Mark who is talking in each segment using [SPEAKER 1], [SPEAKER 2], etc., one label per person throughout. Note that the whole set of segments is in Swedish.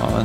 [SPEAKER 1] Ja,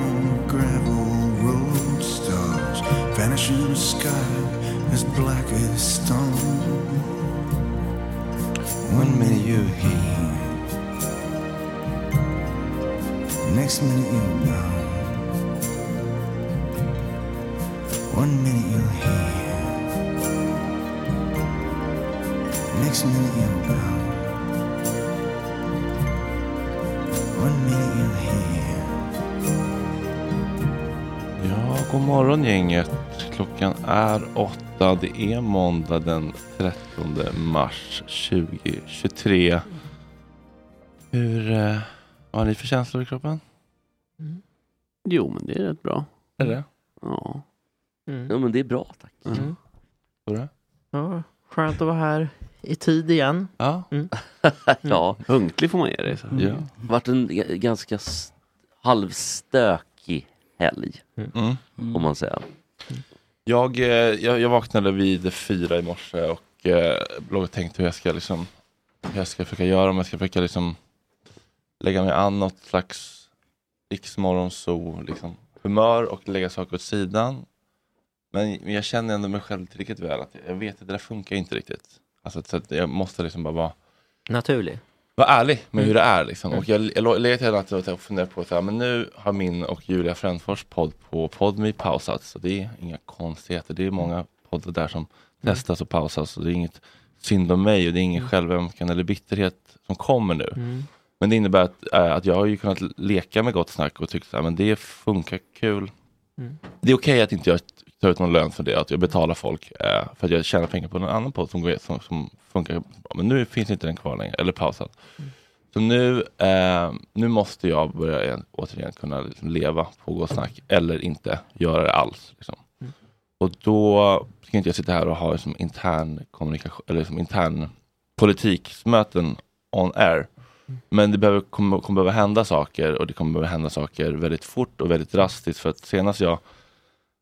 [SPEAKER 2] on the gravel road, stars vanish in the sky as black as stone. One minute you're here, next minute you're gone. One minute you're here, next minute you're gone. One minute you're here.
[SPEAKER 1] Ja, god morgon gänget. Klockan är åtta. Det är måndag den 13 mars 2023. Hur eh, vad har ni för känslor i kroppen?
[SPEAKER 3] Jo, men det är rätt bra.
[SPEAKER 1] Är det?
[SPEAKER 3] Ja.
[SPEAKER 4] Mm.
[SPEAKER 5] Ja, men det är bra tack.
[SPEAKER 3] Mm.
[SPEAKER 1] Bra.
[SPEAKER 4] Ja, skönt att vara här i tid igen.
[SPEAKER 1] Ja.
[SPEAKER 5] ja,
[SPEAKER 3] Punktlig får man ge dig. Så.
[SPEAKER 1] Mm. ja.
[SPEAKER 5] varit en g- ganska s- halvstökig helg
[SPEAKER 1] Mm.
[SPEAKER 5] om man säger.
[SPEAKER 1] Jag, eh, jag, jag vaknade vid fyra i morse och eh, låg och tänkte hur jag ska liksom, hur jag ska försöka göra, om jag ska försöka liksom lägga mig an något slags riksmorgonso liksom, humör och lägga saker åt sidan. Men men jag känner ändå mig själv tillräckligt väl att jag vet att det där funkar inte riktigt. Alltså, så att jag måste liksom bara vara
[SPEAKER 4] Naturlig.
[SPEAKER 1] vara ärlig med hur det är. Liksom. Och jag jag legat hela tiden och funderat på att men nu har min och Julia Frändfors podd på Podme pausat. Så det är inga konstigheter. Det är många poddar där som testas och pausas. Och det är inget synd om mig och det är ingen självömkan eller bitterhet som kommer nu. Men det innebär att, eh, att jag har ju kunnat leka med gott snack och tyckt att men det funkar kul. Det är okej att inte jag tar ut någon lön för det, att jag betalar folk eh, för att jag tjänar pengar på en annan podd som, går, som, som funkar bra. Men nu finns inte den kvar längre, eller pausad. Så nu, eh, nu måste jag börja igen, återigen kunna liksom leva på gott snack eller inte göra det alls. Liksom. Och då ska inte jag sitta här och ha liksom, intern kommunikation, eller liksom, intern politiksmöten on air. Men det behöver, kommer, kommer behöva hända saker och det kommer behöva hända saker väldigt fort och väldigt drastiskt. För att senast jag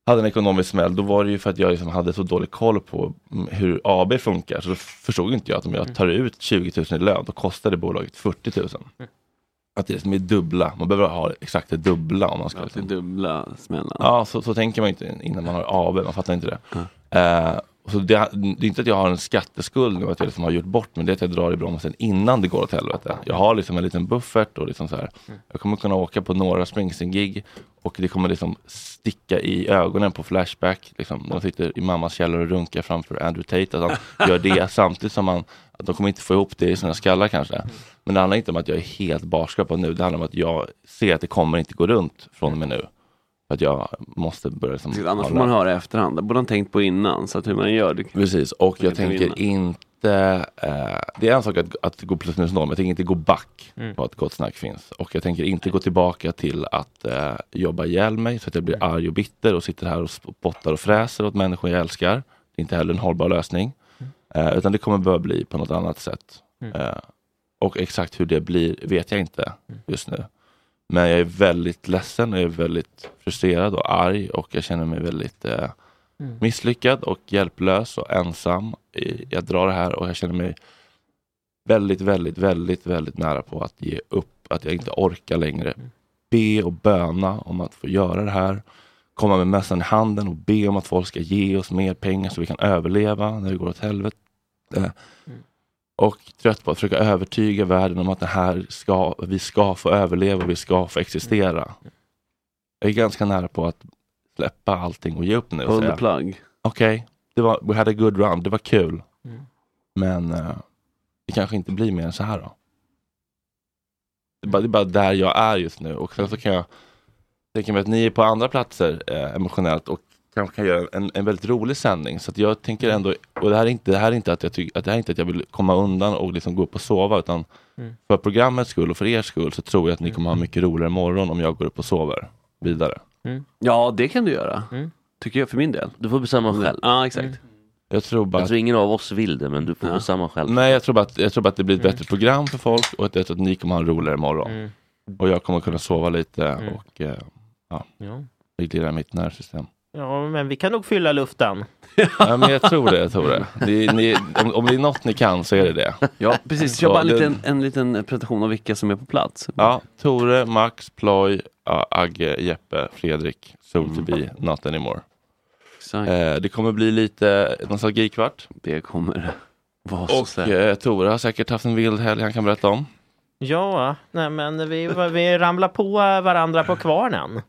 [SPEAKER 1] hade en ekonomisk smäll, då var det ju för att jag liksom hade så dålig koll på mm, hur AB funkar. Så då förstod inte jag att om jag tar ut 20 000 i lön, då kostar det bolaget 40 000.
[SPEAKER 6] Mm.
[SPEAKER 1] Att det liksom är dubbla, man behöver ha exakt det dubbla om man ska
[SPEAKER 3] Ja,
[SPEAKER 1] liksom,
[SPEAKER 3] till dubbla smällan.
[SPEAKER 1] Ja, så, så tänker man inte innan man har AB, man fattar inte det. Eh, så det, det är inte att jag har en skatteskuld nu, att jag liksom har gjort bort men det är att jag drar i bromsen innan det går åt helvete. Jag har liksom en liten buffert och liksom så här,
[SPEAKER 3] Mm.
[SPEAKER 1] jag kommer kunna åka på några Springsteen-gig och det kommer liksom sticka i ögonen på Flashback. Liksom. De sitter i mammas källare och runkar framför Andrew Tate, att han gör det samtidigt som han, att de kommer inte få ihop det i sina skallar kanske.
[SPEAKER 3] Mm.
[SPEAKER 1] Men det handlar inte om att jag är helt barskrapad nu, det handlar om att jag ser att det kommer inte gå runt från och med nu. För att jag måste börja liksom
[SPEAKER 3] Precis,
[SPEAKER 1] ha
[SPEAKER 3] Annars får
[SPEAKER 1] lön.
[SPEAKER 3] man höra i efterhand. Det borde han tänkt på innan. Så att hur man gör. Det,
[SPEAKER 1] Precis, och jag
[SPEAKER 3] kan inte
[SPEAKER 1] tänker inte... Eh, det är en sak att, att gå plus minus noll, men jag tänker inte gå back på att Gott Snack finns. Och jag tänker inte gå tillbaka till att eh, jobba ihjäl mig så att jag blir arg och bitter och sitter här och spottar och fräser åt människor jag älskar. Det är inte heller en hållbar lösning. Eh, utan det kommer börja bli på något annat sätt. Eh, och exakt hur det blir vet jag inte just nu. Men jag är väldigt ledsen och jag är väldigt frustrerad och arg och jag känner mig väldigt eh, misslyckad och hjälplös och ensam. Eh, Jag drar det här och jag känner mig väldigt, väldigt, väldigt, väldigt nära på att ge upp, att jag inte orkar längre. Be och böna om att få göra det här. Komma med mössan i handen och be om att folk ska ge oss mer pengar så vi kan överleva när det går åt helvete. Och trött på att försöka övertyga världen om att det här ska, vi ska få överleva och vi ska få existera. Jag är ganska nära på att släppa allting och ge upp nu. och
[SPEAKER 3] Pull
[SPEAKER 1] säga,
[SPEAKER 3] the plug.
[SPEAKER 1] okej, det var, we had a good round, det var kul. Men eh, det kanske inte blir mer än så här då. Det är, bara, det är bara där jag är just nu och sen så kan jag tänka mig att ni är på andra platser eh, emotionellt och kanske kan göra en, en väldigt rolig sändning. Så att jag tänker ändå, och det här är inte, det här är inte, att, jag tyck, att det här är inte att jag vill komma undan och liksom gå upp och sova utan för programmets skull och för er skull så tror jag att ni kommer ha mycket roligare imorgon om jag går upp och sover vidare.
[SPEAKER 3] Ja, det kan du göra. Tycker jag för min del.
[SPEAKER 5] Du får bestämma själv.
[SPEAKER 3] Ja, exakt.
[SPEAKER 1] Jag tror bara
[SPEAKER 5] Jag
[SPEAKER 1] att
[SPEAKER 5] tror ingen av oss vill det men du får bestämma själv.
[SPEAKER 1] Nej, jag tror bara att, jag tror bara att det blir ett bättre program för folk och att jag tror att ni kommer ha en roligare morgon. Och jag kommer kunna sova lite och eh,
[SPEAKER 4] Ja.
[SPEAKER 1] reglera mitt nervsystem.
[SPEAKER 4] ja, men vi kan nog fylla luften.
[SPEAKER 1] ja, men jag tror det, jag tror det. det är, ni, om, om det är något ni kan så är det det.
[SPEAKER 3] Ja, precis.
[SPEAKER 1] Så
[SPEAKER 3] Kör bara en
[SPEAKER 1] det-
[SPEAKER 3] liten, en liten presentation av vilka som är på plats.
[SPEAKER 1] Ja, Tore, Max, Ploy, ja, Agge, Jeppe, Fredrik, Soon to be, Not anymore.
[SPEAKER 3] Mm. Exakt.
[SPEAKER 1] Eh, det kommer bli lite nostalgikvart.
[SPEAKER 3] Det kommer vara så
[SPEAKER 1] Och
[SPEAKER 3] säkert.
[SPEAKER 1] eh, Tore har säkert haft en vild helg han kan berätta om.
[SPEAKER 4] Ja, nej, men vi, vi ramlar på varandra på kvarnen.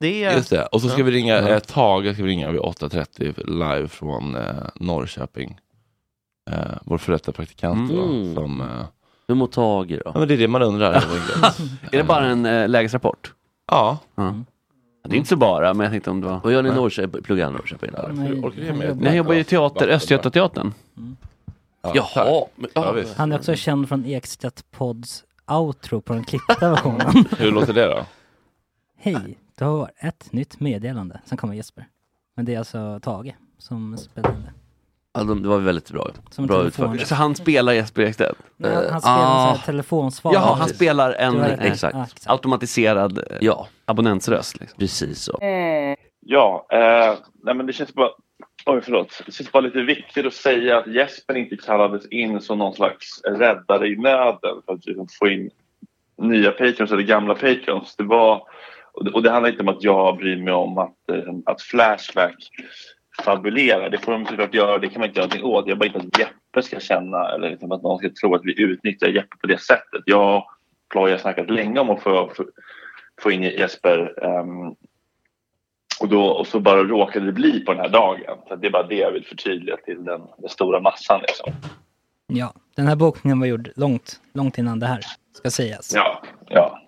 [SPEAKER 4] Det är...
[SPEAKER 1] Just det. Och så ska vi ringa, eh, Tage ska vi ringa vid 8.30 live från eh, Norrköping. Eh, vår före detta praktikant
[SPEAKER 5] Mm.
[SPEAKER 1] då, som, eh,
[SPEAKER 5] Hur mår Tage då?
[SPEAKER 1] ja, men det är det man undrar. helt enkelt.
[SPEAKER 3] Är det bara en eh, lägesrapport?
[SPEAKER 1] ja,
[SPEAKER 3] Det är inte så bara, men jag tänkte om det var...
[SPEAKER 5] Vad gör ni i Norrköping? Pluggar han i Norrköping? eller?
[SPEAKER 7] Nej,
[SPEAKER 1] orkar det med?
[SPEAKER 7] han jobbar-
[SPEAKER 3] Nej, jag jobbar ju i teater, Östgötateatern.
[SPEAKER 1] ja,
[SPEAKER 5] Jaha! Men,
[SPEAKER 1] Ja, visst.
[SPEAKER 7] Han är också känd från Ekstedt Pods outro på den klippta versionen.
[SPEAKER 1] Hur låter det då?
[SPEAKER 7] Hej, Du har ett nytt meddelande, sen kommer Jesper. Men det är alltså Tage som spelar in det.
[SPEAKER 5] Ja, de, det var väldigt bra.
[SPEAKER 7] Som en
[SPEAKER 5] bra
[SPEAKER 7] telefon.
[SPEAKER 5] utfört.
[SPEAKER 7] Så
[SPEAKER 3] han spelar Jesper Ekstedt?
[SPEAKER 5] Eh,
[SPEAKER 7] Men han, han spelar ah. så här telefonsvarare.
[SPEAKER 3] Jaha, han spelar
[SPEAKER 7] Du
[SPEAKER 3] en
[SPEAKER 7] har rätt.
[SPEAKER 3] exakt,
[SPEAKER 7] Ja,
[SPEAKER 3] automatiserad eh, abonnentsröst. Liksom.
[SPEAKER 5] Precis så.
[SPEAKER 1] Ja, eh, nej men det känns bara... Oj, förlåt. Det känns bara lite viktigt att säga att Jesper inte kallades in som någon slags räddare i nöden för att liksom få in nya patrons eller gamla patrons. Det var, och det, och det handlar inte om att jag bryr mig om att, eh, att Flashback fabulerar. Det får de såklart göra. Det kan man inte göra någonting åt. Jag bara inte att Jeppe ska känna eller liksom att någon ska tro att vi utnyttjar Jeppe på det sättet. Jag och Ploy har snackat länge om att få, få, få in Jesper ehm, och, då, och så bara råkade det bli på den här dagen. Så det är bara det jag vill förtydliga till den, den stora massan. Liksom.
[SPEAKER 7] Ja, den här bokningen var gjord långt, långt innan det här, ska sägas.
[SPEAKER 1] Ja, ja.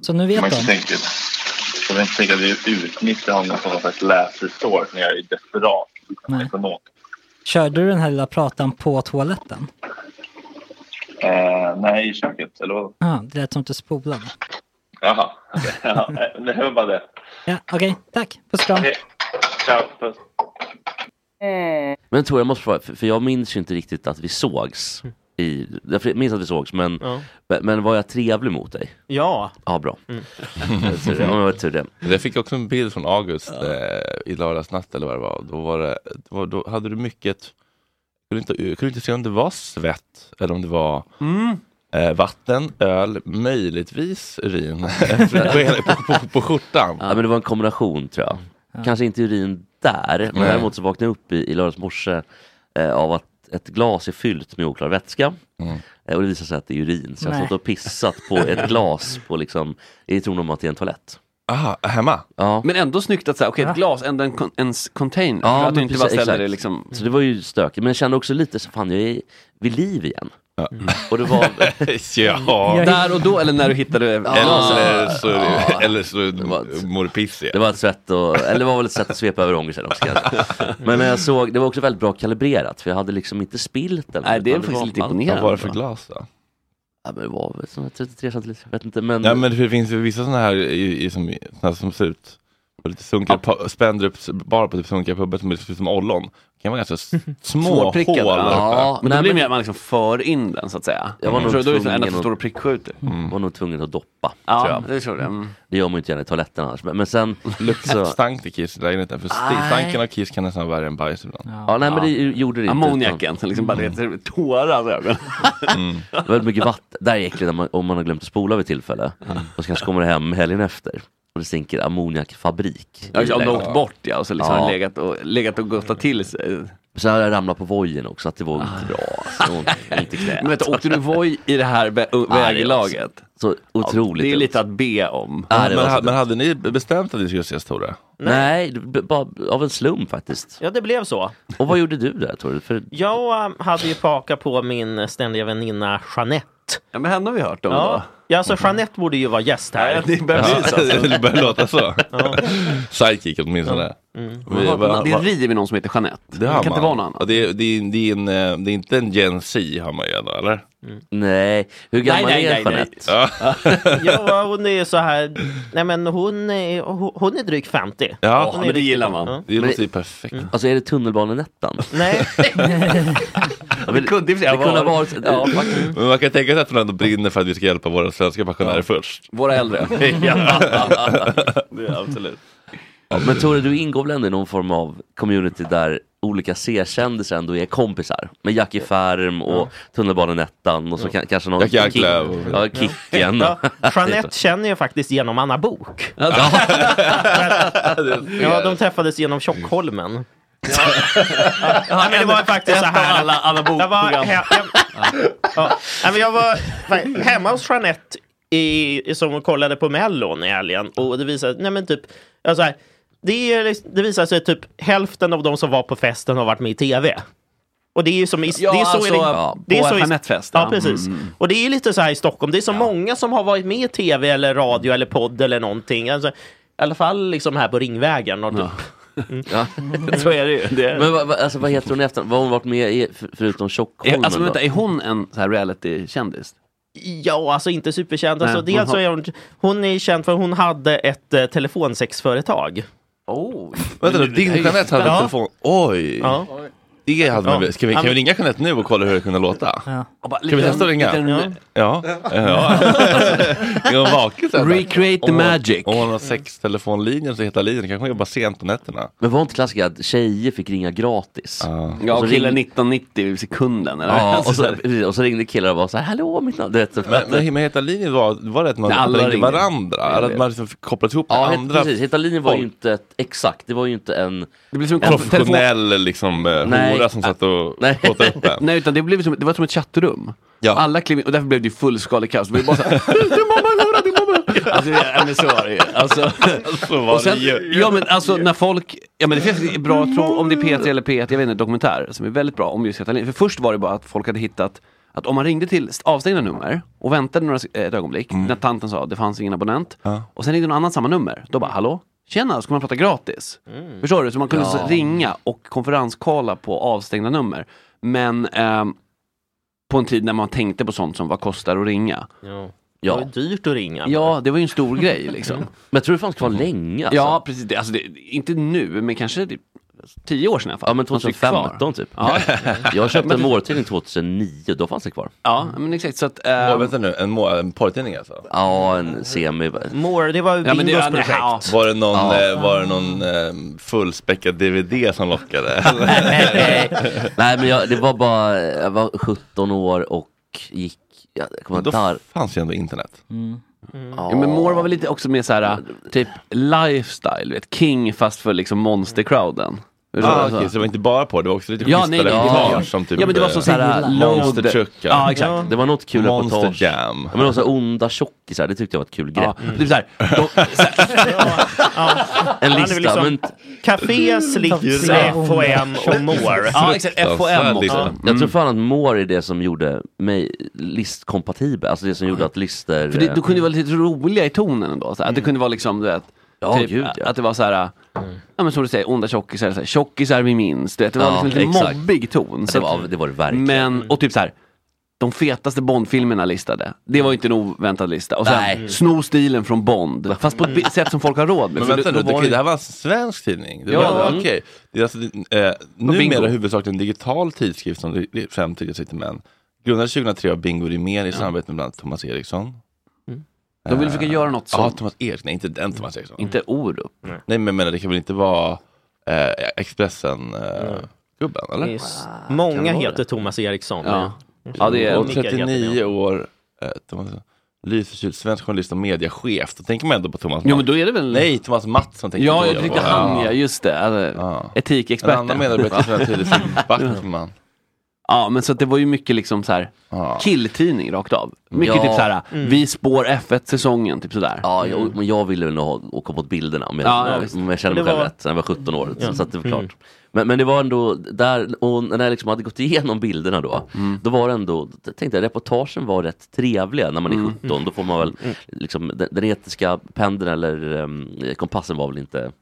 [SPEAKER 7] Så nu
[SPEAKER 1] Man
[SPEAKER 7] vet
[SPEAKER 1] kan inte
[SPEAKER 7] de.
[SPEAKER 1] tänka, jag vill inte tänka att vi utnyttjar honom som någon slags läsresurs när jag är desperat
[SPEAKER 7] Nej.
[SPEAKER 1] ekonom.
[SPEAKER 7] Körde du den här lilla pratan på toaletten?
[SPEAKER 1] Eh, nej, i köket. Eller vad?
[SPEAKER 7] Ja, det lät som att du spolade.
[SPEAKER 1] Jaha, okej. Ja, nej, det var bara det.
[SPEAKER 7] Ja, okej, tack. Puss kram.
[SPEAKER 1] Okej. Ciao, puss.
[SPEAKER 5] Men Tor, jag måste fråga, för för jag minns ju inte riktigt att vi sågs. I, jag minns att vi sågs, men,
[SPEAKER 4] Mm. Ja.
[SPEAKER 5] men, men var jag trevlig mot dig?
[SPEAKER 4] Ja.
[SPEAKER 5] Ja, bra.
[SPEAKER 4] Mm.
[SPEAKER 5] Tur det. Ja, men vad tur det.
[SPEAKER 1] Jag fick också en bild från August eh, i lördagsnatt eller vad det var. Då, var det, då, var- då hade du mycket... Kunde inte, kunde inte se om det var svett eller om det var
[SPEAKER 3] Mm.
[SPEAKER 1] eh, vatten, öl, möjligtvis urin på, hela- på, på, på skjortan.
[SPEAKER 5] Ja, men det var en kombination tror jag. Kanske inte urin där, men
[SPEAKER 1] Nej.
[SPEAKER 5] däremot så vaknade jag upp i, i lördags morse eh, av att ett glas är fyllt med oklar vätska. Eh, och det visar sig att det är urin. Så jag har
[SPEAKER 7] Nej.
[SPEAKER 5] stått och pissat på ett glas på liksom, i tron om att det är en toalett.
[SPEAKER 1] Aha, hemma?
[SPEAKER 5] Ja.
[SPEAKER 3] Men ändå snyggt att säga, okej ett glas, ändå en con- ens container.
[SPEAKER 5] Ja,
[SPEAKER 3] för att du
[SPEAKER 5] men
[SPEAKER 3] inte
[SPEAKER 5] precis,
[SPEAKER 3] bara ställer
[SPEAKER 5] exakt.
[SPEAKER 3] det liksom.
[SPEAKER 5] Så det var ju stökigt, men jag kände också lite så fan jag är vid liv igen. Mm. Och det var,
[SPEAKER 1] Ja.
[SPEAKER 7] Jag-
[SPEAKER 3] Där och då, eller när du hittade glaset.
[SPEAKER 1] Eller så,
[SPEAKER 5] Ja.
[SPEAKER 1] eller så
[SPEAKER 5] var-
[SPEAKER 1] mår du piss igen.
[SPEAKER 5] det var ett sätt att, eller det var väl ett sätt att svepa över ångesten också kanske. Men när jag såg, det var också väldigt bra kalibrerat för jag hade liksom inte spilt den.
[SPEAKER 3] Nej, det är
[SPEAKER 5] utan
[SPEAKER 3] faktiskt
[SPEAKER 5] var
[SPEAKER 3] lite
[SPEAKER 5] blandat.
[SPEAKER 3] imponerande.
[SPEAKER 1] Vad var det för glas då?
[SPEAKER 5] Ja, men det var väl såna 33 centiliter, jag vet inte. Men,
[SPEAKER 1] Ja, men det finns ju vissa sådana här i, i, som, såna här som ser ut på lite sunkiga, ja. Spendrups-bar på typ sunkiga pubbar som ser ut som ollon. Det kan vara ganska s- små hål.
[SPEAKER 3] Svårprickad, ja.
[SPEAKER 5] ja,
[SPEAKER 3] Men då
[SPEAKER 5] nej,
[SPEAKER 3] blir det
[SPEAKER 5] men
[SPEAKER 3] mer att man liksom för in den så att säga.
[SPEAKER 5] Jag var nog
[SPEAKER 3] så då är det som en att Mm.
[SPEAKER 5] tvungen
[SPEAKER 3] du
[SPEAKER 5] att- Mm.
[SPEAKER 3] står och prickskjuter.
[SPEAKER 1] Mm.
[SPEAKER 5] var nog tvungen att doppa. tror
[SPEAKER 3] Ja,
[SPEAKER 5] jag.
[SPEAKER 3] det tror jag. Mm.
[SPEAKER 5] Det gör man ju inte gärna i toaletten annars. Men, men sen, så,
[SPEAKER 1] Stank till kiss i lägenheten, för st-
[SPEAKER 5] Nej.
[SPEAKER 1] stanken av kiss kan nästan vara värre än bajs ibland.
[SPEAKER 5] ja, nej men det gjorde det inte. utan Mm.
[SPEAKER 3] Ammoniaken, som liksom bara det är tårar i ögonen.
[SPEAKER 5] det var Väldigt mycket vatten. Där är det äckligt om man, om man har glömt att spola vid tillfälle.
[SPEAKER 3] Mm.
[SPEAKER 5] Och så kanske kommer det hem helgen efter. Och det stinker ammoniakfabrik.
[SPEAKER 3] Ja,
[SPEAKER 5] i
[SPEAKER 3] Jag har
[SPEAKER 5] lägenheten.
[SPEAKER 3] åkt bort ja, och så liksom
[SPEAKER 5] Ja.
[SPEAKER 3] har legat och, legat och gottat till sig.
[SPEAKER 5] Sen hade jag ramlat på vojen också, att det var
[SPEAKER 3] Ah.
[SPEAKER 5] inte bra. Så, ont- inte knä.
[SPEAKER 3] Men vet du, åkte du voj i det här vä- ö-
[SPEAKER 5] det är
[SPEAKER 3] väglaget?
[SPEAKER 5] så otroligt
[SPEAKER 3] Det är
[SPEAKER 5] dumt.
[SPEAKER 3] lite att be om.
[SPEAKER 5] Ja, det
[SPEAKER 1] men,
[SPEAKER 5] var
[SPEAKER 1] ha,
[SPEAKER 5] så dumt.
[SPEAKER 1] men hade ni bestämt att ni skulle ses Tore?
[SPEAKER 5] Nej, det- b- bara av en slump faktiskt.
[SPEAKER 4] Ja, det blev så.
[SPEAKER 5] Och vad gjorde du där Torre? För
[SPEAKER 4] Jag eh, hade ju pakat på min ständiga väninna Jeanette.
[SPEAKER 3] Ja, men henne har vi hört om
[SPEAKER 4] Ja,
[SPEAKER 3] då.
[SPEAKER 4] ja alltså Jeanette borde ju vara gäst
[SPEAKER 3] Ja,
[SPEAKER 4] här.
[SPEAKER 3] det börjar bli så. alltså.
[SPEAKER 1] det börjar låta så. Sidekick åtminstone.
[SPEAKER 3] Man
[SPEAKER 1] Vi-
[SPEAKER 3] har-
[SPEAKER 1] va-
[SPEAKER 3] Mm. Det
[SPEAKER 1] va-
[SPEAKER 3] river med någon som heter Jeanette. Det,
[SPEAKER 1] har
[SPEAKER 3] kan inte
[SPEAKER 1] man.
[SPEAKER 3] vara någon
[SPEAKER 1] Ja,
[SPEAKER 3] annan.
[SPEAKER 1] det, är- det, är, det, är en, eh, det är inte en Gen Z har man ju ändå, eller?
[SPEAKER 5] Nej, hur gammal
[SPEAKER 3] Nej, nej, nej,
[SPEAKER 5] är
[SPEAKER 3] nej.
[SPEAKER 5] Jeanette?
[SPEAKER 4] Ja, hon är ju så här. Nej men hon är, hon- hon är drygt 50.
[SPEAKER 1] Ja,
[SPEAKER 3] Ja, men det gillar man.
[SPEAKER 4] Ja.
[SPEAKER 1] det typ låter ju perfekt.
[SPEAKER 5] Alltså är det tunnelbanenettan?
[SPEAKER 4] Nej,
[SPEAKER 5] Ja, men-
[SPEAKER 3] Det kunde i och för sig
[SPEAKER 5] det
[SPEAKER 3] ha
[SPEAKER 5] kunde ha
[SPEAKER 3] varit.
[SPEAKER 5] varit... Ja, faktiskt.
[SPEAKER 1] Men man kan tänka sig att man ändå brinner för att vi ska hjälpa våra svenska pensionärer först.
[SPEAKER 3] Våra äldre.
[SPEAKER 1] Det är absolut.
[SPEAKER 5] Ja, Men Tore, du ingår väl ändå i någon form av community där olika C-kändisar ändå är kompisar? Med Jackie Färm och Tunnelbanenettan och så ka- kanske någon...
[SPEAKER 1] Jackie Arklöv.
[SPEAKER 5] Kick- Ja, Kicken.
[SPEAKER 4] ja,
[SPEAKER 5] Det är
[SPEAKER 4] Jeanette
[SPEAKER 5] så.
[SPEAKER 4] känner jag faktiskt genom Anna Bok. Ja, de träffades genom Tjockholmen. Nej, men det var faktiskt så här.
[SPEAKER 3] Alla, alla
[SPEAKER 4] Jag var,
[SPEAKER 3] bokprogram.
[SPEAKER 4] he- jag, ja. Nej, men jag var fa- hemma hos Jeanette i, i- som kollade på Mellon i helgen och det visade nej men typ, alltså här, det, är, liksom- det visade sig typ hälften av de som var på festen har varit med i tv. Och det är ju som i,
[SPEAKER 3] Ja,
[SPEAKER 4] det är så
[SPEAKER 3] alltså,
[SPEAKER 4] i,
[SPEAKER 3] ja,
[SPEAKER 4] det är
[SPEAKER 3] på
[SPEAKER 4] så i-
[SPEAKER 3] Jeanettefest,
[SPEAKER 4] Ja,
[SPEAKER 3] ja. Mm.
[SPEAKER 4] precis. Och det är ju lite så här i Stockholm, det är så många som har varit med i tv eller radio eller podd eller någonting. Alltså, I alla fall liksom här på Ringvägen. Och typ.
[SPEAKER 3] Så är det ju. Det är...
[SPEAKER 5] Mm. Men vad, vad- alltså, vad heter hon i efternamn? Vad har hon varit med i för- förutom
[SPEAKER 3] Är-
[SPEAKER 5] Tjockholmen?
[SPEAKER 3] alltså
[SPEAKER 5] då?
[SPEAKER 3] vänta, är hon en så här reality-kändis?
[SPEAKER 4] Ja, alltså inte superkänd. Alltså,
[SPEAKER 3] Nej,
[SPEAKER 4] dels
[SPEAKER 3] hon
[SPEAKER 4] så
[SPEAKER 3] har-
[SPEAKER 4] är hon, hon är känd för hon hade ett eh, telefonsexföretag.
[SPEAKER 3] Oh.
[SPEAKER 1] Vänta nu, din Jeanette hade
[SPEAKER 4] Ja.
[SPEAKER 1] telefon. Oj!
[SPEAKER 4] Ja.
[SPEAKER 1] Det hade man
[SPEAKER 4] Ja.
[SPEAKER 1] Ska vi, kan
[SPEAKER 4] Ja,
[SPEAKER 1] vi
[SPEAKER 4] men-
[SPEAKER 1] ringa Jeanette nu och kolla hur det kunde låta?
[SPEAKER 3] Ska
[SPEAKER 1] vi testa att ringa? Ja. ja. Är hon vaken sen?
[SPEAKER 3] Recreate the
[SPEAKER 1] Om hon-
[SPEAKER 3] magic.
[SPEAKER 1] Om hon har sex telefonlinjer så hittar linjen. Kanske hon jobbar sent på nätterna.
[SPEAKER 5] Men var inte klassiken att tjejer fick ringa gratis?
[SPEAKER 3] Ja,
[SPEAKER 5] så
[SPEAKER 3] och killen
[SPEAKER 5] ring-
[SPEAKER 3] 1990 i sekunden. Eller?
[SPEAKER 5] Ja, och,
[SPEAKER 3] Alltså,
[SPEAKER 5] så, precis, och så ringde killar och var så här, hallå mitt namn. Du vet, så-
[SPEAKER 1] Men, men, men heta linjen var, var det att man
[SPEAKER 3] Nej, alla
[SPEAKER 1] ringde
[SPEAKER 3] ringer.
[SPEAKER 1] varandra? Eller att man liksom kopplat ihop med
[SPEAKER 5] ja, helt-
[SPEAKER 1] andra?
[SPEAKER 5] precis. Hitta linjen var ju
[SPEAKER 1] folk.
[SPEAKER 5] inte ett, exakt, det var ju inte en...
[SPEAKER 3] det blev som en konf- telefon...
[SPEAKER 1] Professionell liksom, eh,
[SPEAKER 5] Nej.
[SPEAKER 1] hora som satt och
[SPEAKER 5] Nej.
[SPEAKER 1] påtade upp en.
[SPEAKER 3] Nej, utan det, blev som, det var som ett chattrum.
[SPEAKER 1] Ja.
[SPEAKER 3] Alla klev in, och därför blev det ju fullskalig kaos. Det blev bara så här, "Du, du mobbar Laura, du mobbar! Alltså, ja, men så var det ju. Alltså,
[SPEAKER 1] Så var
[SPEAKER 3] och sen,
[SPEAKER 1] det ju.
[SPEAKER 3] ja, men alltså när folk, ja men det finns bra, jag tror, om det är P3 eller P1, jag vet inte, dokumentär som är väldigt bra om just Katalin. För först var det bara att folk hade hittat att om man ringde till avstängda nummer och väntade några, sek- ett ögonblick, när tanten sa att det fanns ingen abonnent, och sen ringde någon annan samma nummer, då bara hallå? Tjena, ska man prata gratis?
[SPEAKER 5] Mm.
[SPEAKER 3] Förstår du? Så man kunde så ringa och konferenskala på avstängda nummer. Men ehm, på en tid när man tänkte på sånt som vad kostar att ringa.
[SPEAKER 4] Ja. Det var
[SPEAKER 5] Ja.
[SPEAKER 4] ju dyrt att ringa.
[SPEAKER 3] Ja, det var ju en stor grej liksom.
[SPEAKER 5] Men jag tror det fanns kvar länge alltså.
[SPEAKER 3] Ja, precis. Det, alltså, det, inte nu, men kanske det, tio år sedan i alla fall.
[SPEAKER 5] Ja, men
[SPEAKER 3] Man fick kvar.
[SPEAKER 5] 2015 typ.
[SPEAKER 3] Ja,
[SPEAKER 5] Jag köpte en morgontidning 2009, då fanns det kvar.
[SPEAKER 3] ja, men exakt. Så att, eh,
[SPEAKER 1] Ja, vänta nu, en, må- en porrtidning alltså?
[SPEAKER 5] Ja, en semi.
[SPEAKER 4] More, det var ju
[SPEAKER 3] ja, men det-
[SPEAKER 4] Bingos
[SPEAKER 3] ja, nej,
[SPEAKER 4] projekt.
[SPEAKER 3] ja.
[SPEAKER 1] Var det någon,
[SPEAKER 5] Ja.
[SPEAKER 1] eh, var det någon eh, fullspäckad DVD som lockade?
[SPEAKER 5] Nej, men jag, det var bara, jag var 17 år och gick, jag kommer
[SPEAKER 1] Då
[SPEAKER 5] inte ihåg.
[SPEAKER 1] fanns ju ändå internet.
[SPEAKER 4] Mm.
[SPEAKER 5] Mm.
[SPEAKER 3] Ja, men More var väl lite också mer så här, typ lifestyle, vet, King fast för liksom monstercrowden. Förstår du?
[SPEAKER 1] Ah,
[SPEAKER 3] Alltså.
[SPEAKER 1] okej, så det var inte bara på det var också lite
[SPEAKER 3] Ja,
[SPEAKER 1] schyssta
[SPEAKER 3] nej, det-
[SPEAKER 1] reportage
[SPEAKER 3] ja.
[SPEAKER 1] som typ
[SPEAKER 3] ja, men det var
[SPEAKER 1] eh,
[SPEAKER 3] som så här, äh,
[SPEAKER 1] Monster Truck, ja.
[SPEAKER 3] Ja, exakt.
[SPEAKER 5] Det var något kul
[SPEAKER 1] Monster
[SPEAKER 5] reportage. Ja,
[SPEAKER 1] Jam.
[SPEAKER 5] men det var så här onda tjockisar, det tyckte jag var ett kul
[SPEAKER 3] Ja,
[SPEAKER 5] grepp.
[SPEAKER 3] typ så här, de, så här,
[SPEAKER 5] En
[SPEAKER 4] är
[SPEAKER 5] lista,
[SPEAKER 4] liksom-
[SPEAKER 5] men t- Mm.
[SPEAKER 4] Café, Slits, FHM och More.
[SPEAKER 3] ja, exakt, FHM också.
[SPEAKER 1] Ja.
[SPEAKER 5] jag tror fan att More är det som gjorde mig listkompatibel, alltså det som gjorde att lister...
[SPEAKER 3] För det, då kunde det vara lite roliga i tonen ändå. Så här, att
[SPEAKER 1] Mm.
[SPEAKER 3] det kunde vara liksom, du vet,
[SPEAKER 5] Ja,
[SPEAKER 3] typ,
[SPEAKER 5] gud, ja.
[SPEAKER 3] att det var så här, ja men som du säger, onda tjockisar, så här, tjockisar vi minns. Du vet, det var
[SPEAKER 5] Ja,
[SPEAKER 3] liksom lite
[SPEAKER 5] exakt.
[SPEAKER 3] mobbig ton.
[SPEAKER 5] Ja,
[SPEAKER 3] Så
[SPEAKER 5] det, var,
[SPEAKER 3] att-
[SPEAKER 5] det var det verkligen.
[SPEAKER 1] Mm.
[SPEAKER 3] men, och typ så här, de fetaste Bond-filmerna listade. Det var ju inte en oväntad lista. Och sen,
[SPEAKER 5] Nej.
[SPEAKER 3] sno stilen från Bond, fast på ett bi- sätt som folk har råd med.
[SPEAKER 1] Men
[SPEAKER 3] För
[SPEAKER 1] vänta
[SPEAKER 3] då-
[SPEAKER 1] nu,
[SPEAKER 3] då var
[SPEAKER 1] det,
[SPEAKER 3] det-
[SPEAKER 1] det här var en svensk tidning? Det
[SPEAKER 3] Ja.
[SPEAKER 1] var, okej. Det är alltså, eh,
[SPEAKER 3] Bingo.
[SPEAKER 1] numera huvudsakligen digital tidskrift som det- det är fem tidigare sitter män. Grundades 2003 av Bingo Rimér i samarbete med bland annat Thomas Eriksson.
[SPEAKER 3] Mm.
[SPEAKER 1] Eh,
[SPEAKER 3] de ville försöka göra något
[SPEAKER 1] Ja,
[SPEAKER 3] sånt.
[SPEAKER 1] Thomas Eriksson, nej inte den Thomas Eriksson.
[SPEAKER 3] Inte Orup.
[SPEAKER 1] Nej men jag menar, det kan väl inte vara eh, Expressen-gubben eller?
[SPEAKER 4] Yes. Mm. Många heter Thomas Eriksson. Mm.
[SPEAKER 3] Ja. Ja, det är,
[SPEAKER 1] Och
[SPEAKER 4] Mikael heter
[SPEAKER 1] 39
[SPEAKER 4] jag.
[SPEAKER 1] år, eh, Thomas, lysförkyld svensk journalist och mediechef. Då tänker man ändå på Thomas Mattsson.
[SPEAKER 3] jo men då är det väl...
[SPEAKER 1] Nej, Thomas Mattsson tänker
[SPEAKER 3] Ja,
[SPEAKER 1] jag
[SPEAKER 3] jag
[SPEAKER 1] på.
[SPEAKER 3] tyckte han ja, just det. Alltså,
[SPEAKER 1] Ja. En annan
[SPEAKER 3] Etikexperten.
[SPEAKER 1] medarbetare som jag tidigare såg, Backman.
[SPEAKER 3] Ja, men så att det var ju mycket liksom så här,
[SPEAKER 1] Ja. Mm.
[SPEAKER 3] killtidning rakt av. Mycket
[SPEAKER 5] Ja.
[SPEAKER 3] typ så här, vi spår F1-säsongen, typ sådär.
[SPEAKER 5] Ja, jag, men jag ville nog ha, åka mot bilderna om jag,
[SPEAKER 3] Ja, ja,
[SPEAKER 5] om
[SPEAKER 3] visst.
[SPEAKER 5] jag, kände mig
[SPEAKER 4] Och det
[SPEAKER 5] själv
[SPEAKER 4] var-
[SPEAKER 5] rätt. Sen jag var 17 år, så, så att det var
[SPEAKER 3] Mm.
[SPEAKER 5] klart. Men, men det var ändå där, och när jag liksom hade gått igenom bilderna då,
[SPEAKER 3] Mm.
[SPEAKER 5] då var det ändå, då tänkte jag reportagen var rätt trevliga när man
[SPEAKER 3] Mm.
[SPEAKER 5] är 17. Då får man väl, liksom, den, den etiska pendeln eller ehm, kompassen var väl inte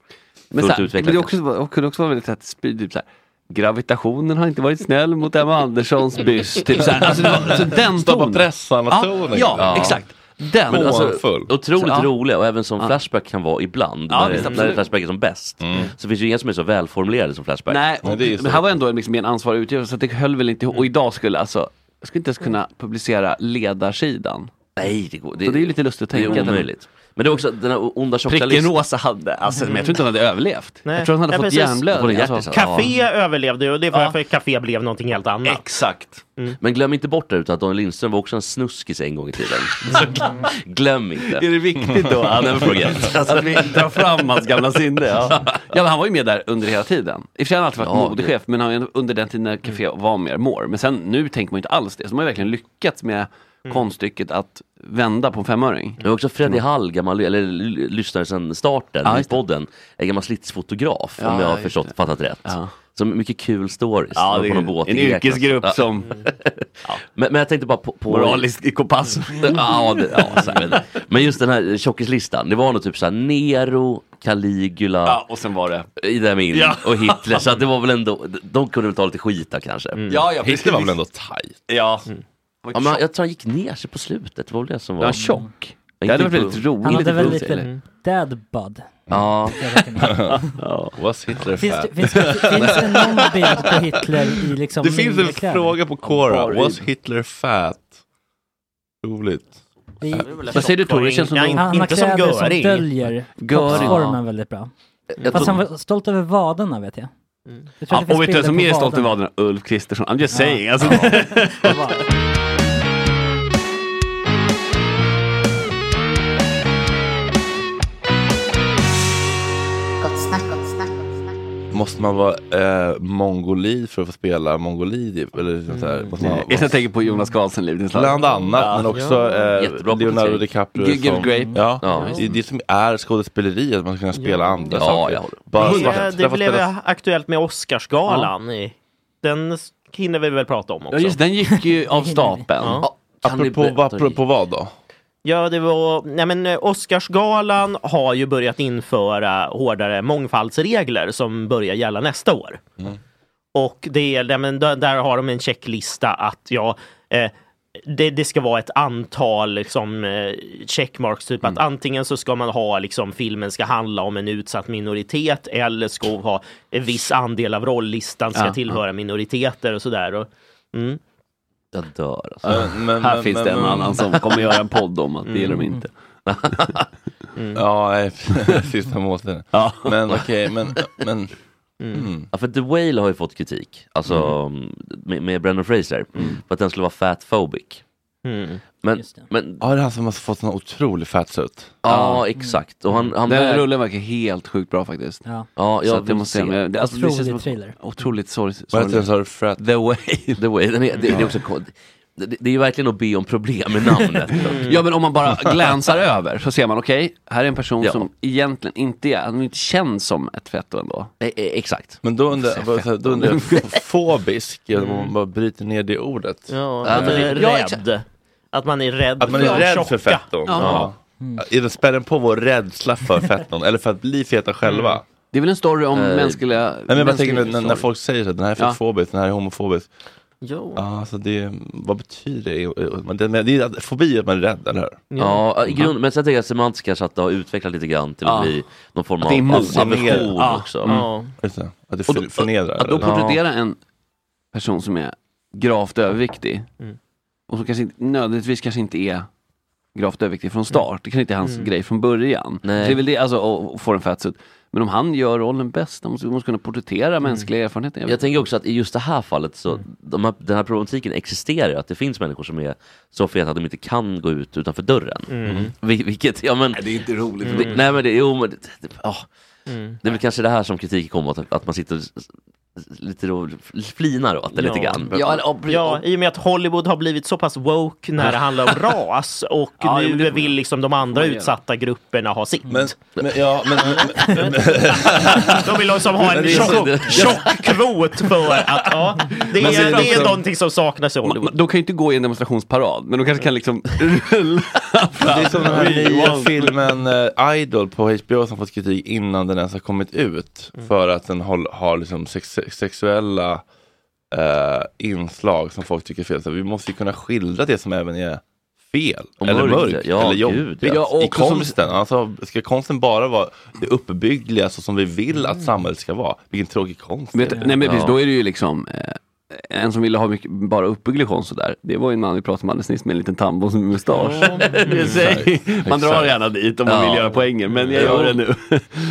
[SPEAKER 3] men så
[SPEAKER 5] fullt
[SPEAKER 3] här, men
[SPEAKER 5] utvecklad.
[SPEAKER 3] det också, var- och kunde också vara väldigt så här, spy- typ så här, gravitationen har inte varit snäll mot Emma Anderssons byst. Typ så här. Alltså, det var, så den
[SPEAKER 1] Stoppa
[SPEAKER 3] tonen.
[SPEAKER 1] pressarna-tonen.
[SPEAKER 3] ja, ja, exakt. Den.
[SPEAKER 1] Men alltså-
[SPEAKER 3] alltså,
[SPEAKER 1] Hånfull.
[SPEAKER 5] Otroligt
[SPEAKER 3] Så, ja.
[SPEAKER 5] roliga och även som Flashback kan vara ibland,
[SPEAKER 3] Ja,
[SPEAKER 5] när,
[SPEAKER 3] visst,
[SPEAKER 5] det- när
[SPEAKER 3] absolut.
[SPEAKER 5] Flashback är som bäst, så finns det ju inga som är så välformulerade som Flashback.
[SPEAKER 3] nej,
[SPEAKER 1] Men det är ju så.
[SPEAKER 3] men här var ändå liksom mer en ansvarig utgivare, så att det höll väl inte ihop. Och idag skulle alltså, jag skulle inte ens kunna publicera ledarsidan.
[SPEAKER 5] Nej, det, går,
[SPEAKER 3] Så det är ju lite lustigt att
[SPEAKER 5] det är
[SPEAKER 3] tänka. att den-
[SPEAKER 5] omöjligt. Men det är också den här onda tjocka
[SPEAKER 3] Pricken
[SPEAKER 5] listan.
[SPEAKER 3] Rosa hade, alltså, men jag tror inte hon hade överlevt.
[SPEAKER 4] Nej.
[SPEAKER 3] Jag tror hon hade
[SPEAKER 4] Nej,
[SPEAKER 3] fått
[SPEAKER 4] precis.
[SPEAKER 5] Hon
[SPEAKER 3] hjärnblödning.
[SPEAKER 5] hade
[SPEAKER 3] Alltså.
[SPEAKER 5] hjärtis-
[SPEAKER 4] Café överlevde ju och det var för att Café blev någonting helt annat.
[SPEAKER 3] Exakt.
[SPEAKER 5] Men glöm inte bort det utan att Daniel Lindström var också en snuskis en gång i tiden. Så gl- glöm
[SPEAKER 3] Är
[SPEAKER 5] inte.
[SPEAKER 3] det viktigt då att,
[SPEAKER 5] Never forget.
[SPEAKER 3] att vi drar fram hans gamla sinne? Ja. ja, men han var ju med där under hela tiden. I och för sig har han alltid varit
[SPEAKER 5] Ja,
[SPEAKER 3] modechef, men han var ju ändå under den tiden när Café var mer mår. Men sen nu tänker man ju inte alls det. Så de har ju verkligen lyckats med
[SPEAKER 1] Mm.
[SPEAKER 3] konststycket att vända på en femöring. Mm.
[SPEAKER 5] Det var också Freddy Hall, gammal, eller l- lyssnare sedan starten
[SPEAKER 3] Ja,
[SPEAKER 5] i
[SPEAKER 3] just det.
[SPEAKER 5] podden, en gammal slitsfotograf
[SPEAKER 3] Ja,
[SPEAKER 5] om jag har
[SPEAKER 3] just
[SPEAKER 5] förstått, fattat rätt.
[SPEAKER 3] Ja.
[SPEAKER 5] Så mycket kul stories. Han var på någon båt
[SPEAKER 3] en
[SPEAKER 5] i Grekland.
[SPEAKER 3] yrkesgrupp
[SPEAKER 5] Ja.
[SPEAKER 3] som
[SPEAKER 5] Men, men jag tänkte bara på... på
[SPEAKER 3] moralisk kompass.
[SPEAKER 5] Ja, det, ja så här, men, men just den här tjockislistan, det var nog typ såhär Nero, Caligula,
[SPEAKER 3] Ja, och sen var det.
[SPEAKER 5] Idi Amin
[SPEAKER 3] Ja.
[SPEAKER 5] och Hitler.
[SPEAKER 3] Mm.
[SPEAKER 5] Så att det var väl ändå, de kunde väl ta lite skit där kanske.
[SPEAKER 3] Ja, ja,
[SPEAKER 4] Mm.
[SPEAKER 1] Hitler var väl ändå tajt?
[SPEAKER 3] Ja. var
[SPEAKER 5] Ja, men
[SPEAKER 3] tjock.
[SPEAKER 5] jag tror han gick ner sig på slutet, det var väl det som
[SPEAKER 3] Var
[SPEAKER 5] var...
[SPEAKER 3] han tjock?
[SPEAKER 5] Ja,
[SPEAKER 3] Det hade varit
[SPEAKER 5] inte-
[SPEAKER 3] väldigt roligt.
[SPEAKER 7] Han hade väl
[SPEAKER 3] roligt.
[SPEAKER 7] lite dad bud.
[SPEAKER 5] Ja,
[SPEAKER 1] Was Hitler
[SPEAKER 7] Finns,
[SPEAKER 1] fat?
[SPEAKER 7] det- finns, det- finns det någon bild på Hitler i liksom
[SPEAKER 1] Det finns en
[SPEAKER 7] mindekläder?
[SPEAKER 1] fråga på Quora.
[SPEAKER 3] Bara i-
[SPEAKER 1] Was Hitler fat? Roligt.
[SPEAKER 7] I,
[SPEAKER 3] Vad säger du Tor? Det känns som
[SPEAKER 4] Nej,
[SPEAKER 3] du...
[SPEAKER 7] han har
[SPEAKER 4] Inte som
[SPEAKER 7] kläder som
[SPEAKER 4] Göring.
[SPEAKER 7] döljer
[SPEAKER 3] Göring,
[SPEAKER 7] kroppsformen väldigt bra.
[SPEAKER 5] jag
[SPEAKER 7] Fast han
[SPEAKER 5] tror...
[SPEAKER 7] var stolt över vaderna vet jag.
[SPEAKER 4] Mm.
[SPEAKER 7] jag tror
[SPEAKER 3] Ja,
[SPEAKER 7] att det finns
[SPEAKER 3] och vet du
[SPEAKER 7] bilder
[SPEAKER 3] vem som
[SPEAKER 7] på
[SPEAKER 3] är stolt över vaderna? Ulf Kristersson. I'm just saying. Alltså,
[SPEAKER 1] Måste man vara eh, mongolid för att få spela mongolid? i- Eller mm. så här, måste man,
[SPEAKER 3] Jag tänker på Jonas Karlsson liv. din slags-
[SPEAKER 1] Bland annat, men också eh,
[SPEAKER 5] Jättebra
[SPEAKER 1] Leonardo
[SPEAKER 5] porträttering.
[SPEAKER 1] DiCaprio.
[SPEAKER 3] Gilgit
[SPEAKER 1] som-
[SPEAKER 3] Grape.
[SPEAKER 1] Ja,
[SPEAKER 5] Ja,
[SPEAKER 1] det är det som är skådespeleri, att man ska kunna spela andra
[SPEAKER 5] Ja,
[SPEAKER 1] saker.
[SPEAKER 5] jag håller.
[SPEAKER 1] Bara
[SPEAKER 4] Det,
[SPEAKER 1] svarta-
[SPEAKER 4] det
[SPEAKER 1] därför
[SPEAKER 4] blev
[SPEAKER 1] spelas-
[SPEAKER 4] aktuellt med Oscarsgalan. I, den s- hinner vi väl prata om också.
[SPEAKER 3] Ja just den gick ju av stapeln.
[SPEAKER 4] Ja.
[SPEAKER 5] Kan ni
[SPEAKER 1] Apropå,
[SPEAKER 5] berätta
[SPEAKER 1] apropå vad då?
[SPEAKER 4] Ja, det var... Nej, men eh, Oscarsgalan har ju börjat införa hårdare mångfaldsregler som börjar gälla nästa år. Och det är, nej, men där, där har de en checklista att ja, eh, det, det ska vara ett antal liksom, eh, checkmarks, typ
[SPEAKER 3] Mm.
[SPEAKER 4] att antingen så ska man ha liksom filmen ska handla om en utsatt minoritet eller ska ha en viss andel av rollistan ska
[SPEAKER 3] Ja,
[SPEAKER 4] tillhöra minoriteter och sådär. Och, mm.
[SPEAKER 5] Jag dör alltså.
[SPEAKER 1] Men, men,
[SPEAKER 3] Här
[SPEAKER 1] men-
[SPEAKER 3] finns det en
[SPEAKER 1] men- Mm.
[SPEAKER 3] annan som kommer göra en podd om att det gillar de inte.
[SPEAKER 1] Ja, nej, sista måltiden.
[SPEAKER 3] Mm. Ja. Mm.
[SPEAKER 1] Men okej, men, men mm.
[SPEAKER 5] Ja, för The Whale har ju fått kritik, alltså med, med Brendan Fraser,
[SPEAKER 1] Mm.
[SPEAKER 5] för att den skulle vara fatphobic.
[SPEAKER 4] Mm.
[SPEAKER 5] Men,
[SPEAKER 7] Just det.
[SPEAKER 5] men
[SPEAKER 1] ja, det är han som har fått en otrolig fatsuit.
[SPEAKER 5] ja, exakt. Och han, han
[SPEAKER 3] Den här
[SPEAKER 5] väg-
[SPEAKER 3] rullen verkar helt sjukt bra faktiskt.
[SPEAKER 7] Ja.
[SPEAKER 5] Ja,
[SPEAKER 3] så
[SPEAKER 5] jag
[SPEAKER 3] att jag
[SPEAKER 5] vill
[SPEAKER 3] måste säga,
[SPEAKER 5] se.
[SPEAKER 3] men jag- det, alltså, det känns
[SPEAKER 7] Otrolig
[SPEAKER 3] som
[SPEAKER 7] thriller.
[SPEAKER 3] otroligt sorgligt.
[SPEAKER 1] Vad heter den sa du? Frat?
[SPEAKER 3] The Whale.
[SPEAKER 5] The Whale, den är, det, det, är också, kod- det, det är ju verkligen att be om problem med namnet.
[SPEAKER 3] Ja men om man bara glänsar över så ser man okej, här är en person
[SPEAKER 5] Ja.
[SPEAKER 3] som egentligen inte är, han inte känns som ett fetto ändå. Eh,
[SPEAKER 5] E- e- exakt.
[SPEAKER 1] Men då undrar, vad- så här, då undrar jag, f- fobisk, eller om man bara bryter ner det ordet.
[SPEAKER 4] Ja,
[SPEAKER 5] Ja,
[SPEAKER 4] att man
[SPEAKER 5] men-
[SPEAKER 4] är
[SPEAKER 5] ja,
[SPEAKER 4] rädd. Att man är rädd
[SPEAKER 1] Att man är
[SPEAKER 4] för
[SPEAKER 1] rädd för
[SPEAKER 4] tjocka.
[SPEAKER 1] fetton. Ja. Mm. Spänner på vår rädsla för fetton, eller för att bli feta själva.
[SPEAKER 3] Det är väl en story om
[SPEAKER 5] Eh,
[SPEAKER 3] mänskliga...
[SPEAKER 1] Nej, men jag bara
[SPEAKER 3] mänsklig
[SPEAKER 1] tänker när, när
[SPEAKER 3] sorg.
[SPEAKER 1] folk säger att den här är
[SPEAKER 3] Ja.
[SPEAKER 1] fetfobisk, den här är homofobisk.
[SPEAKER 4] Ja.
[SPEAKER 1] Ja, alltså det, vad betyder det? Det, det är att- fobi är att man är rädd, eller hur?
[SPEAKER 5] Ja, i grund, men sen tänker jag semantiskt kanske att det har utvecklats lite grann till att
[SPEAKER 3] Ja.
[SPEAKER 5] bli någon form av
[SPEAKER 3] Att det är mot-
[SPEAKER 5] aversion
[SPEAKER 3] Ja.
[SPEAKER 5] också.
[SPEAKER 4] Ja.
[SPEAKER 1] Just det. Att det
[SPEAKER 3] Och då-
[SPEAKER 1] för- förnedrar.
[SPEAKER 3] Att då
[SPEAKER 1] eller?
[SPEAKER 3] porträttera en person som är gravt överviktig och som kanske inte, nödvändigtvis kanske inte är gravt överviktig från start. Det kan inte är hans grej från början.
[SPEAKER 5] Nej.
[SPEAKER 3] Så det är väl det, alltså, och, och få en fatsuit. Men om han gör rollen bäst, han måste, måste kunna porträttera mänskliga erfarenheter. Jag
[SPEAKER 5] Mm. Jag
[SPEAKER 3] vet-
[SPEAKER 5] tänker också att i just det här fallet så,
[SPEAKER 1] Mm.
[SPEAKER 5] de här, den här problematiken existerar ju, att det finns människor som är så feta att de inte kan gå ut utanför dörren. Vil, vilket, ja men...
[SPEAKER 3] det är inte roligt.
[SPEAKER 1] Mm.
[SPEAKER 5] Det, nej men det, jo men det, det, ja. det är väl kanske det här som kritiken kommer åt, att, att man sitter s- s- lite då, flinar åt det lite
[SPEAKER 4] Ja. typ.
[SPEAKER 5] grann.
[SPEAKER 3] Ja, eller- och-
[SPEAKER 4] Ja, i och med att Hollywood har blivit så pass woke när det handlar om ras och
[SPEAKER 3] Ja,
[SPEAKER 4] nu
[SPEAKER 3] men det-
[SPEAKER 4] vill liksom de andra
[SPEAKER 3] får man göra.
[SPEAKER 4] utsatta grupperna ha sitt.
[SPEAKER 1] Men, men, ja, men, men, men,
[SPEAKER 4] De vill liksom ha
[SPEAKER 1] Men
[SPEAKER 4] en
[SPEAKER 1] det är så-
[SPEAKER 4] tjock,
[SPEAKER 1] det-
[SPEAKER 4] tjock kvot för att ja, det
[SPEAKER 1] Men så är
[SPEAKER 4] är,
[SPEAKER 1] det
[SPEAKER 4] det är
[SPEAKER 1] också-
[SPEAKER 4] någonting som saknas i
[SPEAKER 3] Ma- ma-
[SPEAKER 4] Hollywood.
[SPEAKER 3] De kan ju inte gå i en demonstrationsparad, men de kanske kan liksom rulla
[SPEAKER 1] det är som den här
[SPEAKER 3] We
[SPEAKER 1] nya
[SPEAKER 3] want-
[SPEAKER 1] filmen eh, Idol på HBO som fått kritik innan den ens har kommit ut. För att den har, har liksom sex, sexuella eh, inslag som folk tycker är fel. Så vi måste ju kunna skildra det som även är fel.
[SPEAKER 5] Och
[SPEAKER 1] eller
[SPEAKER 5] mörkt,
[SPEAKER 1] mörkt,
[SPEAKER 5] ja,
[SPEAKER 1] eller
[SPEAKER 5] gud,
[SPEAKER 1] jobbigt.
[SPEAKER 5] ja.
[SPEAKER 3] Ja, och
[SPEAKER 1] I
[SPEAKER 3] också som-
[SPEAKER 1] konsten. Alltså, ska konsten bara vara det uppbyggliga så som vi vill att samhället ska vara? Vilken tråkig konst.
[SPEAKER 3] Vet,
[SPEAKER 1] det är.
[SPEAKER 3] nej men precis,
[SPEAKER 5] Ja.
[SPEAKER 3] då är det ju liksom eh, en som ville ha mycket, bara uppbygglig konst och där. Det var ju en man vi pratade om alldeles nyss med en liten tambo som mustasch. Det säger- man drar
[SPEAKER 1] Exakt.
[SPEAKER 3] gärna dit om man
[SPEAKER 5] Ja.
[SPEAKER 3] vill göra poänger, men jag
[SPEAKER 1] Ja.
[SPEAKER 3] gör det nu.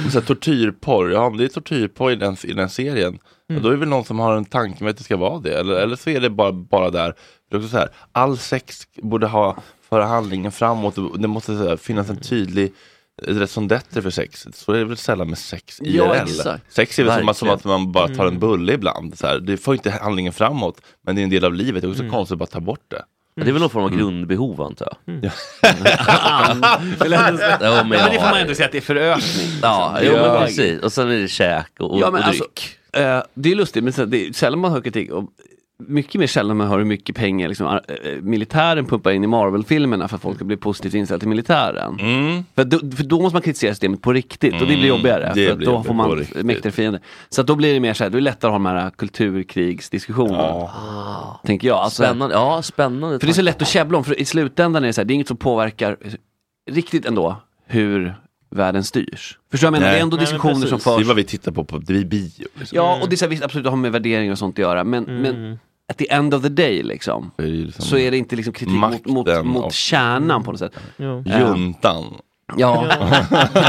[SPEAKER 1] Och Så här, tortyrporr, ja om det är tortyrporr i den, i den serien,
[SPEAKER 3] Mm.
[SPEAKER 1] ja, då är det väl någon som har en tanke med att det ska vara det. Eller, eller så är det bara, bara där. Det är också så här, all sex borde ha föra handlingen framåt, det måste så här, finnas
[SPEAKER 3] Mm.
[SPEAKER 1] en tydlig raison d'être för sex. Så är det väl sällan med sex IRL.
[SPEAKER 5] Ja, exakt.
[SPEAKER 1] Sex är väl som, att- som
[SPEAKER 5] Verkligen.
[SPEAKER 1] att man bara
[SPEAKER 3] Mm.
[SPEAKER 1] tar en bulle ibland. Så här. Det för inte handlingen framåt, men det är en del av livet. Det är också
[SPEAKER 3] Mm.
[SPEAKER 1] konstigt att bara ta bort det. Mm.
[SPEAKER 5] Det är väl någon form av grundbehov antar jag.
[SPEAKER 3] Eller,
[SPEAKER 5] Ja, men,
[SPEAKER 3] men det får
[SPEAKER 5] ja,
[SPEAKER 3] man ändå säga att det är förökning. liksom.
[SPEAKER 5] ja, jo, men precis. Och sen är det käk och, och,
[SPEAKER 3] Ja, men
[SPEAKER 5] och dryck.
[SPEAKER 3] alltså, eh, det är lustigt, men så- det är sällan man hör kritik om mycket mer sällan man hör hur mycket pengar liksom, ar- eh, militären pumpar in i Marvel-filmerna för att folk ska bli positivt inställda till militären.
[SPEAKER 1] Mm.
[SPEAKER 3] För, då, för då måste man kritisera systemet på riktigt och det blir
[SPEAKER 1] Mm,
[SPEAKER 3] jobbigare.
[SPEAKER 1] det
[SPEAKER 3] för att
[SPEAKER 1] blir
[SPEAKER 3] då
[SPEAKER 1] jobbigt
[SPEAKER 3] får
[SPEAKER 1] på
[SPEAKER 3] man
[SPEAKER 1] riktigt.
[SPEAKER 3] mäktigare fiender. Så att då blir det mer så här, då är det lättare att ha de här eh, kulturkrigsdiskussionerna. Tänker jag. Alltså,
[SPEAKER 5] Spännande, ja spännande.
[SPEAKER 3] För det är så lätt att käbbla om, för i slutändan är det så här, det är inget som påverkar riktigt ändå hur världen styrs. Förstår du vad jag menar?
[SPEAKER 1] Nej.
[SPEAKER 3] Det är ändå
[SPEAKER 4] Nej, men
[SPEAKER 3] diskussioner som
[SPEAKER 4] precis.
[SPEAKER 1] Det är
[SPEAKER 3] förs.
[SPEAKER 1] vad vi tittar på på det är bio. Liksom.
[SPEAKER 3] Ja, och det är så här, visst absolut det har med värderingar och sånt att göra, men, men at the end of the day liksom,
[SPEAKER 1] Det är ju liksom
[SPEAKER 3] så är det inte liksom kritik mot, mot,
[SPEAKER 1] Makten
[SPEAKER 3] mot
[SPEAKER 1] och-
[SPEAKER 3] kärnan på något sätt. Eh,
[SPEAKER 4] Jo.
[SPEAKER 1] Juntan.
[SPEAKER 3] Ja,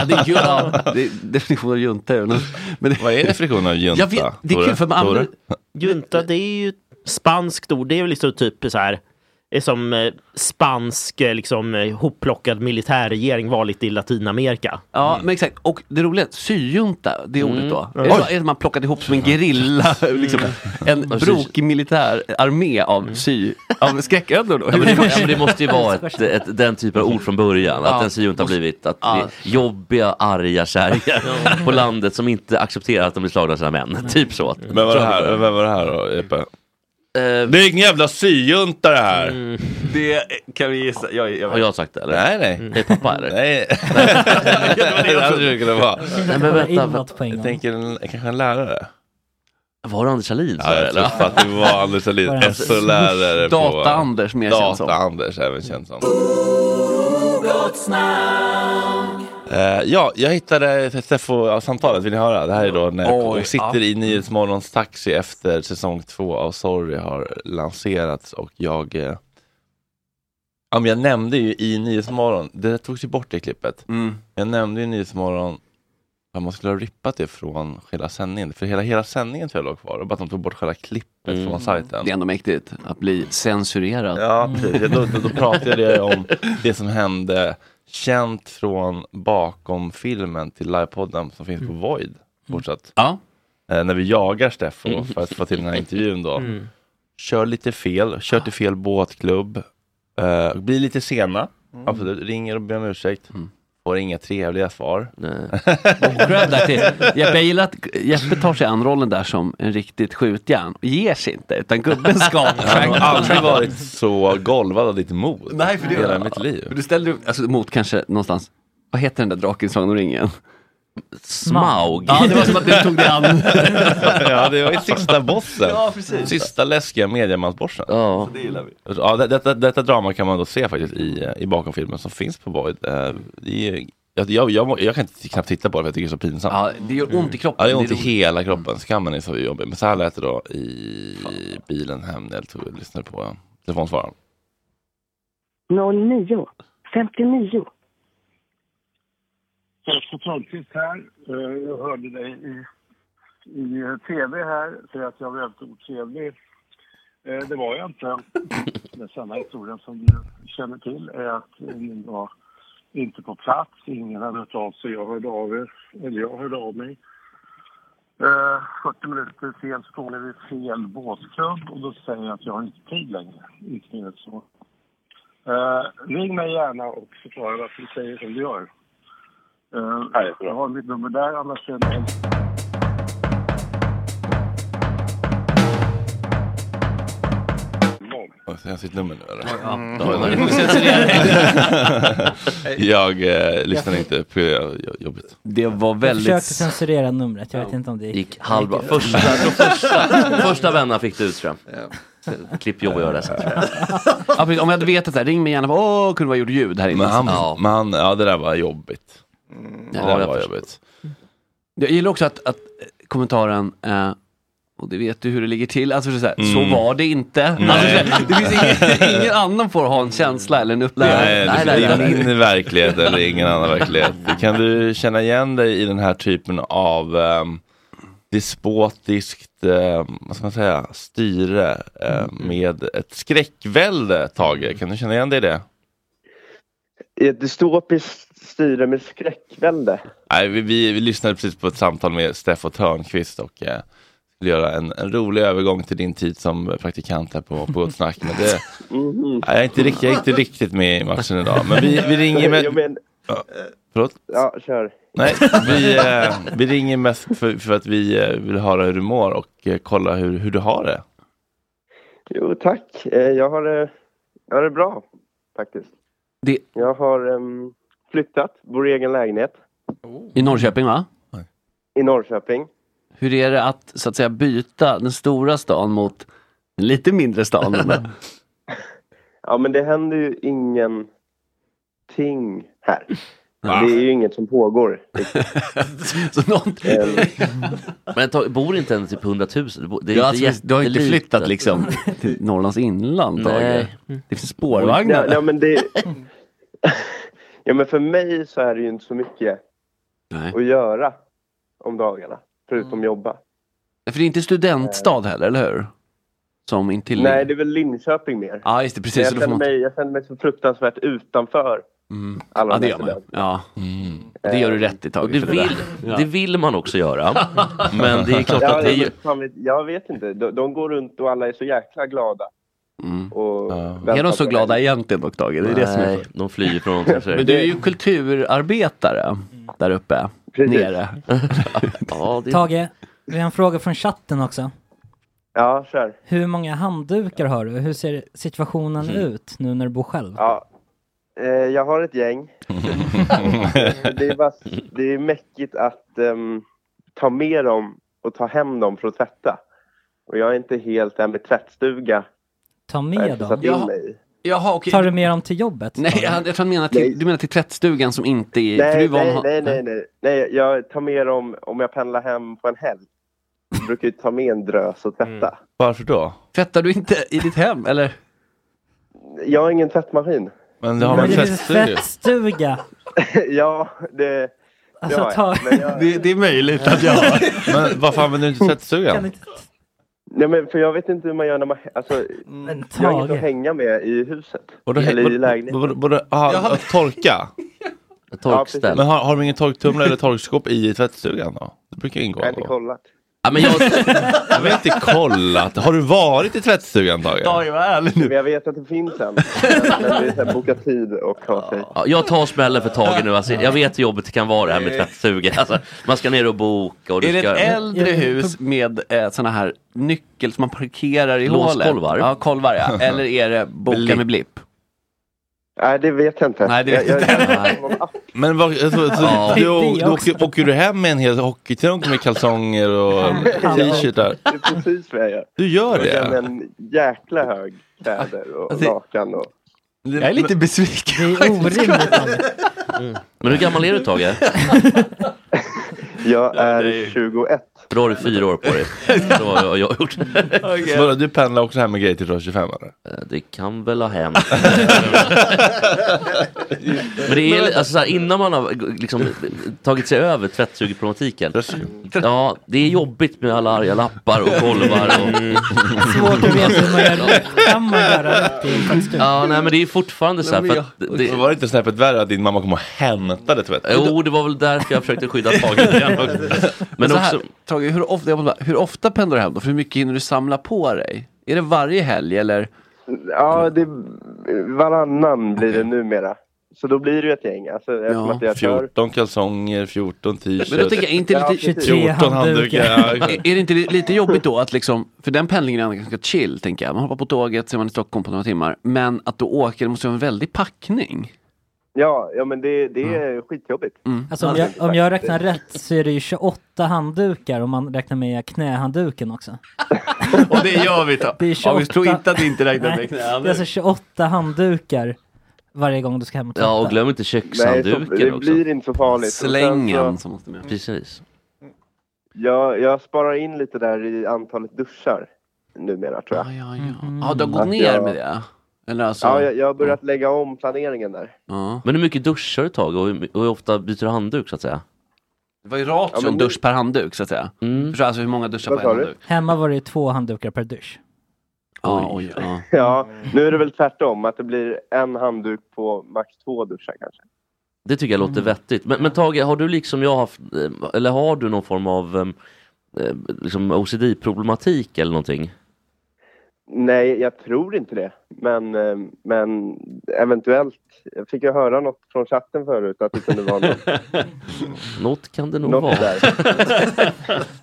[SPEAKER 3] det är ju ja, det är definitionen av junta. är ju något- Men det,
[SPEAKER 1] Vad är definitionen av junta?
[SPEAKER 3] jag vet, det är
[SPEAKER 1] Tore?
[SPEAKER 3] kul för man
[SPEAKER 1] Tore?
[SPEAKER 3] använder,
[SPEAKER 4] Junta, det är ju ett spanskt ord. Det är väl liksom typ så här är som eh, spansk eh, liksom eh, hopplockad militärregering vanligt i Latinamerika. Mm.
[SPEAKER 3] Ja, men exakt. Och det roliga, är att syjunta, det ordet då. Är det, så, är det att man plockat ihop som en gerilla, liksom, en brokig militärarmé av sy, av skräcködlor då?
[SPEAKER 5] Ja, men det, ja, men det måste ju vara ett, ett, den typen av ord från början, att
[SPEAKER 3] Ja.
[SPEAKER 5] den syjunta har blivit att
[SPEAKER 3] Ja.
[SPEAKER 5] det är jobbiga, arga kärringar på landet som inte accepterar att de blir slagna av sina män. Typ så.
[SPEAKER 1] Mm. Men vad var det här, vem var det här då, Jeppe?
[SPEAKER 5] Eh, Mm.
[SPEAKER 1] Det är ingen jävla syjunta det här!
[SPEAKER 3] det kan vi gissa. Jag, jag,
[SPEAKER 5] har jag sagt det eller?
[SPEAKER 1] Nej, nej.
[SPEAKER 5] Det är pappa eller?
[SPEAKER 1] Nej, det hade du kunnat vara.
[SPEAKER 5] Nej men vänta, va-
[SPEAKER 7] Inåt på en
[SPEAKER 1] Jag
[SPEAKER 7] gång.
[SPEAKER 1] tänker en, kanske en lärare.
[SPEAKER 5] var det Anders Ahlin som sa
[SPEAKER 1] Ja,
[SPEAKER 5] det
[SPEAKER 1] jag tror
[SPEAKER 5] eller?
[SPEAKER 1] att det var Anders
[SPEAKER 7] Var
[SPEAKER 1] Sahlin,
[SPEAKER 7] det
[SPEAKER 1] SO-lärare på...
[SPEAKER 3] Data-Anders mer känns som.
[SPEAKER 1] Data-Anders även känd som. Eh, ja, jag hittade Steffo-samtalet, vill ni höra? Det här är då när
[SPEAKER 3] Oj,
[SPEAKER 1] jag sitter i Nyhetsmorgons taxi efter säsong två av Sorry har lanserats och jag... Eh, ja, men jag nämnde ju i Nyhetsmorgon, det togs ju bort det klippet,
[SPEAKER 3] Mm.
[SPEAKER 1] jag nämnde ju Nyhetsmorgon att man skulle ha rippat det från hela sändningen. För hela, hela sändningen tror jag låg kvar. Och bara att de tog bort själva klippet från sajten.
[SPEAKER 3] Mm. Det är ändå mäktigt att bli censurerad.
[SPEAKER 1] Ja, precis. Då, då, då pratade jag om det som hände känt från bakom filmen till livepodden som finns på Void fortsatt.
[SPEAKER 3] Ja.
[SPEAKER 1] Eh, när vi jagar Steffo för att få till den här intervjun då. Kör lite fel, kör till fel båtklubb. Eh, blir lite sena, Mm. absolut. Ringer och ber om ursäkt. Får inga trevliga svar.
[SPEAKER 5] Nej.
[SPEAKER 3] Cred där till. Jeppe, jag gillar att Jeppe tar sig an rollen där som en riktigt skjutjärn och ger sig inte, utan gubben ska.
[SPEAKER 1] Jag har aldrig varit så golvad av ditt mod.
[SPEAKER 3] Nej, för det-
[SPEAKER 1] Hela mitt liv.
[SPEAKER 3] Du ställer dig alltså, mot kanske någonstans, vad heter den där draken i Sagan om ringen?
[SPEAKER 5] Smaug.
[SPEAKER 3] Ja, det var som att du tog dig
[SPEAKER 6] Mm.
[SPEAKER 3] an.
[SPEAKER 1] ja, det var ju sista bossen.
[SPEAKER 3] precis.
[SPEAKER 1] Sista läskiga mediamansborsten.
[SPEAKER 5] Ja.
[SPEAKER 1] Ja, det- detta, detta drama kan man då se faktiskt i, eh, i bakomfilmen som finns på Void. Eh, det är- Jag, jag, jag, jag kan inte knappt titta på det för jag tycker det är så pinsamt. Ja.
[SPEAKER 3] Ja, det gör ont i kroppen.
[SPEAKER 1] det är ont i
[SPEAKER 3] roligt. Mm.
[SPEAKER 1] hela kroppen, skammen är så jobbig. Men så här lät det då i bilen hem när jag tog, lyssnade på telefonsvararen.
[SPEAKER 8] 09 59.
[SPEAKER 2] Jesper Törnqvist här. Eh, Jag hörde dig i, i tv här säga att jag var väldigt otrevlig. Eh, Det var jag inte. Den sanna historien som du känner till är att eh, ni var inte på plats. Ingen hade hört av sig. Jag hörde av er, eller jag hörde av mig. Eh, 40 minuter sen står ni vid fel båtklubb och då säger jag att jag har inte tid längre. Inte mer än så. Eh, ring mig gärna och förklara varför du säger som du gör. Uh, jag har mitt nummer där, annars är det...
[SPEAKER 1] Och sen sitt nummer nu eller?
[SPEAKER 3] Du får censurera dig.
[SPEAKER 1] Jag eh, lyssnade inte, för jag- jag- jobbigt.
[SPEAKER 3] Det var
[SPEAKER 7] Jag
[SPEAKER 3] väldigt...
[SPEAKER 7] försökte censurera numret, jag vet inte om det gick.
[SPEAKER 5] Gick halva, första, de första, första vändan fick du ut tror jag. Klippjobb att göra det sen tror jag.
[SPEAKER 3] Ja, precis. Om jag hade vetat det, här, ring mig gärna. Åh, kunde vara gjort ljud här inne.
[SPEAKER 1] Men han,
[SPEAKER 3] ja. Mm.
[SPEAKER 1] men han, ja det där var jobbigt. Det
[SPEAKER 5] ja,
[SPEAKER 1] där
[SPEAKER 5] jag
[SPEAKER 1] var
[SPEAKER 5] förstår.
[SPEAKER 1] jobbigt.
[SPEAKER 3] Jag gillar också att, att eh, kommentaren, eh, och det vet du hur det ligger till, alltså så, här,
[SPEAKER 1] Mm.
[SPEAKER 3] så var det inte. Alltså, så här, det finns ingen, ingen annan får ha en känsla eller en upplevelse.
[SPEAKER 1] Nej,
[SPEAKER 5] Nej,
[SPEAKER 1] det
[SPEAKER 5] nej,
[SPEAKER 1] det är
[SPEAKER 5] nej, nej.
[SPEAKER 1] min verklighet eller ingen annan verklighet. Kan du känna igen dig i den här typen av um, despotiskt, ehm, vad ska man säga, styre ehm, med ett skräckvälde, Tage? Kan du känna igen dig i det?
[SPEAKER 9] I ett dystopiskt styre med skräckvälde.
[SPEAKER 1] Nej, vi, vi, vi lyssnade precis på ett samtal med Steffo Törnqvist och eh, skulle göra en, en rolig övergång till din tid som praktikant här på, på Gott Snack. Men det,
[SPEAKER 9] Mhm.
[SPEAKER 1] nej, jag, är inte riktigt, jag är inte riktigt med i matchen idag. Men vi, vi ringer
[SPEAKER 9] Jag
[SPEAKER 1] med...
[SPEAKER 9] men,
[SPEAKER 1] Förlåt?
[SPEAKER 9] ja, kör.
[SPEAKER 1] Nej, vi, eh, vi ringer mest för, för att vi eh, vill höra hur du mår och eh, kolla hur, hur du har det.
[SPEAKER 9] Jo, tack. Eh, Jag har, eh, jag har det bra, faktiskt.
[SPEAKER 3] Det-
[SPEAKER 9] Jag har em, flyttat, bor i egen lägenhet
[SPEAKER 3] I Norrköping va?
[SPEAKER 9] i Norrköping.
[SPEAKER 3] Hur är det att så att säga byta den stora stan mot den lite mindre stan? Men-
[SPEAKER 9] Ja, men det händer ju ingenting här.
[SPEAKER 5] Va?
[SPEAKER 9] Det är ju inget som pågår. Eh,
[SPEAKER 5] Men ta, bor inte ens typ 100 000? Du, bor- det är
[SPEAKER 3] Ja,
[SPEAKER 5] inte
[SPEAKER 3] alltså, du har inte
[SPEAKER 5] jättelitet.
[SPEAKER 3] flyttat liksom till Norrlands inland? Tage.
[SPEAKER 5] Nej.
[SPEAKER 3] Det finns
[SPEAKER 9] nej,
[SPEAKER 3] spårvagnar.
[SPEAKER 9] nej, men det... ja, men för mig så är det ju inte så mycket
[SPEAKER 3] Nej. Mm.
[SPEAKER 9] att göra om dagarna, förutom jobba.
[SPEAKER 3] För det är inte studentstad heller, eller hur? Som intill...
[SPEAKER 9] Nej, det är väl Linköping mer.
[SPEAKER 3] Ja, just det,
[SPEAKER 9] Men
[SPEAKER 3] precis.
[SPEAKER 9] jag,
[SPEAKER 3] Så då får
[SPEAKER 9] känner
[SPEAKER 3] man...
[SPEAKER 9] mig, jag känner mig så fruktansvärt utanför
[SPEAKER 3] mm.
[SPEAKER 9] alla
[SPEAKER 3] Ja,
[SPEAKER 9] de
[SPEAKER 3] det
[SPEAKER 9] här
[SPEAKER 3] gör man. ju.
[SPEAKER 9] studenterna.
[SPEAKER 3] Ja. Det gör du rätt i
[SPEAKER 5] Och
[SPEAKER 3] Tage.
[SPEAKER 5] det,
[SPEAKER 3] för
[SPEAKER 5] vill,
[SPEAKER 3] där. Ja.
[SPEAKER 5] det vill man också göra. Men det är klart
[SPEAKER 9] Ja,
[SPEAKER 5] att det är
[SPEAKER 9] men
[SPEAKER 5] ju...
[SPEAKER 9] fan vet, jag vet inte. De, de går runt och alla är så jäkla glada.
[SPEAKER 3] Mm.
[SPEAKER 9] Och
[SPEAKER 3] Är de så glada egentligen dock Tage? Det är det som är...
[SPEAKER 5] Nej, de flyr från någonting. så är det-
[SPEAKER 3] Men du är ju kulturarbetare där uppe.
[SPEAKER 9] Precis.
[SPEAKER 3] Nere.
[SPEAKER 5] Ja, det...
[SPEAKER 7] Tage, vi har en fråga från chatten också.
[SPEAKER 9] Ja, kör.
[SPEAKER 7] Hur många handdukar har du? Hur ser situationen ut nu när du bor själv?
[SPEAKER 9] Ja. Eh, jag har ett gäng. det, är bara, det är mäckigt att ehm, ta med dem och ta hem dem för att tvätta. Och jag är inte helt där med tvättstuga.
[SPEAKER 7] Ta
[SPEAKER 9] har
[SPEAKER 7] med
[SPEAKER 9] inte
[SPEAKER 7] dem?
[SPEAKER 9] satt in
[SPEAKER 3] Jaha.
[SPEAKER 9] mig i.
[SPEAKER 3] Jaha, okej.
[SPEAKER 7] Tar du med dem till jobbet?
[SPEAKER 3] Nej,
[SPEAKER 7] Tage?
[SPEAKER 3] jag hade- jag tror han menar till,
[SPEAKER 9] Nej.
[SPEAKER 3] du menar till tvättstugan som inte är... för du
[SPEAKER 9] Nej,
[SPEAKER 3] är van-
[SPEAKER 9] nej, nej, nej, nej, nej. Jag tar med dem om jag pendlar hem på en helg. Jag brukar ju ta med en drös och tvätta.
[SPEAKER 1] Varför då?
[SPEAKER 3] Tvättar du inte i ditt hem, eller?
[SPEAKER 9] Jag har ingen tvättmaskin.
[SPEAKER 1] Men det har man
[SPEAKER 7] Men det finns
[SPEAKER 1] tvättstuga.
[SPEAKER 7] tvättstuga!
[SPEAKER 9] ja, det...
[SPEAKER 7] Alltså,
[SPEAKER 9] Ja,
[SPEAKER 7] ta...
[SPEAKER 9] ja, men jag-
[SPEAKER 3] Det, det är möjligt att jag...
[SPEAKER 1] Men varför använder du inte
[SPEAKER 7] Kan
[SPEAKER 1] tvättstugan?
[SPEAKER 7] inte...
[SPEAKER 9] Nej, men för jag vet inte hur man gör när man... Alltså,
[SPEAKER 7] Mm. Men
[SPEAKER 9] jag har inget att
[SPEAKER 7] Tage,
[SPEAKER 9] hänga med i huset.
[SPEAKER 1] Vadå,
[SPEAKER 9] eller i
[SPEAKER 1] hä-
[SPEAKER 9] lägenheten.
[SPEAKER 1] vadå- vadå- aha, att torka?
[SPEAKER 5] Ett torkställ.
[SPEAKER 1] Men har, har de ingen torktumlare eller torkskåp i tvättstugan då? Det brukar ingå.
[SPEAKER 9] Jag har inte kollat.
[SPEAKER 5] Ja, men jag...
[SPEAKER 1] Jag har inte kollat. Har du varit i tvättstugan Tage?
[SPEAKER 3] Tage, var ärlig nu.
[SPEAKER 9] Men jag vet att det finns en. Men det är så här, boka tid och ha sig.
[SPEAKER 5] Ja, jag tar smällen för Tage nu. Alltså, jag vet hur jobbigt det kan vara det här med tvättstuga. Alltså, man ska ner och boka och
[SPEAKER 3] Är det
[SPEAKER 5] du ska...
[SPEAKER 3] ett äldre
[SPEAKER 7] Ja, det-
[SPEAKER 3] hus med eh, såna här nyckel som man parkerar i hålet?
[SPEAKER 5] Låskolvar?
[SPEAKER 3] Ja, kolvar ja. Eller är det boka
[SPEAKER 1] Blipp.
[SPEAKER 3] med blipp?
[SPEAKER 9] Nej, det vet jag inte.
[SPEAKER 3] Nej, det vet
[SPEAKER 9] jag,
[SPEAKER 3] jag inte.
[SPEAKER 9] jag, jag, jag,
[SPEAKER 1] Men vad, så, så,
[SPEAKER 5] Ja.
[SPEAKER 1] du,
[SPEAKER 7] Det
[SPEAKER 1] du,
[SPEAKER 7] är också.
[SPEAKER 1] åker, åker du hem med en hel hockeytrunk med kalsonger och t-shirtar?
[SPEAKER 9] Det är precis vad jag gör.
[SPEAKER 1] Du gör
[SPEAKER 9] Jag har
[SPEAKER 1] det?
[SPEAKER 9] en jäkla hög kläder och
[SPEAKER 3] Alltså-
[SPEAKER 9] lakan. Och...
[SPEAKER 3] Jag är lite besviken.
[SPEAKER 7] det är orimligt. Tage.
[SPEAKER 6] Mm.
[SPEAKER 5] Men hur gammal är du Tage?
[SPEAKER 9] Jag är 21.
[SPEAKER 5] Då har du fyra år på dig. Så har jag gjort.
[SPEAKER 1] Vadå, du pendlar också hem med grejer till du var 25 eller?
[SPEAKER 5] Eh, Det kan väl ha hänt. Men det är alltså så här, innan man har liksom, tagit sig över tvättstugeproblematiken. Ja, det är jobbigt med alla arga lappar och kolvar.
[SPEAKER 6] Mm.
[SPEAKER 5] Och,
[SPEAKER 7] Svårt att veta hur man gör rätt. Kan man göra rätt i en tvättstuga?
[SPEAKER 5] ja, nej men det är fortfarande så här. För att det,
[SPEAKER 1] Var det inte snäppet värre att din mamma kom och hämtade tvätten?
[SPEAKER 5] jo, det var väl därför jag försökte skydda Tage lite grann också. Men
[SPEAKER 3] Så här,
[SPEAKER 5] också,
[SPEAKER 3] Tage, hur ofta, jag måste bara, hur ofta pendlar du hem då? För hur mycket hinner du samla på dig? Är det varje helg eller?
[SPEAKER 9] Ja, det, varannan blir det numera. Så då blir det ju ett gäng. Alltså, eftersom att jag kör
[SPEAKER 1] 14 kalsonger, 14
[SPEAKER 3] Men då tänker
[SPEAKER 1] t-shirts,
[SPEAKER 3] jag, är inte
[SPEAKER 9] Ja,
[SPEAKER 3] lite,
[SPEAKER 7] 23
[SPEAKER 1] 14
[SPEAKER 7] handdukar.
[SPEAKER 1] handdukar. Ja,
[SPEAKER 3] är, är det inte li- lite jobbigt då att liksom, för den pendlingen är ändå ganska chill tänker jag. Man hoppar på tåget, så är man i Stockholm på några timmar. Men att då åka, det måste vara en väldig packning.
[SPEAKER 9] Ja, ja men det, det
[SPEAKER 3] Mm.
[SPEAKER 9] är skitjobbigt.
[SPEAKER 7] Alltså om jag, om jag räknar rätt så är det ju 28 handdukar om man räknar med knähandduken också.
[SPEAKER 3] Och det gör vi då.
[SPEAKER 7] Det är 28.
[SPEAKER 3] att det inte räknas
[SPEAKER 7] Nej, det är alltså 28 handdukar varje gång du ska hem och tvätta.
[SPEAKER 5] ja, och glöm inte
[SPEAKER 9] Nej, så,
[SPEAKER 5] kökshandduken
[SPEAKER 9] det
[SPEAKER 5] också.
[SPEAKER 9] blir inte så farligt. Och sen
[SPEAKER 3] Slängen
[SPEAKER 9] Så,
[SPEAKER 3] som måste med.
[SPEAKER 5] Precis.
[SPEAKER 9] jag, jag sparar in lite där i antalet duschar numera tror jag.
[SPEAKER 3] Ja, ja, ja. Mm. ja du har gått
[SPEAKER 9] Att
[SPEAKER 3] ner
[SPEAKER 9] jag-
[SPEAKER 3] med det? Eller alltså?
[SPEAKER 9] Ja, jag, jag har börjat lägga om planeringen där.
[SPEAKER 3] ja.
[SPEAKER 5] Men hur mycket duschar du Tage och hur, och hur ofta byter du handduk så att säga?
[SPEAKER 3] Det var ju ratio,
[SPEAKER 9] Ja, men
[SPEAKER 3] en
[SPEAKER 9] nu-
[SPEAKER 3] dusch per handduk så att säga.
[SPEAKER 5] Mm.
[SPEAKER 3] Förstår alltså hur många duschar
[SPEAKER 9] Vad
[SPEAKER 3] på en
[SPEAKER 9] sa du?
[SPEAKER 3] handduk?
[SPEAKER 7] Hemma var det ju två handdukar per dusch.
[SPEAKER 3] Ja, oj, ja.
[SPEAKER 9] Ja, nu är det väl tvärtom att det blir en handduk på max två duschar kanske.
[SPEAKER 5] Det tycker jag
[SPEAKER 1] Mm.
[SPEAKER 5] låter vettigt. Men, men Tage, har du liksom jag haft, eh, eller har du någon form av em, eh, liksom OCD-problematik eller någonting?
[SPEAKER 9] Nej, jag tror inte det. Men, eh, men eventuellt. Jag fick ju höra något från chatten förut att det kunde vara något,
[SPEAKER 5] Något kan det nog
[SPEAKER 9] något
[SPEAKER 5] vara.
[SPEAKER 9] där.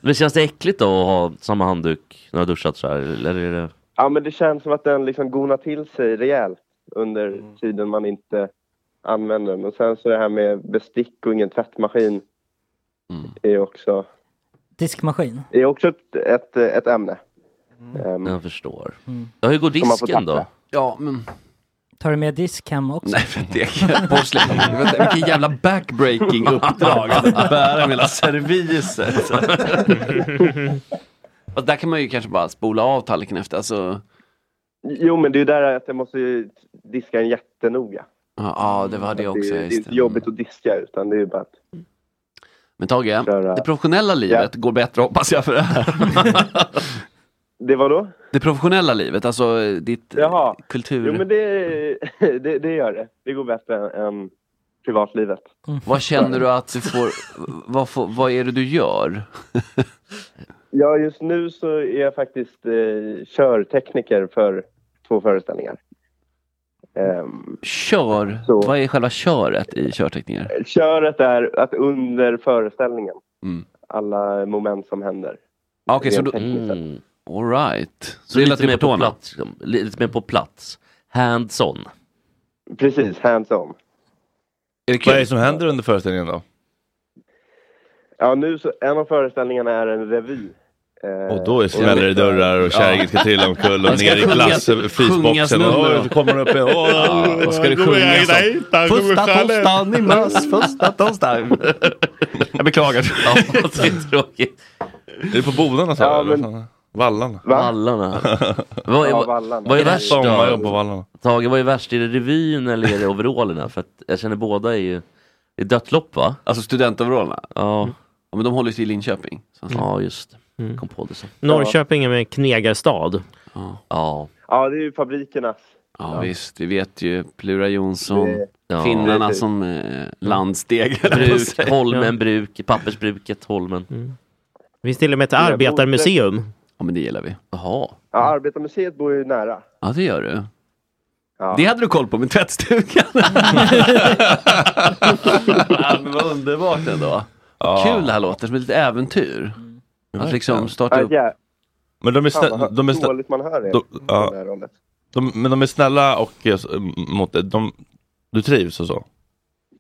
[SPEAKER 5] Men känns det äckligt då att ha samma handduk när du har duschat så här? Eller är det...
[SPEAKER 9] Ja, Ja, men det känns som att den liksom gonar till sig rejält under tiden man inte använder den. Och sen så det här med bestick och ingen tvättmaskin är också,
[SPEAKER 7] Diskmaskin.
[SPEAKER 9] är också ett, ett, ett ämne. Ehm,
[SPEAKER 1] Mm.
[SPEAKER 5] Jag förstår. Ja, hur går
[SPEAKER 9] Som man får
[SPEAKER 5] disken då?
[SPEAKER 9] tappa.
[SPEAKER 3] Ja, men...
[SPEAKER 7] Mm. Tar du med disk hem också?
[SPEAKER 3] Nej, för det är porslin. Vänta, Vilken jävla backbreaking uppdrag att bära med hela serviset. Och där kan man ju kanske bara spola av tallriken efter. Alltså,
[SPEAKER 9] Jo, men det är ju där att jag måste ju diska en jättenoga.
[SPEAKER 3] ja, ja, det var det
[SPEAKER 9] Det
[SPEAKER 3] också.
[SPEAKER 9] är, det är
[SPEAKER 3] Just
[SPEAKER 9] inte
[SPEAKER 3] det.
[SPEAKER 9] jobbigt att diska utan det är ju bara att...
[SPEAKER 3] Men Tage,
[SPEAKER 9] Köra.
[SPEAKER 3] det professionella livet går bättre hoppas jag för det här.
[SPEAKER 9] Det var då?
[SPEAKER 3] Det professionella livet, alltså ditt eh,
[SPEAKER 9] Jaha.
[SPEAKER 3] kultur...
[SPEAKER 9] Jo men det, det, det gör det. Det går bättre än privatlivet.
[SPEAKER 3] Vad känner du att du får... vad, får, vad är det du gör?
[SPEAKER 9] Ja, just nu så är jag faktiskt eh, körtekniker för två föreställningar. Ehm,
[SPEAKER 3] Kör?
[SPEAKER 9] Så.
[SPEAKER 3] Vad är själva köret i körteckningar?
[SPEAKER 9] köret är att under föreställningen,
[SPEAKER 3] Mm.
[SPEAKER 9] alla moment som händer.
[SPEAKER 3] Ah, Okej, så
[SPEAKER 9] rent
[SPEAKER 3] du...
[SPEAKER 9] tekniskt sett.
[SPEAKER 5] Mm.
[SPEAKER 3] All right.
[SPEAKER 5] Så
[SPEAKER 3] det är
[SPEAKER 5] lite mer på
[SPEAKER 3] tårna.
[SPEAKER 5] plats. liksom. Lite mer på plats. Hands-on.
[SPEAKER 9] Precis, hands-on.
[SPEAKER 3] Är det
[SPEAKER 1] Vad är
[SPEAKER 3] kul?
[SPEAKER 1] det som händer under föreställningen då?
[SPEAKER 9] Ja, nu så, en av föreställningarna är en revy. Eh,
[SPEAKER 1] Och då är smäller i dörrar och kärringen ska trilla omkull och
[SPEAKER 3] Jag ska
[SPEAKER 1] ner i
[SPEAKER 3] sjunga-
[SPEAKER 1] glass
[SPEAKER 3] sjungas
[SPEAKER 1] frysboxen.
[SPEAKER 3] nummer
[SPEAKER 1] Och
[SPEAKER 3] då.
[SPEAKER 1] då kommer hon upp igen. Åh,
[SPEAKER 3] Ja, vad ska det sjungas om? Första torsdagen i mars, första torsdagen. Jag beklagar.
[SPEAKER 5] Ja, det är tråkigt.
[SPEAKER 1] Är det på Bodarna sa
[SPEAKER 9] Ja,
[SPEAKER 1] du? eller
[SPEAKER 9] men-
[SPEAKER 1] vad fan? Vallarna?
[SPEAKER 9] Va?
[SPEAKER 5] Vallarna. Vad är,
[SPEAKER 9] Ja,
[SPEAKER 5] vad,
[SPEAKER 9] vallarna.
[SPEAKER 5] vad är värst då?
[SPEAKER 1] Sommarjobb på Vallarna.
[SPEAKER 5] Tage, vad är värst? Är det revyn eller är det overallerna? För att jag känner båda är ju...
[SPEAKER 3] Mm.
[SPEAKER 5] Det är dött lopp va?
[SPEAKER 3] Alltså studentoverallerna.
[SPEAKER 5] Ja,
[SPEAKER 3] Ja, men de håller sig i Linköping. Så.
[SPEAKER 5] ja just det.
[SPEAKER 4] Mm.
[SPEAKER 5] Kom på det sen.
[SPEAKER 4] Norrköping är en knegarstad.
[SPEAKER 5] Ja.
[SPEAKER 9] Ja, det är ju fabrikernas.
[SPEAKER 3] Ja, visst, vi vet ju Plura Jonsson,
[SPEAKER 9] Det-
[SPEAKER 5] ja. mm.
[SPEAKER 3] finnarna
[SPEAKER 9] det-
[SPEAKER 3] som eh, landsteg.
[SPEAKER 5] Bruk, Holmen
[SPEAKER 4] Ja.
[SPEAKER 5] bruk, pappersbruket Holmen.
[SPEAKER 4] Det finns till och med ett arbetarmuseum.
[SPEAKER 3] Ja, men det gillar vi.
[SPEAKER 5] Jaha.
[SPEAKER 9] Ja, Arbetarmuseet bor ju nära.
[SPEAKER 3] Ja, det gör du.
[SPEAKER 9] Ja.
[SPEAKER 3] Det hade du koll på med tvättstugan. ja, men vad underbart ändå. Vad Kul det här låter, som ett litet äventyr.
[SPEAKER 5] Mm.
[SPEAKER 3] Att liksom starta
[SPEAKER 9] Ja,
[SPEAKER 3] upp.
[SPEAKER 9] jä-
[SPEAKER 1] Men de är,
[SPEAKER 9] Fan,
[SPEAKER 1] snä-
[SPEAKER 9] vad
[SPEAKER 1] de, är snä-
[SPEAKER 9] dåligt man hör er.
[SPEAKER 1] de,
[SPEAKER 9] Ja.
[SPEAKER 1] ja, de, men de är snälla och eh, s- mot dig. De, du trivs och så?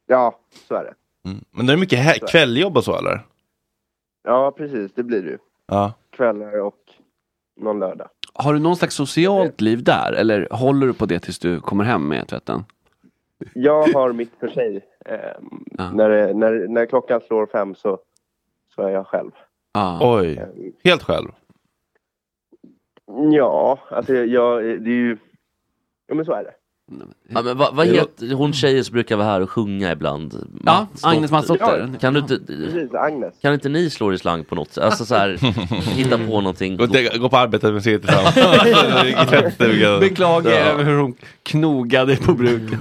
[SPEAKER 9] ja, så är det.
[SPEAKER 1] Mm. Men det är mycket he- kvälljobb och så eller?
[SPEAKER 9] Ja, precis. Det blir det ju.
[SPEAKER 1] Ja.
[SPEAKER 9] Kvällar och någon lördag.
[SPEAKER 3] Har du någon slags socialt
[SPEAKER 9] Eh.
[SPEAKER 3] liv där? Eller håller du på det tills du kommer hem med tvätten?
[SPEAKER 9] Jag har mitt för sig. Ehm,
[SPEAKER 3] Ja.
[SPEAKER 9] när, det- när, när klockan slår fem så, så är jag själv.
[SPEAKER 3] Ja.
[SPEAKER 1] Oj. Helt själv?
[SPEAKER 9] Ja, alltså jag, jag, det är ju... Ja, men så är det.
[SPEAKER 5] Ja, men vad, vad heter hon tjejen som brukar vara här och sjunga ibland?
[SPEAKER 3] ja,
[SPEAKER 5] Mats
[SPEAKER 3] Agnes
[SPEAKER 5] Dotter.
[SPEAKER 3] Matsdotter.
[SPEAKER 5] Kan du inte...
[SPEAKER 9] Precis, Agnes.
[SPEAKER 5] Kan inte ni slå er i slang på något sätt? Alltså så här, hitta på någonting.
[SPEAKER 1] Gå, till- gå på Arbetarmuseet tillsammans. I tvättstugan.
[SPEAKER 3] Beklagar jag över hur hon knogade på bruket.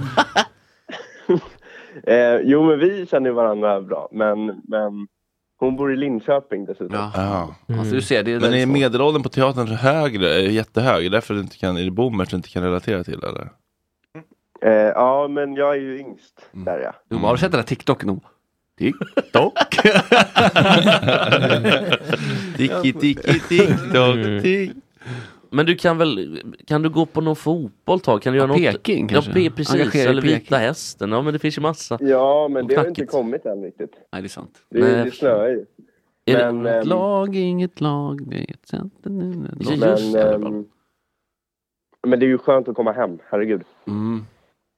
[SPEAKER 9] Eh, jo, men vi känner ju varandra bra. Men, men hon bor i Linköping dessutom.
[SPEAKER 3] Ja.
[SPEAKER 1] Ja.
[SPEAKER 3] Alltså, du ser, det är
[SPEAKER 1] Men är
[SPEAKER 3] väldigt svårt.
[SPEAKER 1] medelåldern på teatern högre? Är jättehög? Därför du inte kan, är det boomers du inte kan relatera till eller?
[SPEAKER 9] Eh, ja, men jag är ju yngst
[SPEAKER 3] Mm.
[SPEAKER 9] där ja.
[SPEAKER 3] Jo, men Har du sett den där TikToken? Hon- TikTok?
[SPEAKER 1] Tiki, tiki, tiktok, tik.
[SPEAKER 5] Men du kan väl, kan du gå på någon fotboll tag? Kan du göra något?
[SPEAKER 3] Peking kanske?
[SPEAKER 5] Ja, pe- precis.
[SPEAKER 3] Engagera i
[SPEAKER 5] Eller Vita
[SPEAKER 3] Peking.
[SPEAKER 5] Hästen. Ja, men det finns ju massa.
[SPEAKER 9] Ja, men det har ju inte
[SPEAKER 5] Knackigt.
[SPEAKER 9] kommit än riktigt.
[SPEAKER 3] Nej, det är sant.
[SPEAKER 9] Det,
[SPEAKER 5] Nej,
[SPEAKER 9] det snöar ju.
[SPEAKER 5] Är det-
[SPEAKER 9] Men, ehm,
[SPEAKER 3] Lag, inget lag, det är ett center nu. ett lag.
[SPEAKER 5] Ja, just
[SPEAKER 9] Men,
[SPEAKER 5] det,
[SPEAKER 9] ehm, men det är ju skönt att komma hem, herregud.
[SPEAKER 3] Mm.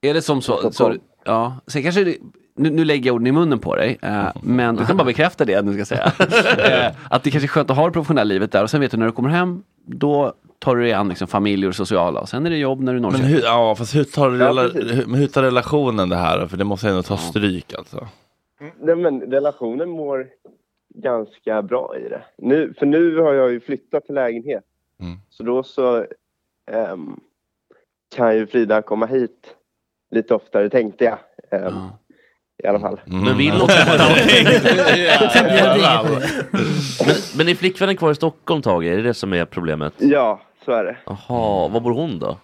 [SPEAKER 3] Är det som så?
[SPEAKER 9] Så
[SPEAKER 3] så
[SPEAKER 9] kom.
[SPEAKER 3] ja. Sen kanske det, nu, nu lägger jag orden i munnen på dig, eh, men du kan bara bekräfta det nu ska jag säga. eh, att det kanske är skönt att ha det professionella livet där och sen vet du när du kommer hem, då tar du dig an liksom, familj och sociala och sen är det jobb när du når
[SPEAKER 1] Men
[SPEAKER 3] sig.
[SPEAKER 1] hur, ja, fast hur, tar rela,
[SPEAKER 9] precis.
[SPEAKER 1] hur, men hur tar relationen det här? då? För det måste ändå ta stryk alltså.
[SPEAKER 9] Nej, men relationen mår ganska bra i det. Nu, för nu har jag ju flyttat till lägenhet.
[SPEAKER 1] Mm.
[SPEAKER 9] Så då så ehm, kan ju Frida komma hit lite oftare tänkte jag. Ehm,
[SPEAKER 3] Ja.
[SPEAKER 9] I alla fall.
[SPEAKER 1] Mm.
[SPEAKER 5] Men vill också
[SPEAKER 7] Jävlar.
[SPEAKER 5] men, men är flickvännen kvar i Stockholm Tage? Är det det som är problemet?
[SPEAKER 9] Ja, så är det.
[SPEAKER 5] Jaha, var bor hon då?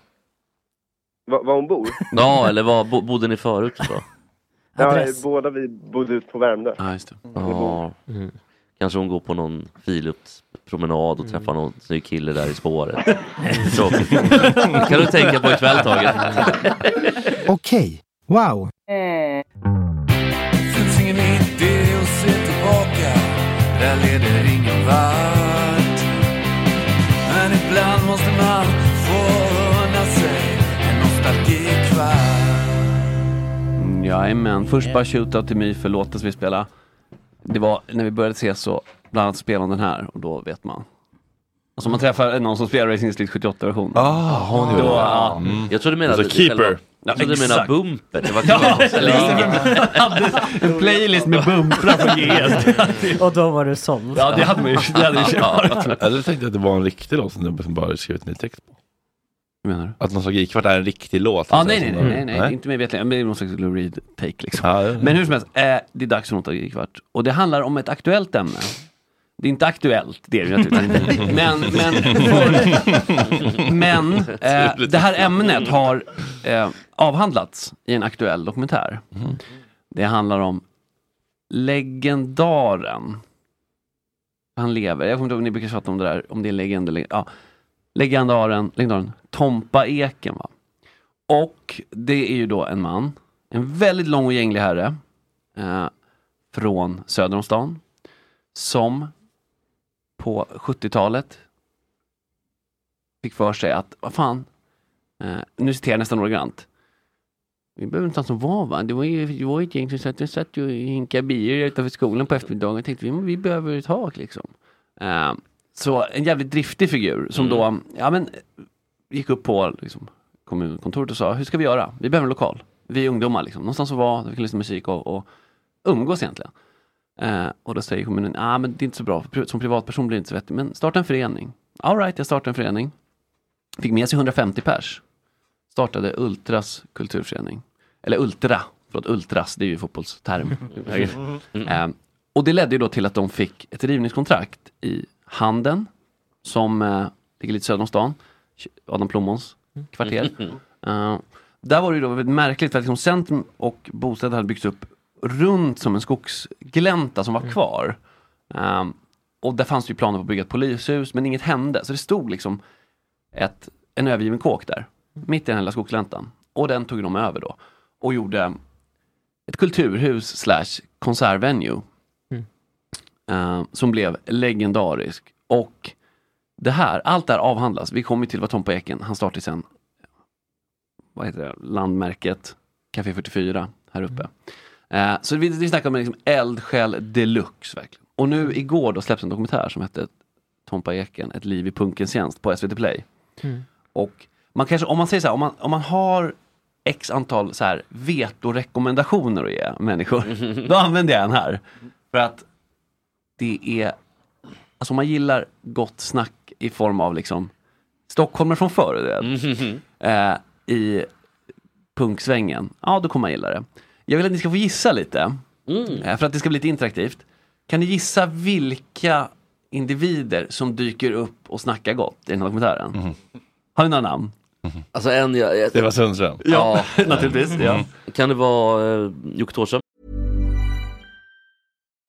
[SPEAKER 9] Va- Var hon bor?
[SPEAKER 5] Ja, eller var, bo, bodde ni förut då?
[SPEAKER 9] Ja,
[SPEAKER 7] Adress.
[SPEAKER 9] båda vi bodde ute på Värmdö.
[SPEAKER 3] Ja, just det.
[SPEAKER 5] Ja. Kanske hon går på någon promenad
[SPEAKER 3] Mm.
[SPEAKER 5] och träffar någon snygg kille där i spåret. Tråkigt. Det kan du tänka på ikväll Tage.
[SPEAKER 10] Okej, wow.
[SPEAKER 6] Eh. Finns ingen idé att se tillbaka, det här leder ingen vart. Men ibland måste man få unna sig en nostalgikvart.
[SPEAKER 3] Mm, Jajamän, först bara shootout till mig för låten som vi spelade. Det var när vi började ses så, bland annat spelade hon den här och då vet man. Alltså man träffar någon som spelar Racing Street 78-version.
[SPEAKER 5] Ah, hon gjorde det. Mm. Jag trodde du menade Alltså, keeper. själva- jag trodde du menade bumper. Det var kul.
[SPEAKER 3] En playlist med bumprar från GS.
[SPEAKER 7] Och då var du såld.
[SPEAKER 1] Eller tänkte jag att det var en riktig låt som du bara skrivit ny text på.
[SPEAKER 3] menar du?
[SPEAKER 1] Att Nostalgikvart är en riktig låt?
[SPEAKER 3] Ja,
[SPEAKER 1] alltså,
[SPEAKER 3] nej, nej,
[SPEAKER 1] som
[SPEAKER 3] nej,
[SPEAKER 1] bara-
[SPEAKER 3] nej, nej, inte mig vetligen. Men det är någon slags Lou Reed-take liksom.
[SPEAKER 1] det är det.
[SPEAKER 3] Men hur som helst, eh, det är dags för nostalgikvart. Och det handlar om ett aktuellt ämne. Det är inte aktuellt, det är det ju naturligtvis inte. Men, men, för, men eh, det här ämnet har eh, avhandlats i en aktuell dokumentär. Det handlar om legendaren. Han lever. Jag kommer inte ihåg, ni brukar tjata om det där, om det är legend eller... Ja. Legendaren, legendaren Tompa Eken va? Och det är ju då en man, en väldigt lång och gänglig herre eh, från söder om stan som på 70-talet fick för sig att, vad fan, eh, nu citerar jag nästan ordagrant. Vi behöver inte ens vara va? Det var ju, det var ju ett gäng som satt, de satt ju och hinkade bier utanför skolan på eftermiddagen och tänkte vi, vi behöver ett tak liksom. Eh, så en jävligt driftig figur som
[SPEAKER 5] Mm.
[SPEAKER 3] då, ja men, gick upp på liksom, kommunkontoret och sa, hur ska vi göra? Vi behöver en lokal. Vi är ungdomar liksom, någonstans att vara, där vi kan lyssna på musik och, och umgås egentligen. Eh, och då säger kommunen, ah, men det är inte så bra, Pri- som privatperson blir det inte så vettigt, men starta en förening. All right, jag startade en förening. Fick med sig 150 pers. Startade Ultras kulturförening. Eller Ultra, förlåt, Ultras, det är ju fotbollsterm. eh, och det ledde ju då till att de fick ett rivningskontrakt i Handen, som eh, ligger lite söder om stan, Adam Plommons kvarter. Eh, där var det ju då väldigt märkligt för att liksom centrum och bostäder hade byggts upp runt som en skogsglänta som var kvar. Ehm, och där fanns det ju planer på att bygga ett polishus men inget hände. Så det stod liksom ett, en övergiven kåk där, mitt i den här lilla skogsgläntan. Och den tog de över då och gjorde ett kulturhus slash konsertvenue.
[SPEAKER 11] Mm.
[SPEAKER 3] Eh, som blev legendarisk. Och det här, allt det här avhandlas. Vi kommer ju till vad Tompa Eken, han startade sen, vad heter det, landmärket Café 44 här uppe. Eh, så vi, vi snackar om liksom eldsjäl deluxe verkligen. Och nu igår då släpps en dokumentär som hette Tompa Eken, ett liv i punkens tjänst på SVT Play. Och man kanske, om man säger så här, om man, om man har x antal så här vetorekommendationer att ge människor, då använder jag den här. För att det är, alltså om man gillar gott snack i form av liksom stockholmare från förr, du vet, eh, i punksvängen, ja då kommer man gilla det. Jag vill att ni ska få gissa lite,
[SPEAKER 5] Mm.
[SPEAKER 3] eh, för att det ska bli lite interaktivt. Kan ni gissa vilka individer som dyker upp och snackar gott i den här dokumentären? Har ni några namn?
[SPEAKER 5] Alltså en jag... jag
[SPEAKER 3] Mhm. Det var Sundström. Ja, naturligtvis, ja.
[SPEAKER 5] Kan det vara eh, Jocke Thåström?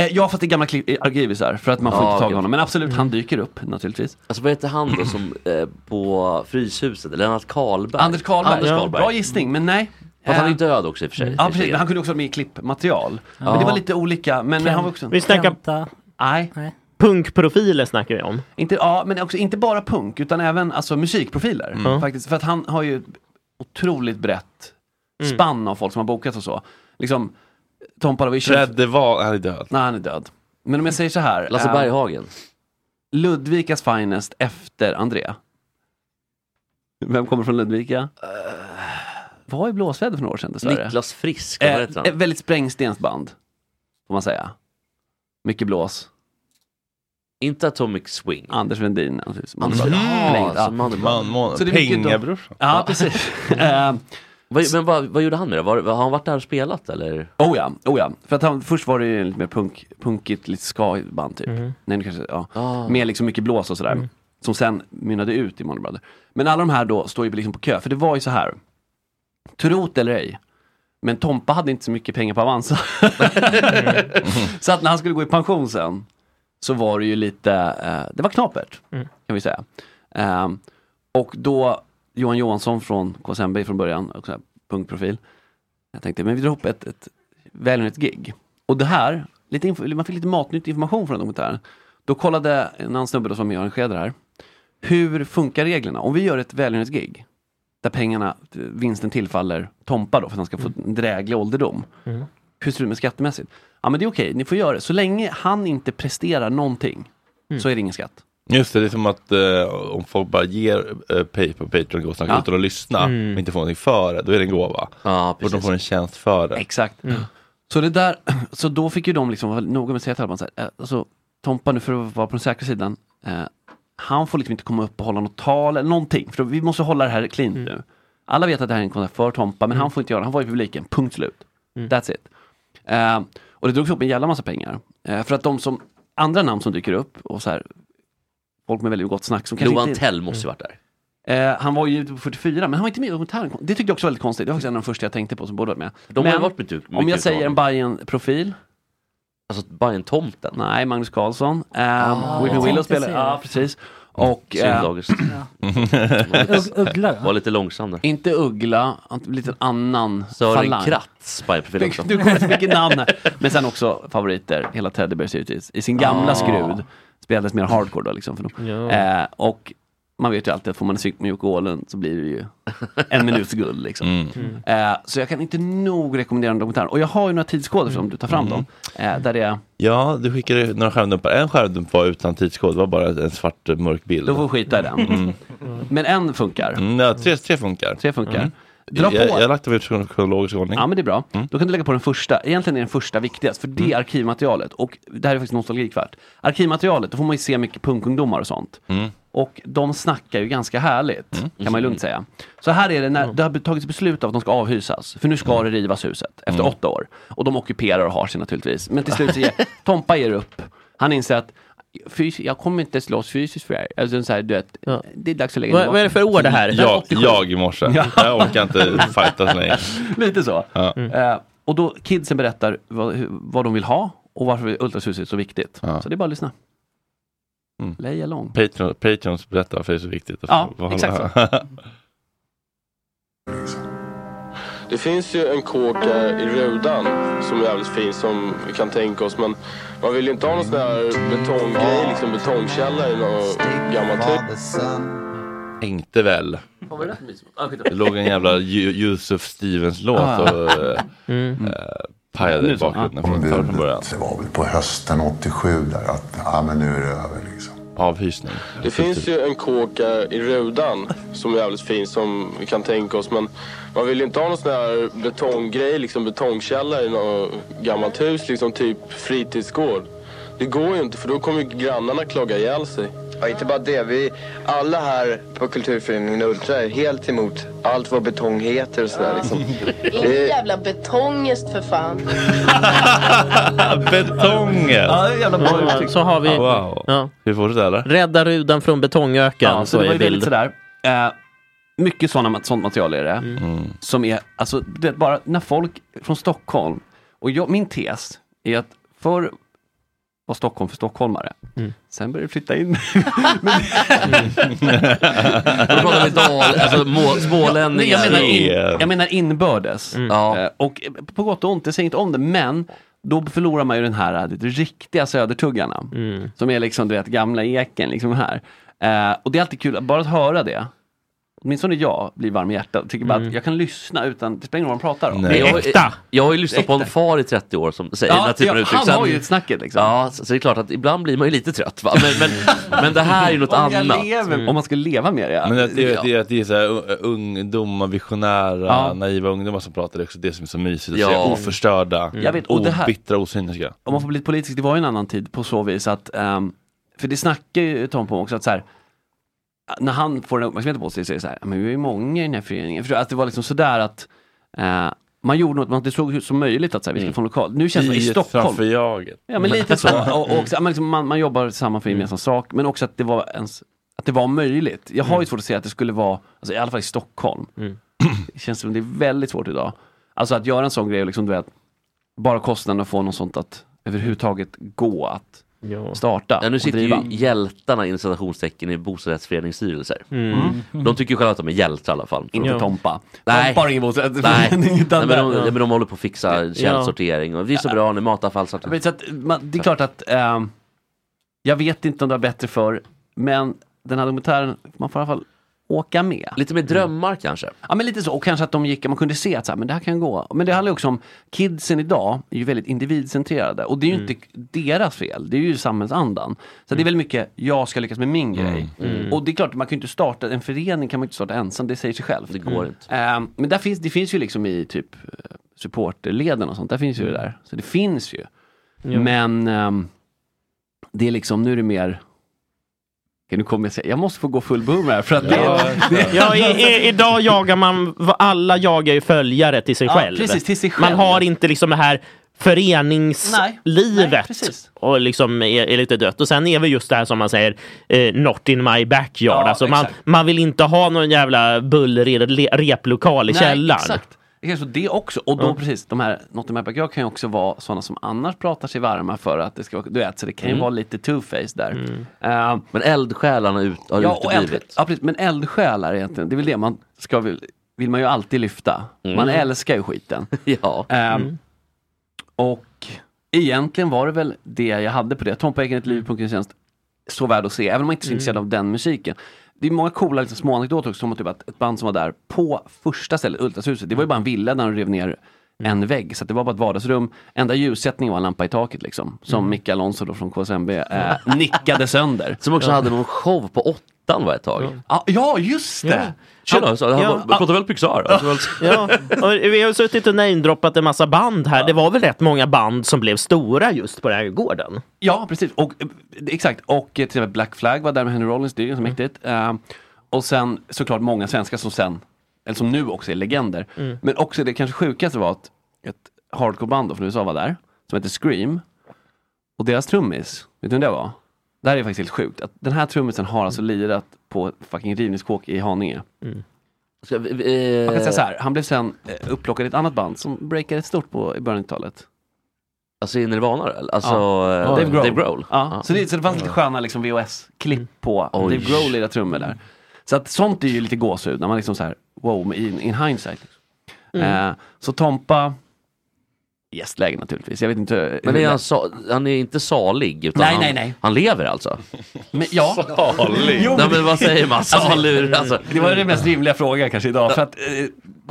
[SPEAKER 3] Eh, ja, fast det är gamla klipp- eh, arkivisar för att man får
[SPEAKER 5] Ja,
[SPEAKER 3] inte tag i
[SPEAKER 5] okej.
[SPEAKER 3] honom. Men absolut,
[SPEAKER 5] Mm.
[SPEAKER 3] han dyker upp naturligtvis.
[SPEAKER 5] Alltså vad heter han då som eh, på Fryshuset? Lennart Karlberg?
[SPEAKER 3] Anders Karlberg.
[SPEAKER 5] Anders
[SPEAKER 3] Ja,
[SPEAKER 5] Karlberg.
[SPEAKER 3] Bra gissning, men nej.
[SPEAKER 5] Fast han är
[SPEAKER 3] Eh,
[SPEAKER 5] ju död också i och för sig.
[SPEAKER 3] Ja, precis. Men han kunde också vara med i klippmaterial. Men
[SPEAKER 5] Mm. Ja.
[SPEAKER 3] det var lite olika. Men
[SPEAKER 5] Kent-
[SPEAKER 3] han var också...
[SPEAKER 5] Vi snackar- Kenta.
[SPEAKER 3] Nej.
[SPEAKER 4] Punkprofiler snackar vi om.
[SPEAKER 3] Inte, ja, men också, inte bara punk, utan även alltså, musikprofiler.
[SPEAKER 4] Mm.
[SPEAKER 3] Faktiskt, för att han har ju otroligt brett
[SPEAKER 4] Mm.
[SPEAKER 3] spann av folk som har bokats och så. Liksom, Tom Palovicius.
[SPEAKER 1] Fredde Wahl, han är död.
[SPEAKER 3] Nej, han är död. Men om jag säger så här.
[SPEAKER 5] Lasse
[SPEAKER 3] eh,
[SPEAKER 5] Berghagen.
[SPEAKER 3] Ludvikas Finest efter André. Vem kommer från Ludvika? Vad är blåsväder för några år sedan dessvärre?
[SPEAKER 5] Eh, Niklas Frisk, vad
[SPEAKER 3] Eh,
[SPEAKER 5] heter han?
[SPEAKER 3] ett väldigt sprängstensband får man säga. Mycket blås.
[SPEAKER 5] Inte Atomic Swing.
[SPEAKER 3] Anders Wendin. naturligtvis.
[SPEAKER 5] Anders-
[SPEAKER 3] Sprängd,
[SPEAKER 5] Ja,
[SPEAKER 3] ja.
[SPEAKER 5] som man- man-
[SPEAKER 3] Så det är mycket då-
[SPEAKER 5] Pengabrorsan.
[SPEAKER 3] Ja, precis. Eh,
[SPEAKER 5] Vad, men vad, vad gjorde han med det? Var, har han varit där och spelat eller?
[SPEAKER 3] Oh ja, oh ja. För att han, först var det ju lite mer punk, punkigt, lite ska-band typ.
[SPEAKER 5] Mhm.
[SPEAKER 3] Nej, nu kanske, ja.
[SPEAKER 5] Ah.
[SPEAKER 3] Med liksom mycket blås och sådär.
[SPEAKER 5] Mm.
[SPEAKER 3] Som sen mynnade ut i Warner Brothers. Men alla de här då står ju liksom på kö, för det var ju så här. Trot eller ej, men Tompa hade inte så mycket pengar på Avanza.
[SPEAKER 5] Mm.
[SPEAKER 3] så att när han skulle gå i pension sen, så var det ju lite, eh, det var knapert,
[SPEAKER 4] Mm.
[SPEAKER 3] kan vi säga. Eh, och då, Johan Johansson från KSMB från början, också här punkprofil, jag tänkte, men vi drar ihop ett, ett välgörenhet gig. Och det här, lite info, man fick lite matnyttig information från den dokumentären. Då kollade en annan snubbe då som jag arrangerade det här. Hur funkar reglerna? Om vi gör ett välgörenhet gig där pengarna, vinsten tillfaller Tompa då för att han ska få en dräglig ålderdom.
[SPEAKER 4] Mm.
[SPEAKER 3] Hur ser det ut med skattemässigt? Ja men det är okej, ni får göra det. Så länge han inte presterar någonting så är det ingen skatt.
[SPEAKER 1] Just det, det är som att eh, om folk bara ger eh, pay på Patreon gåsnack
[SPEAKER 3] Ja.
[SPEAKER 1] utan att lyssna
[SPEAKER 3] Mm.
[SPEAKER 1] och inte får någonting för det, då är det en gåva. och de
[SPEAKER 3] precis.
[SPEAKER 1] får en tjänst för det.
[SPEAKER 3] Exakt.
[SPEAKER 5] Mm.
[SPEAKER 3] Så det där, så då fick ju de liksom vara noga med att säga till alla så här, eh, alltså, Tompa nu för att vara på den säkra sidan, eh, han får liksom inte komma upp och hålla något tal eller någonting, för då, vi måste hålla det här clean
[SPEAKER 5] Mm.
[SPEAKER 3] nu. Alla vet att det här är en konsert för Tompa, men han får inte göra det, han var i publiken, punkt slut.
[SPEAKER 5] Mm.
[SPEAKER 3] That's it. Eh, och det drogs upp en jävla massa pengar. Eh, för att de som, andra namn som dyker upp, och så här, folk med väldigt gott snack som kanske
[SPEAKER 5] Johan
[SPEAKER 3] inte-
[SPEAKER 5] Tell måste ju varit där.
[SPEAKER 3] Eh, han var ju ute på 44 men han var inte med i dokumentären. Det tyckte jag också var väldigt konstigt. Det var faktiskt en av de första jag tänkte på som borde varit med.
[SPEAKER 5] De har
[SPEAKER 3] men
[SPEAKER 5] ju varit mycket- mycket
[SPEAKER 3] om jag
[SPEAKER 5] utav
[SPEAKER 3] säger en
[SPEAKER 5] dem.
[SPEAKER 3] bayern profil
[SPEAKER 5] Alltså bayern tomten
[SPEAKER 3] Nej, Magnus Carlsson. Um, Whitney
[SPEAKER 5] Ah, jag
[SPEAKER 3] Willow
[SPEAKER 5] tänkte
[SPEAKER 3] spelar,
[SPEAKER 5] säga
[SPEAKER 3] ja
[SPEAKER 5] det.
[SPEAKER 3] precis. Och...
[SPEAKER 5] Mm. Synd,
[SPEAKER 3] eh,
[SPEAKER 5] August. Ugg- Uggla, va? Var lite långsam där.
[SPEAKER 3] Inte Uggla, en liten annan
[SPEAKER 5] Sören
[SPEAKER 3] falang.
[SPEAKER 5] Kratz, Bajenprofil också.
[SPEAKER 3] Du kommer så mycket namn här. Men sen också favoriter, hela Teddy Bears givetvis. I sin gamla
[SPEAKER 5] Ah.
[SPEAKER 3] skrud. Spelades mer hardcore då liksom för dem.
[SPEAKER 5] Ja.
[SPEAKER 3] Eh, och man vet ju alltid att får man en synk med Jocke Åhlund så blir det ju en minuts guld liksom.
[SPEAKER 5] Mm.
[SPEAKER 3] Eh, så jag kan inte nog rekommendera den dokumentären. Och jag har ju några tidskoder som du tar fram dem.
[SPEAKER 5] Mm.
[SPEAKER 3] Eh, där det är,
[SPEAKER 1] Ja, du skickade några skärmdumpar. En skärmdump var utan tidskod, det var bara en svart eh, mörk bild.
[SPEAKER 3] då får vi skita i den.
[SPEAKER 1] Mm.
[SPEAKER 3] Men en funkar.
[SPEAKER 1] Mm, ja, tre, tre funkar.
[SPEAKER 3] Tre funkar.
[SPEAKER 1] Mm.
[SPEAKER 3] Dra på.
[SPEAKER 1] Jag, jag har lagt dem i kronologisk ordning. Mm.
[SPEAKER 3] Ja men det är bra. Då kan du lägga på den första, egentligen är den första viktigast, för det är arkivmaterialet. Och det här är faktiskt nostalgikvärt. Arkivmaterialet, då får man ju se mycket punkungdomar och sånt.
[SPEAKER 1] Mm.
[SPEAKER 3] Och de snackar ju ganska härligt, kan man ju lugnt säga. Så här är det när det har tagits beslut av att de ska avhysas, för nu ska det rivas huset efter åtta år. Och de ockuperar och har sig naturligtvis. Men till slut så ger Tompa ger upp. Han inser att fys- jag kommer inte slåss fysiskt för er. Alltså, så här, du vet, Det är dags att lägga
[SPEAKER 4] Vad-
[SPEAKER 3] ner Mm.
[SPEAKER 4] vad är det för år det här?
[SPEAKER 1] Jag,
[SPEAKER 3] 87.
[SPEAKER 1] jag i morse.
[SPEAKER 3] Ja.
[SPEAKER 1] Jag orkar inte fightas längre.
[SPEAKER 3] Lite så.
[SPEAKER 1] Ja.
[SPEAKER 3] Eh, och då kidsen berättar vad, hur- vad de vill ha och varför Ultrashuset är så viktigt. Så det är bara att lyssna.
[SPEAKER 1] Mm.
[SPEAKER 3] Leja lång.
[SPEAKER 1] Patreon, Patreons berättar varför det är så viktigt. att
[SPEAKER 3] Ja,
[SPEAKER 1] få hålla-
[SPEAKER 3] exakt så.
[SPEAKER 11] Det finns ju en kåk eh, i Rudan som är jävligt fin som vi kan tänka oss. Men man vill ju inte ha någon sån här betonggrej, liksom betongkällare i någon gammal typ.
[SPEAKER 1] Tänkte väl. Det låg en jävla Ju- Yusuf Stevens-låt
[SPEAKER 11] Ah.
[SPEAKER 1] och eh,
[SPEAKER 3] Mm.
[SPEAKER 1] eh, pajade i bakgrunden från, från början.
[SPEAKER 12] Det var väl på hösten 87 där att ja, men nu är det över. Liksom.
[SPEAKER 1] Avhysning.
[SPEAKER 11] Det finns ju en kåk eh, i Rudan som är jävligt fin som vi kan tänka oss. Men man vill ju inte ha någon sån här betonggrej, liksom betongkällare i något gammalt hus, liksom typ fritidsgård. Det går ju inte för då kommer ju grannarna klaga ihjäl sig.
[SPEAKER 13] Ja, inte bara det. Vi alla här på kulturföreningen Ultra är helt emot allt vad betong heter och sådär. Liksom.
[SPEAKER 14] Ingen jävla betongest för fan.
[SPEAKER 1] Betongen!
[SPEAKER 3] Ja, det är jävla bra uttryck.
[SPEAKER 4] Så har vi
[SPEAKER 1] Wow.
[SPEAKER 4] ja.
[SPEAKER 1] Ska vi fortsätta eller?
[SPEAKER 4] Rädda rudan från betongnöken.
[SPEAKER 3] Ja, så det
[SPEAKER 4] i
[SPEAKER 3] var ju väldigt
[SPEAKER 4] bild.
[SPEAKER 3] sådär. Eh, mycket såna, sånt material är det.
[SPEAKER 4] Mm.
[SPEAKER 3] Som är, alltså, det är bara när folk från Stockholm, och jag, min tes är att för var Stockholm för stockholmare.
[SPEAKER 1] Mm.
[SPEAKER 3] Sen började det flytta in.
[SPEAKER 5] Och då pratar vi dal, alltså må,
[SPEAKER 3] Nej,
[SPEAKER 5] smålänningar.
[SPEAKER 3] Jag menar, in, jag menar inbördes.
[SPEAKER 1] Mm.
[SPEAKER 3] Eh, Och eh, på gott och ont, jag säger inte om det, men då förlorar man ju den här eh, de riktiga södertuggarna.
[SPEAKER 1] Mm.
[SPEAKER 3] Som är liksom, du vet, gamla eken liksom här. Eh, och det är alltid kul, att- bara att höra det. Åtminstone jag blir varm i hjärtat. Tycker
[SPEAKER 1] Mm.
[SPEAKER 3] bara att jag kan lyssna utan, det spelar ingen roll vad de pratar om.
[SPEAKER 5] Nej, jag, har- jag har ju lyssnat på en far i 30 år som säger
[SPEAKER 3] Ja,
[SPEAKER 5] den här typen av
[SPEAKER 3] ja,
[SPEAKER 5] uttryck.
[SPEAKER 3] han har ju ett snacket liksom.
[SPEAKER 5] Ja, så, så det är klart att ibland blir man ju lite trött. Va? Men, men, men det här är ju något
[SPEAKER 3] Om jag
[SPEAKER 5] annat.
[SPEAKER 3] lever-
[SPEAKER 1] Mm.
[SPEAKER 3] om man ska leva med det. ja.
[SPEAKER 1] Men det, det,
[SPEAKER 3] Ja.
[SPEAKER 1] det, det, det är så här, u- ungdomar, visionära,
[SPEAKER 3] Ja.
[SPEAKER 1] naiva ungdomar som pratar. Det är också det som är så mysigt att
[SPEAKER 3] Ja. Mm.
[SPEAKER 1] se. Oförstörda,
[SPEAKER 3] Jag vet, och det här- Mm.
[SPEAKER 1] obittra, osyniska.
[SPEAKER 3] om man får bli lite politisk, det var ju en annan tid på så vis att, ehm, för det snackar ju Tom på också, att så här, när han får den uppmärksamheten på sig så är det så här, men vi är ju många i den här föreningen. För att det var liksom sådär att eh, man gjorde något, man det såg ut som möjligt att så här, vi ska få en lokal. Nu känns det i
[SPEAKER 1] Iet
[SPEAKER 3] Stockholm.
[SPEAKER 1] Mm. framför jaget.
[SPEAKER 3] Ja men lite så. Och, och
[SPEAKER 5] Mm.
[SPEAKER 3] också, man, liksom, man, man jobbar samman för en gemensam sak, men också att det var ens, att det var möjligt. Jag har
[SPEAKER 5] Mm.
[SPEAKER 3] ju svårt att se att det skulle vara, alltså, i alla fall i Stockholm, det känns som det är väldigt svårt idag. Alltså att göra en sån grej, liksom, du vet, bara kostnaden att få något sånt att överhuvudtaget gå att starta
[SPEAKER 5] Ja, nu
[SPEAKER 3] och
[SPEAKER 5] sitter ju
[SPEAKER 3] driva.
[SPEAKER 5] hjältarna inom citationstecken i bostadsrättsföreningsstyrelser.
[SPEAKER 3] Mm.
[SPEAKER 5] De tycker ju själva att de är hjältar i alla fall.
[SPEAKER 3] Inte
[SPEAKER 5] Ja.
[SPEAKER 3] Tompa.
[SPEAKER 5] Nej.
[SPEAKER 3] Tompa har ingen bostadsrätt.
[SPEAKER 5] Nej.
[SPEAKER 3] Utan
[SPEAKER 5] Nej, men, de,
[SPEAKER 3] där.
[SPEAKER 5] men de håller på att fixa källsortering och det är så bra när matavfall
[SPEAKER 3] Jag
[SPEAKER 5] sorteras.
[SPEAKER 3] vet, så att, man, det är klart att ehm, jag vet inte om det var bättre för men den här dokumentären, man får i alla fall åka med.
[SPEAKER 5] Lite mer drömmar kanske?
[SPEAKER 3] Ja men lite så, och kanske att de gick, man kunde se att så här, men det här kan gå. Men det handlar ju också om, kidsen idag är ju väldigt individcentrerade och det är ju
[SPEAKER 5] Mm.
[SPEAKER 3] inte deras fel, det är ju samhällsandan. Så det är väldigt mycket, jag ska lyckas med min grej.
[SPEAKER 5] Mm.
[SPEAKER 3] Och det är klart, man kan ju inte starta, en förening kan man ju inte starta ensam, det säger sig självt. Det
[SPEAKER 5] går inte.
[SPEAKER 3] men där finns, det finns ju liksom i typ eh, supporterleden och sånt, där finns ju
[SPEAKER 4] Mm.
[SPEAKER 3] det där. Så det finns ju.
[SPEAKER 5] Ja.
[SPEAKER 3] Men ehm, det är liksom, nu är det mer Okej, nu kommer jag säga, jag måste få gå full boomer här för att det, det,
[SPEAKER 4] Ja, i, i, idag jagar man, alla jagar ju följare till sig
[SPEAKER 3] Ja,
[SPEAKER 4] själv.
[SPEAKER 3] precis, till sig
[SPEAKER 4] Man
[SPEAKER 3] själv.
[SPEAKER 4] har inte liksom det här
[SPEAKER 3] Nej,
[SPEAKER 4] föreningslivet och liksom är, är lite dött. Och sen är vi just det här som man säger, eh, not in my backyard.
[SPEAKER 3] Ja,
[SPEAKER 4] alltså man,
[SPEAKER 3] exakt.
[SPEAKER 4] man vill inte ha någon jävla bullrig le- replokal i
[SPEAKER 3] Nej,
[SPEAKER 4] källaren.
[SPEAKER 3] Exakt. Det kanske är det också. Och då
[SPEAKER 4] Ja.
[SPEAKER 3] precis, de här Not in my backyard kan ju också vara sådana som annars pratar sig varma för att det ska vara, du vet, så det kan ju
[SPEAKER 5] Mm.
[SPEAKER 3] vara lite two-face där. Ehm,
[SPEAKER 5] Men eldsjälarna ut, har
[SPEAKER 3] ja, och eld,
[SPEAKER 5] uteblivit.
[SPEAKER 3] ja, precis, men eldsjälar egentligen, det är väl det man ska vill, vill man ju alltid lyfta.
[SPEAKER 5] Mm.
[SPEAKER 3] Man älskar ju skiten. Ehm,
[SPEAKER 5] ja. Mm.
[SPEAKER 3] Och egentligen var det väl det jag hade på det. Tompa Eken, ett liv på en tjänst, så värd att se, även om man inte är så
[SPEAKER 5] Mm.
[SPEAKER 3] intresserad av den musiken. Det är många coola liksom, små anekdoter också, som typ att ett band som var där på första stället, Ultrashuset, det var ju bara en villa där de rev ner
[SPEAKER 5] Mm.
[SPEAKER 3] en vägg, så att det var bara ett vardagsrum. Enda ljussättningen var en lampa i taket liksom, som
[SPEAKER 5] Mm.
[SPEAKER 3] Micke Alonso då från KSMB eh, nickade sönder.
[SPEAKER 5] Som också hade någon show på åttan var ett tag.
[SPEAKER 3] Ja, ja just det!
[SPEAKER 5] Tjena, så han bara, pratar väl Pixar? Alltså, väl-
[SPEAKER 4] Ja, och vi har ju suttit och namedroppat en massa band här. Det var väl rätt många band som blev stora just på den här gården.
[SPEAKER 3] Ja, precis. Och, eh, exakt. Och eh, till exempel Black Flag var där med Henry Rollins, det är ju ganska mäktigt. Eh, och sen såklart många svenskar som sen, eller som nu också är legender.
[SPEAKER 5] Mm.
[SPEAKER 3] Men också det kanske sjukaste var att ett hardcoreband då från USA var där, som heter Scream. Och deras trummis, vet du vem det var? Det här är faktiskt helt sjukt. Att den här trummisen har alltså lirat på ett fucking rivningskåk i Haninge.
[SPEAKER 5] Mm. Ska vi- vi- eh-
[SPEAKER 3] Man kan säga så här, han blev sen eh, upplockad i ett annat band som breakade stort på, i början av 90-talet.
[SPEAKER 5] Alltså i Nirvana? eller? Alltså eh,
[SPEAKER 3] Dave Grohl.
[SPEAKER 5] Dave Grohl. Mm.
[SPEAKER 3] Ja. Så, det, så det fanns lite sköna liksom, VHS-klipp på
[SPEAKER 5] Oj.
[SPEAKER 3] Dave Grohl lirar trummor där. Så att sånt är ju lite gåshud när man liksom så här, wow, in, in hindsight. Liksom.
[SPEAKER 5] Mm.
[SPEAKER 3] Eh, så Tompa, gästläge naturligtvis. Jag vet inte.
[SPEAKER 5] Men
[SPEAKER 3] hur-
[SPEAKER 5] är han, sa- han är inte salig utan
[SPEAKER 3] Nej,
[SPEAKER 5] han,
[SPEAKER 3] nej, nej.
[SPEAKER 5] han lever alltså?
[SPEAKER 3] Men, ja.
[SPEAKER 5] Salig. Nej, men vad säger man? Salur, alltså.
[SPEAKER 3] eh, Det var den mest rimliga frågan kanske idag. För att, eh,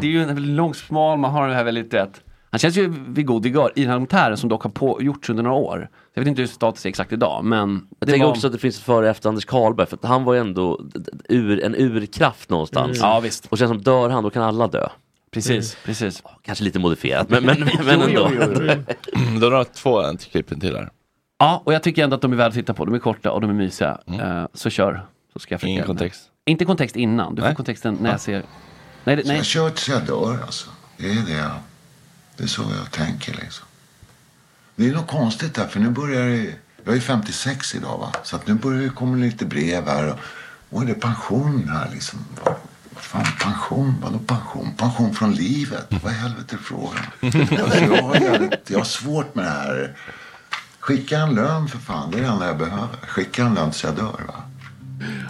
[SPEAKER 3] det är ju en väldigt lång smal, man har den här väldigt rätt. Han känns ju vid god vigör i den här dokumentären som dock har på, gjorts under några år. Jag vet inte hur status är exakt idag men
[SPEAKER 5] Jag tänker också att det finns ett före och efter Anders Carlberg för att han var ju ändå d- d- ur, en urkraft någonstans.
[SPEAKER 3] Mm. Ja, visst.
[SPEAKER 5] Och sen som dör han, då kan alla dö.
[SPEAKER 3] Precis,
[SPEAKER 1] Mm.
[SPEAKER 3] precis.
[SPEAKER 5] Kanske lite modifierat men, men, men ändå.
[SPEAKER 1] Mm, Då har två antiklippen till här.
[SPEAKER 3] Ja, och jag tycker ändå att de är värda att titta på. De är korta och de är mysiga. Eh, så kör. Så ska jag
[SPEAKER 1] Mm. Ingen
[SPEAKER 3] förklara.
[SPEAKER 1] kontext.
[SPEAKER 3] Inte kontext innan. Du får
[SPEAKER 1] Nej.
[SPEAKER 3] kontexten när
[SPEAKER 1] Ja.
[SPEAKER 3] jag ser... Nej, det-
[SPEAKER 12] Så
[SPEAKER 3] nej.
[SPEAKER 12] jag kör tills jag dör alltså. Det är det jag... Det är så jag tänker liksom. Det är något konstigt där för nu börjar det... Jag är 56 idag va. Så att nu börjar det komma lite brev här och... Och är det pension här liksom? Vad- Vad fan pension? Vadå pension? Pension från livet? Vad i helvete är frågan? Alltså, jag, har jävligt, jag har svårt med det här Skicka en lön för fan, det är det enda jag behöver. Skicka en lön tills jag dör va.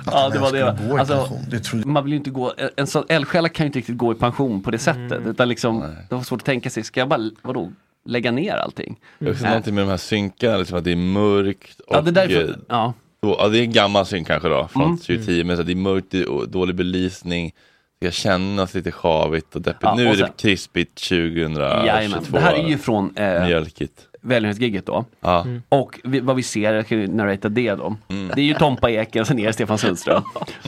[SPEAKER 3] Ja, det var
[SPEAKER 12] skulle
[SPEAKER 3] det.
[SPEAKER 12] gå i
[SPEAKER 3] Alltså,
[SPEAKER 12] pension,
[SPEAKER 3] man vill ju inte gå, en- en sån eldsjäl kan ju inte riktigt gå i pension på det sättet.
[SPEAKER 12] Mm.
[SPEAKER 3] Utan liksom, det var svårt att tänka sig, ska jag bara, vadå, lägga ner allting? Eh,
[SPEAKER 1] Jag vet inte,
[SPEAKER 3] Nej.
[SPEAKER 1] någonting med de här synkarna, liksom att det är mörkt. Och,
[SPEAKER 3] Ja, det där är-
[SPEAKER 1] eh,
[SPEAKER 3] ja.
[SPEAKER 1] då- ja, det är en gammal synk kanske då, från
[SPEAKER 3] Mm.
[SPEAKER 1] 2010. Men så att det är mörkt det är o- dålig belysning. Det kan kännas lite skavigt och deppigt.
[SPEAKER 3] Ja,
[SPEAKER 1] nu
[SPEAKER 3] och
[SPEAKER 1] är det
[SPEAKER 3] sen-
[SPEAKER 1] krispigt 2022.
[SPEAKER 3] Jajamän. Det här är ju från eh,
[SPEAKER 1] Mjölkigt.
[SPEAKER 3] välgörenhetsgiget då. Mm. Och vi, vad vi ser, jag kan ju narrata det då. Det är ju Tompa Eken, sen är det Stefan Sundström.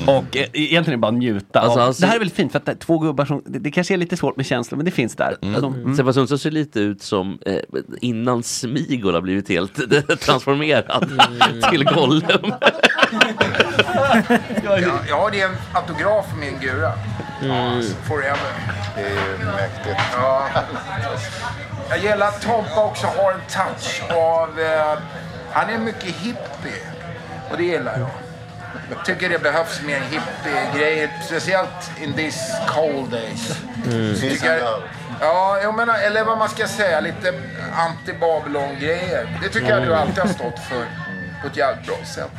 [SPEAKER 3] Och eh, egentligen är det bara att njuta.
[SPEAKER 5] Alltså,
[SPEAKER 3] av-
[SPEAKER 5] alltså-
[SPEAKER 3] det här är väldigt fint för att det är två gubbar som, det, det kanske är lite svårt med känslor men det finns där. Att de- mm.
[SPEAKER 5] Stefan Sundström ser lite ut som eh, innan Smigol har blivit helt transformerad
[SPEAKER 3] Mm.
[SPEAKER 5] till Gollum.
[SPEAKER 15] Jag, jag har det en autograf för min Gura.
[SPEAKER 5] Mm.
[SPEAKER 15] Forever. Det är mäktigt. Ja. Jag gillar att Tompa också har en touch av... Eh, han är mycket hippie. Och det gillar jag. Jag tycker det behövs mer hippie-grejer. Speciellt in these cold days.
[SPEAKER 6] Mm.
[SPEAKER 15] Jag Tycker, ja, jag menar, eller vad man ska säga. Lite anti-Babylon-grejer. Det tycker jag du
[SPEAKER 1] Mm.
[SPEAKER 15] alltid har stått för. På ett jävligt bra sätt.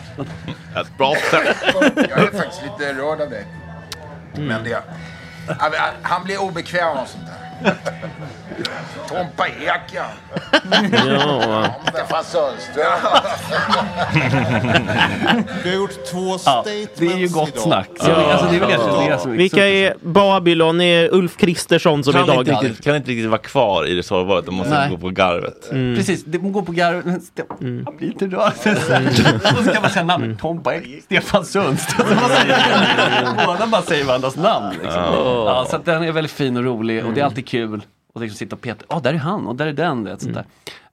[SPEAKER 1] Ett bra sätt.
[SPEAKER 15] Jag är faktiskt lite rörd av dig. Men det... Han- Han blir obekväm av sånt där. Tompa Ekan.
[SPEAKER 6] Ja.
[SPEAKER 15] Stefan Sundström.
[SPEAKER 16] Du har gjort två
[SPEAKER 3] Ja,
[SPEAKER 16] statements
[SPEAKER 3] det är ju gott
[SPEAKER 16] idag.
[SPEAKER 3] snack. Så det- alltså, det är väl egentligen det som är
[SPEAKER 4] Vilka är Babylon? Är Ulf Kristersson som
[SPEAKER 1] kan,
[SPEAKER 4] är Dag
[SPEAKER 1] inte
[SPEAKER 4] Hall?
[SPEAKER 1] riktigt, kan inte riktigt vara kvar i det sårbara, utan måste
[SPEAKER 3] Nej.
[SPEAKER 1] gå
[SPEAKER 3] Mm.
[SPEAKER 1] på garvet.
[SPEAKER 4] Mm.
[SPEAKER 3] Precis, det går på garv. men Ste- Han blir lite rörd. Och så kan man säga namnet Tompa Ek, Stefan Sundström. Så man säger- Båda bara säger varandras namn. Liksom.
[SPEAKER 5] Ja. Mm.
[SPEAKER 3] Ja, så att den är väldigt fin och rolig och det är alltid kul. Och liksom sitta och peta. Ja, där är han och där är den. Det,
[SPEAKER 5] Mm.
[SPEAKER 3] sånt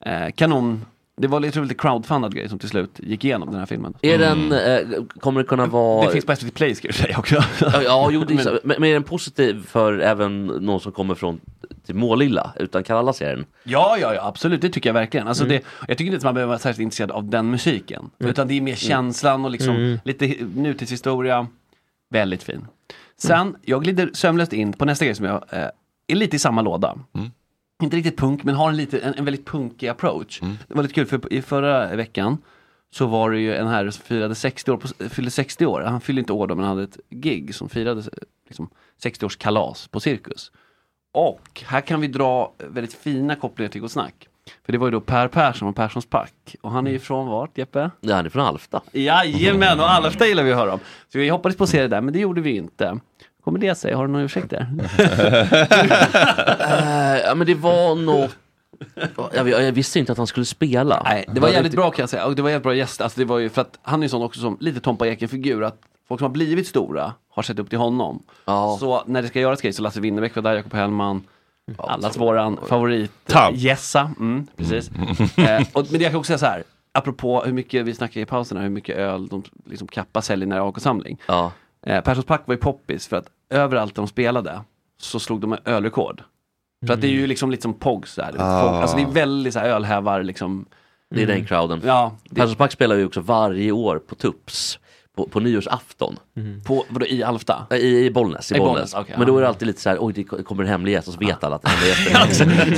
[SPEAKER 3] där. Eh, kanon. Det var lite, lite crowdfundad grej som till slut gick igenom den här filmen.
[SPEAKER 5] Är den, eh, kommer det kunna vara...
[SPEAKER 3] Det finns på SVT Play ska jag säga också.
[SPEAKER 5] Ja, ja jo, det är, så. men, men är den positiv för även någon som kommer från till Målilla? Utan kan alla se den?
[SPEAKER 3] Ja, ja, ja, absolut. Det tycker jag verkligen. Alltså det, jag tycker inte att man behöver vara särskilt intresserad av den musiken.
[SPEAKER 5] Mm.
[SPEAKER 3] Utan det är mer känslan och liksom
[SPEAKER 5] Mm.
[SPEAKER 3] lite nutidshistoria. Väldigt fin. Sen,
[SPEAKER 5] Mm.
[SPEAKER 3] jag glider sömlöst in på nästa grej som jag eh, är lite i samma låda. Inte riktigt punk, men har en, lite, en, en väldigt punkig approach.
[SPEAKER 5] Mm.
[SPEAKER 3] Det var lite kul, för i förra veckan så var det ju en herre som firade 60 år, på, fyllde 60 år. Han fyllde inte år då, men han hade ett gig som firade eh, liksom, 60-årskalas på Cirkus. Och här kan vi dra väldigt fina kopplingar till Gott Snack. För det var ju då Per Persson och Perssons Pack. Och han är ju från vart, Jeppe?
[SPEAKER 5] Mm. Ja, han är från Alfta.
[SPEAKER 3] Jajamän, och Alfta gillar vi att höra om. Så vi hoppades på att se det där, men det gjorde vi inte. Kommer det sig? Har du någon ursäkt där?
[SPEAKER 5] Eh, ja, men det var något... Jag, jag, jag visste inte att han skulle spela.
[SPEAKER 3] Nej, Det var jävligt bra kan jag säga. Och det var jävligt bra gäster. Alltså, det var ju för att han är ju sån också som lite Tompa Eken-figur. Att folk som har blivit stora har sett upp till honom. Så när det ska göras grejer så Lasse Winnerbäck var där, Jakob Hellman. Allas våran favorit. Jessa. Mm, precis. eh, och, men jag kan också säga så här. Apropå hur mycket vi snackade i pauserna, hur mycket öl de liksom Kappa säljer när det är AK-samling.
[SPEAKER 5] Ja.
[SPEAKER 3] Eh, Perssons Pack var ju poppis för att överallt där de spelade så slog de ölrekord. För att det är ju liksom lite som POGs där. du vet,
[SPEAKER 5] Mm. Ah.
[SPEAKER 3] folk- Alltså det är väldigt så här ölhävar liksom.
[SPEAKER 5] Det är den crowden.
[SPEAKER 3] Ja, det-
[SPEAKER 5] Perssons Pack spelar ju också varje år på Tups. På, på nyårsafton.
[SPEAKER 1] Mm.
[SPEAKER 5] Eh,
[SPEAKER 3] På, vadå, i Alfta?
[SPEAKER 5] I, i Bollnäs. I
[SPEAKER 3] I
[SPEAKER 5] Bollnäs.
[SPEAKER 3] Bollnäs, okej,
[SPEAKER 5] Men
[SPEAKER 3] ja.
[SPEAKER 5] då är det alltid lite så här, oj det kommer en hemlig gäst och så vet alla att det är en hemlig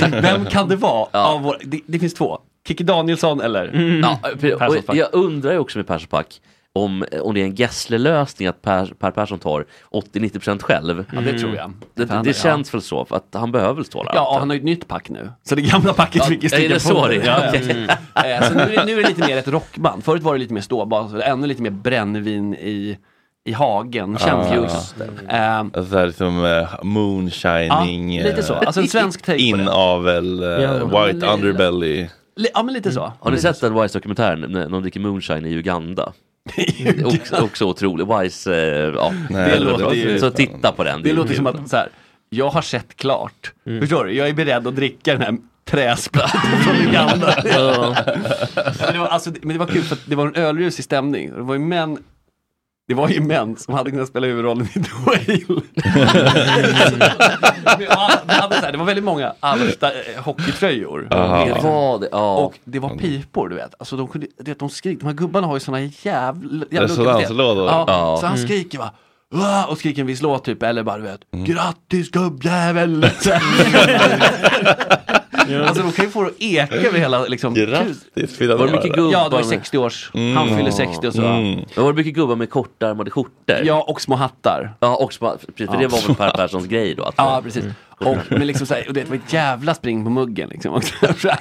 [SPEAKER 5] gäst.
[SPEAKER 3] Vem kan det vara? Av vår, det, det finns två. Kikki Danielsson eller
[SPEAKER 5] Ja,
[SPEAKER 3] Mm.
[SPEAKER 5] och
[SPEAKER 3] Persson Pack.
[SPEAKER 5] jag undrar ju också med Persson Pack om, om det är en Gessle-lösning att per, per Persson tar 80-90% själv.
[SPEAKER 3] Ja, det tror jag.
[SPEAKER 5] Det, det, det känns väl så, för att han behöver väl ståla.
[SPEAKER 3] Ja, och han har ju ett nytt pack nu. Så det gamla packet
[SPEAKER 5] Ja,
[SPEAKER 3] fick ju
[SPEAKER 5] är
[SPEAKER 3] sticka
[SPEAKER 5] det så
[SPEAKER 3] på.
[SPEAKER 5] det är?
[SPEAKER 3] Ja, ja.
[SPEAKER 5] Okej.
[SPEAKER 3] Eh, Så nu, är det- nu är det lite mer ett rockband. Förut var det lite mer ståbas, ännu lite mer brännvin i, i hagen,
[SPEAKER 1] Ah.
[SPEAKER 3] känns det. Alltså,
[SPEAKER 1] där, liksom, eh, moonshining. eh,
[SPEAKER 3] Ja, lite så. Alltså en svensk take på
[SPEAKER 1] In avel, eh,
[SPEAKER 5] Ja.
[SPEAKER 1] white underbelly.
[SPEAKER 3] Li- Ja, men lite så.
[SPEAKER 5] Har ni sett den Wise-dokumentären när de dricker moonshine i Uganda? Det är också, också otroligt. Wise, eh, ja.
[SPEAKER 3] Det låter ju-
[SPEAKER 5] så titta på den.
[SPEAKER 3] Det låter som att så här, jag har sett klart. Förstår du? Jag är beredd att dricka den här träsplattan från Uganda.
[SPEAKER 5] Ja.
[SPEAKER 3] men, det var, alltså, det- men det var kul för att det var en ölrusig stämning. Det var ju män det var ju män som hade kunnat spela huvudrollen i The Whale. Men alla- de hade så här, det var väldigt många Alfta eh, hockeytröjor. liksom-
[SPEAKER 5] Aha. Det var det, ja.
[SPEAKER 3] Och det var pipor, du vet. Alltså de, kunde, du vet, de skrek, de här gubbarna har ju såna jävla... jävla
[SPEAKER 1] Resonanslådor.
[SPEAKER 3] Ja,
[SPEAKER 1] Ja.
[SPEAKER 3] Så han
[SPEAKER 1] Mm.
[SPEAKER 3] skriker va. "Wah!" Och skriker en viss Mm. låt typ, eller bara du vet Grattis gubbjävel! Alltså de kan ju få det att eka över hela liksom,
[SPEAKER 5] Grattis,
[SPEAKER 3] Var det mycket gubbar? Ja, det var 60 års.
[SPEAKER 1] Mm.
[SPEAKER 5] Mm.
[SPEAKER 3] Han fyller 60 och så.
[SPEAKER 5] Det var mycket gubbar med kortärmade skjortor.
[SPEAKER 3] Ja, och små hattar.
[SPEAKER 5] Ja, och små, precis, för
[SPEAKER 3] Ja.
[SPEAKER 5] det var väl Per Perssons grej då? Att
[SPEAKER 3] Ja, precis.
[SPEAKER 1] Mm.
[SPEAKER 5] Mm.
[SPEAKER 3] Och, men liksom så här, och det var ett jävla spring på muggen liksom. Och,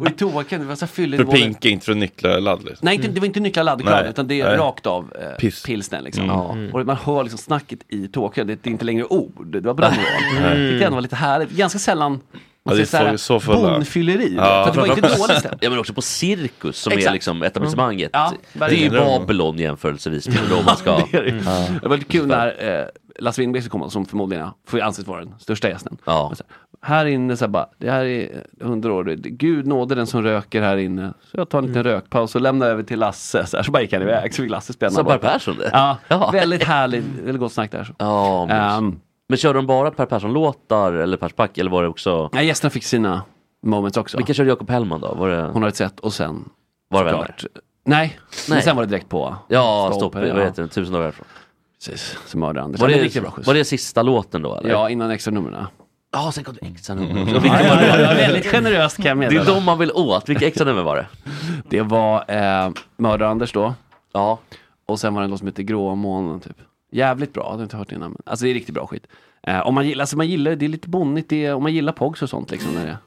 [SPEAKER 3] och i toakan, det var så
[SPEAKER 1] För
[SPEAKER 3] här fyllenivåer.
[SPEAKER 1] pink är inte för nycklarladd liksom.
[SPEAKER 3] Nej, inte, det var inte nycklar laddkran,
[SPEAKER 1] Nej,
[SPEAKER 3] utan det är
[SPEAKER 1] nej.
[SPEAKER 3] rakt av eh,
[SPEAKER 1] Piss.
[SPEAKER 3] pilsnen. Liksom.
[SPEAKER 1] Mm.
[SPEAKER 3] Ja. Och man hör liksom snacket i tåkön, det, det är inte längre ord. Det var på den nivån.
[SPEAKER 5] Mm.
[SPEAKER 1] Nej.
[SPEAKER 3] Det tyckte jag ändå var lite härligt. Ganska sällan
[SPEAKER 5] Ja,
[SPEAKER 3] man
[SPEAKER 5] det
[SPEAKER 3] ser
[SPEAKER 5] är
[SPEAKER 3] så här,
[SPEAKER 5] så- så fulla.
[SPEAKER 3] bonfylleri. För det var inte dåligt stämt.
[SPEAKER 5] Ja men också på Cirkus som är
[SPEAKER 3] Exakt. Mm.
[SPEAKER 5] liksom etablissemanget.
[SPEAKER 3] Ja,
[SPEAKER 5] det är ju
[SPEAKER 3] verkligen.
[SPEAKER 5] Babylon jämförelsevis med då man ska.
[SPEAKER 3] det, är det. ju. det var lite kul när eh, Lasse Winnerbäck skulle komma, som förmodligen får anses vara den största gästen.
[SPEAKER 5] Ja.
[SPEAKER 3] Så här, här inne, så här, bara, det här är hundra år, det- Gud nåde den som röker här inne. Så jag tar en
[SPEAKER 5] Mm.
[SPEAKER 3] liten rökpaus och lämnar över till Lasse. Så, här, så bara gick han iväg, så fick Lasse spänna.
[SPEAKER 5] Sa
[SPEAKER 3] bara-
[SPEAKER 5] Per Persson det?
[SPEAKER 3] Ja, väldigt härligt, väldigt gott snack där. Så. Ehm.
[SPEAKER 5] Ja, men, men kör de bara Per Persson-låtar eller Per Spack eller var det också?
[SPEAKER 3] Nej, gästerna fick sina moments också.
[SPEAKER 5] Vilka körde Jakob Hellman då? Var det...
[SPEAKER 3] Hon har ett sätt och sen
[SPEAKER 5] Var det
[SPEAKER 3] såklart-
[SPEAKER 5] vänner?
[SPEAKER 3] Nej, men
[SPEAKER 5] Nej.
[SPEAKER 3] sen var det direkt på.
[SPEAKER 5] Ja,
[SPEAKER 3] Stopp,
[SPEAKER 5] stopp, vad
[SPEAKER 3] ja.
[SPEAKER 5] heter den? Tusen dagar härifrån.
[SPEAKER 3] Precis, som mördaren.
[SPEAKER 5] Var
[SPEAKER 3] Det är
[SPEAKER 5] det,
[SPEAKER 3] riktigt bra skjuts.
[SPEAKER 5] var det sista låten då eller?
[SPEAKER 3] Ja, innan extra numren.
[SPEAKER 5] Ja, sen kom det extra
[SPEAKER 3] Mm.
[SPEAKER 5] nummer.
[SPEAKER 3] Ja, ja, ja, ja, väldigt generöst kan jag meddela.
[SPEAKER 5] Det är de man vill åt. Vilka extra nummer var det?
[SPEAKER 3] Det var eh, Mördar-Anders då.
[SPEAKER 5] Ja.
[SPEAKER 3] Och sen var det en låt som hette Gråa månen typ. Jävligt bra, det har jag inte hört innan. Men, alltså det är riktigt bra skit. Eh, om man gillar, alltså man gillar, det är lite bonnigt, det är, om man gillar Pogs och sånt liksom. När det,